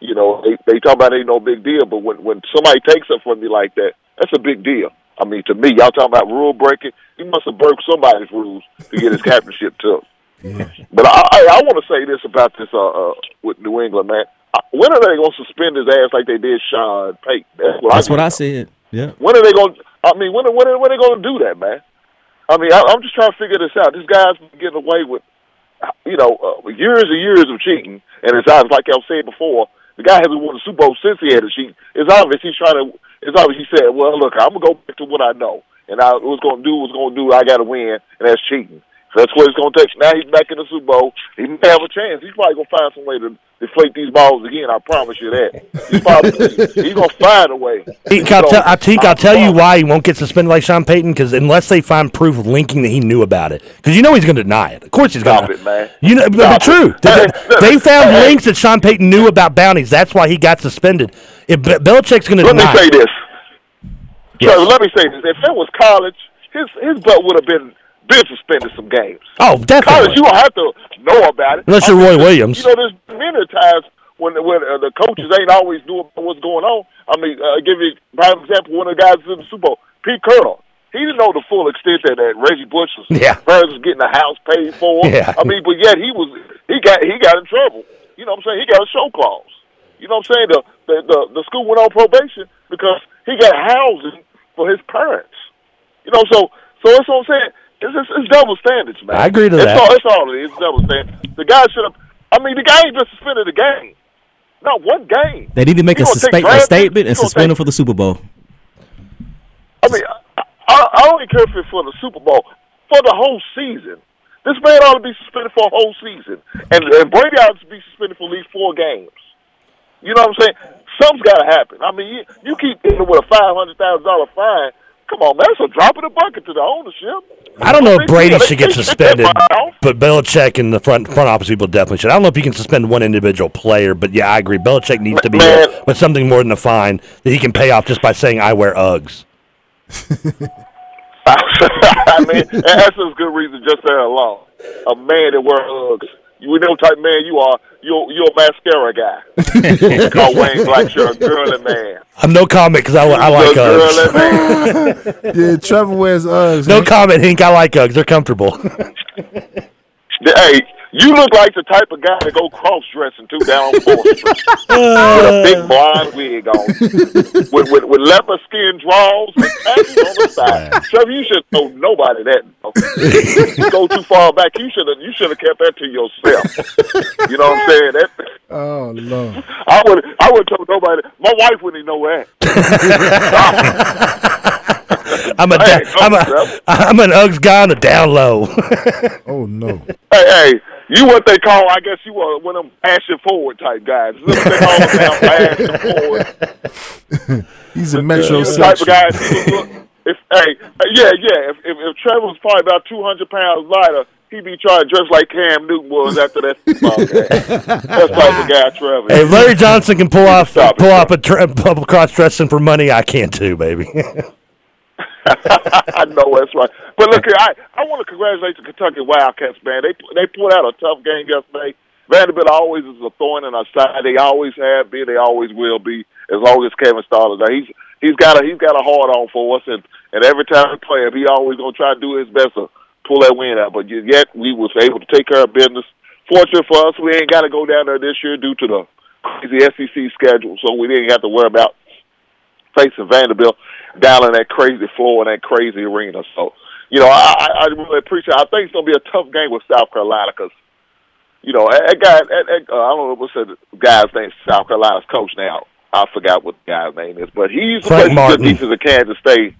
Speaker 8: You know, they they talk about it ain't no big deal, but when when somebody takes it from you like that, that's a big deal. I mean, to me, y'all talking about rule breaking. He must have broke somebody's rules to get his captainship took. But I I, I want to say this about this uh, uh with New England, man. I- When are they gonna suspend his ass like they did Sean Payton? That's what,
Speaker 3: That's
Speaker 8: I,
Speaker 3: what
Speaker 8: need
Speaker 3: I
Speaker 8: to know.
Speaker 3: said. Yeah.
Speaker 8: When are they going? to I mean, when are- when are, when are they going to do that, man? I mean, I, I'm just trying to figure this out. This guy's been getting away with, you know, uh, years and years of cheating, and it's obvious, like I've said before, the guy hasn't won the Super Bowl since he had a cheat. It's obvious he's trying to. It's obvious he said, "Well, look, I'm gonna go back to what I know, and I was gonna do what's gonna do. I got to win, and that's cheating. So that's what it's gonna take. Now he's back in the Super Bowl. He may have a chance. He's probably gonna find some way to deflate these balls again. I promise you that. He's, probably, he's gonna find a way. uh,
Speaker 4: Hink, I'll tell, I think I'll tell you why he won't get suspended like Sean Payton because unless they find proof linking that he knew about it, because you know he's going to deny it. Of course he's going
Speaker 8: Stop
Speaker 4: to.
Speaker 8: it, man.
Speaker 4: You know, but, but
Speaker 8: Stop
Speaker 4: true.
Speaker 8: it.
Speaker 4: They, they found
Speaker 8: Hey.
Speaker 4: links that Sean Payton knew about bounties. That's why he got suspended. If Be- Belichick's going to
Speaker 8: Let me
Speaker 4: deny,
Speaker 8: say
Speaker 4: it,
Speaker 8: this.
Speaker 4: Yes.
Speaker 8: Trevor, let me say this. If it was college, his his butt would have been been suspended some games.
Speaker 4: Oh,
Speaker 8: College,
Speaker 4: definitely.
Speaker 8: you don't have to know about it.
Speaker 4: Unless you're
Speaker 8: I
Speaker 4: Roy
Speaker 8: mean,
Speaker 4: Williams.
Speaker 8: You know, there's many times when when uh, the coaches ain't always doing what's going on. I mean, uh, give you prime example. One of the guys in the Super Bowl, Pete Colonel, he didn't know the full extent that, that Reggie Bush was,
Speaker 4: Yeah.
Speaker 8: parents was getting a house paid for.
Speaker 4: Yeah.
Speaker 8: I mean, but yet he was he got he got in trouble. You know what I'm saying? He got a show clause. You know what I'm saying? The the the, the school went on probation because he got housing for his parents. You know, so so that's what I'm saying. It's, it's, it's double standards, man.
Speaker 4: I agree to
Speaker 8: it's
Speaker 4: that.
Speaker 8: All, that's all it is. It's double standards. The guy should have. I mean, the guy ain't just suspended the game. Not one game.
Speaker 3: They need to make a,
Speaker 8: You gonna take
Speaker 3: suspe- a
Speaker 8: Brad
Speaker 3: statement
Speaker 8: Pitt? You
Speaker 3: and
Speaker 8: gonna
Speaker 3: suspend
Speaker 8: take-
Speaker 3: him for the Super Bowl.
Speaker 8: I mean, I, I, I don't care if it's for the Super Bowl, for the whole season. This man ought to be suspended for a whole season, and, and Brady ought to be suspended for at least four games. You know what I'm saying? Something's got to happen. I mean, you, you keep hitting with a five hundred thousand dollar fine. Come on, man, that's a drop in the bucket to the ownership.
Speaker 4: I don't know
Speaker 8: They-
Speaker 4: if Brady
Speaker 8: they-
Speaker 4: should get
Speaker 8: they- they-
Speaker 4: suspended,
Speaker 8: they- they-
Speaker 4: but Belichick and the front front office people definitely should. I don't know if you can suspend one individual player, but yeah, I agree. Belichick needs to be
Speaker 8: Man.
Speaker 4: with something more than a fine that he can pay off just by saying I wear Uggs.
Speaker 8: I mean, and that's a good reason just there alone. A man that wears Uggs. You know what type of man you are. You're, you're a mascara guy. Call Wayne Black, you're a girly man.
Speaker 4: I'm Uh, no comment because I, li- I like
Speaker 8: You're a girly
Speaker 4: Uggs.
Speaker 8: man.
Speaker 2: Yeah, Trevor wears Uggs.
Speaker 4: No
Speaker 2: man.
Speaker 4: comment, Hink. I like Uggs. They're comfortable.
Speaker 8: Hey, you look like the type of guy to go cross-dressing too down on Fourth Street. with a
Speaker 2: Uh.
Speaker 8: big blonde wig on. with, with, with leopard skin drawers with patches on the side. Trevor, you should know nobody that. you go too far back. You should have you should have kept that to yourself. You know what I'm saying? That,
Speaker 2: Oh lord.
Speaker 8: I would I would told nobody. My wife wouldn't even know that.
Speaker 4: I'm a
Speaker 8: Hey,
Speaker 4: da- I'm a
Speaker 8: Uggs,
Speaker 4: I'm an Uggs guy on a down low.
Speaker 2: Oh no.
Speaker 8: Hey, hey, you what they call? I guess you are one of them passion forward type guys. That's what they call them now, passion forward.
Speaker 2: He's a
Speaker 8: You the type of
Speaker 2: metrosexual.
Speaker 8: guy. If, you look- if hey, uh, yeah, yeah. If if, if Trevor was probably about two hundred pounds lighter, he'd be trying to dress like Cam Newton was after that football game. That's type of guy, Trevor.
Speaker 4: Hey, if Larry Johnson can pull off
Speaker 8: Stop it,
Speaker 4: pull
Speaker 8: bro.
Speaker 4: off a tra- double cross dressing for money. I can too, baby.
Speaker 8: I know that's right. But look here, I, I want to congratulate the Kentucky Wildcats, man. They they pulled out a tough game yesterday. Vanderbilt always is a thorn in our side. They always have been. They always will be. As long as Kevin Staller's there, he's he's got a he's got a hard on for us, and and every time we play him, he always gonna try to do his best to pull that win out. But yet we was able to take care of business. Fortunate for us, we ain't got to go down there this year due to the crazy SEC schedule, so we didn't have to worry about facing Vanderbilt down in that crazy floor in that crazy arena. So, you know, I, I, I really appreciate. I think it's gonna be a tough game with South Carolina because, you know, that that guy, that, that, uh, I don't know what's the guy's name. South Carolina's coach now. I forgot what the guy's name is, but he used to
Speaker 4: Frank
Speaker 8: play some good
Speaker 4: Martin.
Speaker 8: defense at Kansas State.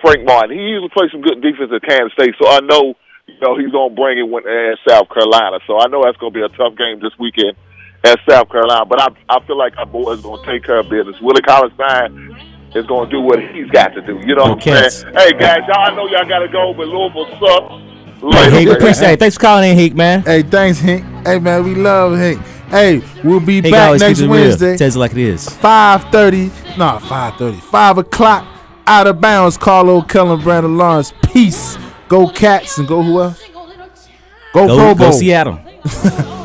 Speaker 8: Frank Martin. He used to play some good defense at Kansas State, so I know you know he's gonna bring it when at South Carolina. So I know that's gonna be a tough game this weekend at South Carolina. But I I feel like our boys gonna take care of business. Willie Collins Stein is gonna do what he's got to do. You know what
Speaker 3: Okay.
Speaker 8: I'm saying? Hey guys, y'all I know y'all gotta go, but Louisville sucks.
Speaker 3: Hey,
Speaker 8: Later,
Speaker 3: Heek,
Speaker 8: man.
Speaker 3: appreciate it. Thanks for calling in, Heek, man.
Speaker 2: Hey, thanks, Hank. Hey man, we love Hank. Hey, we'll be
Speaker 3: Heek
Speaker 2: back
Speaker 3: always
Speaker 2: next
Speaker 3: keeps it real.
Speaker 2: Wednesday.
Speaker 3: Tells it like it is.
Speaker 2: 5.30, nah, 5.30, 5 o'clock, out of bounds, Carlo Kellen, Brandon Lawrence, peace. Go Cats and go who else? Go,
Speaker 3: Go,
Speaker 2: Pro Bowl.
Speaker 3: go Seattle.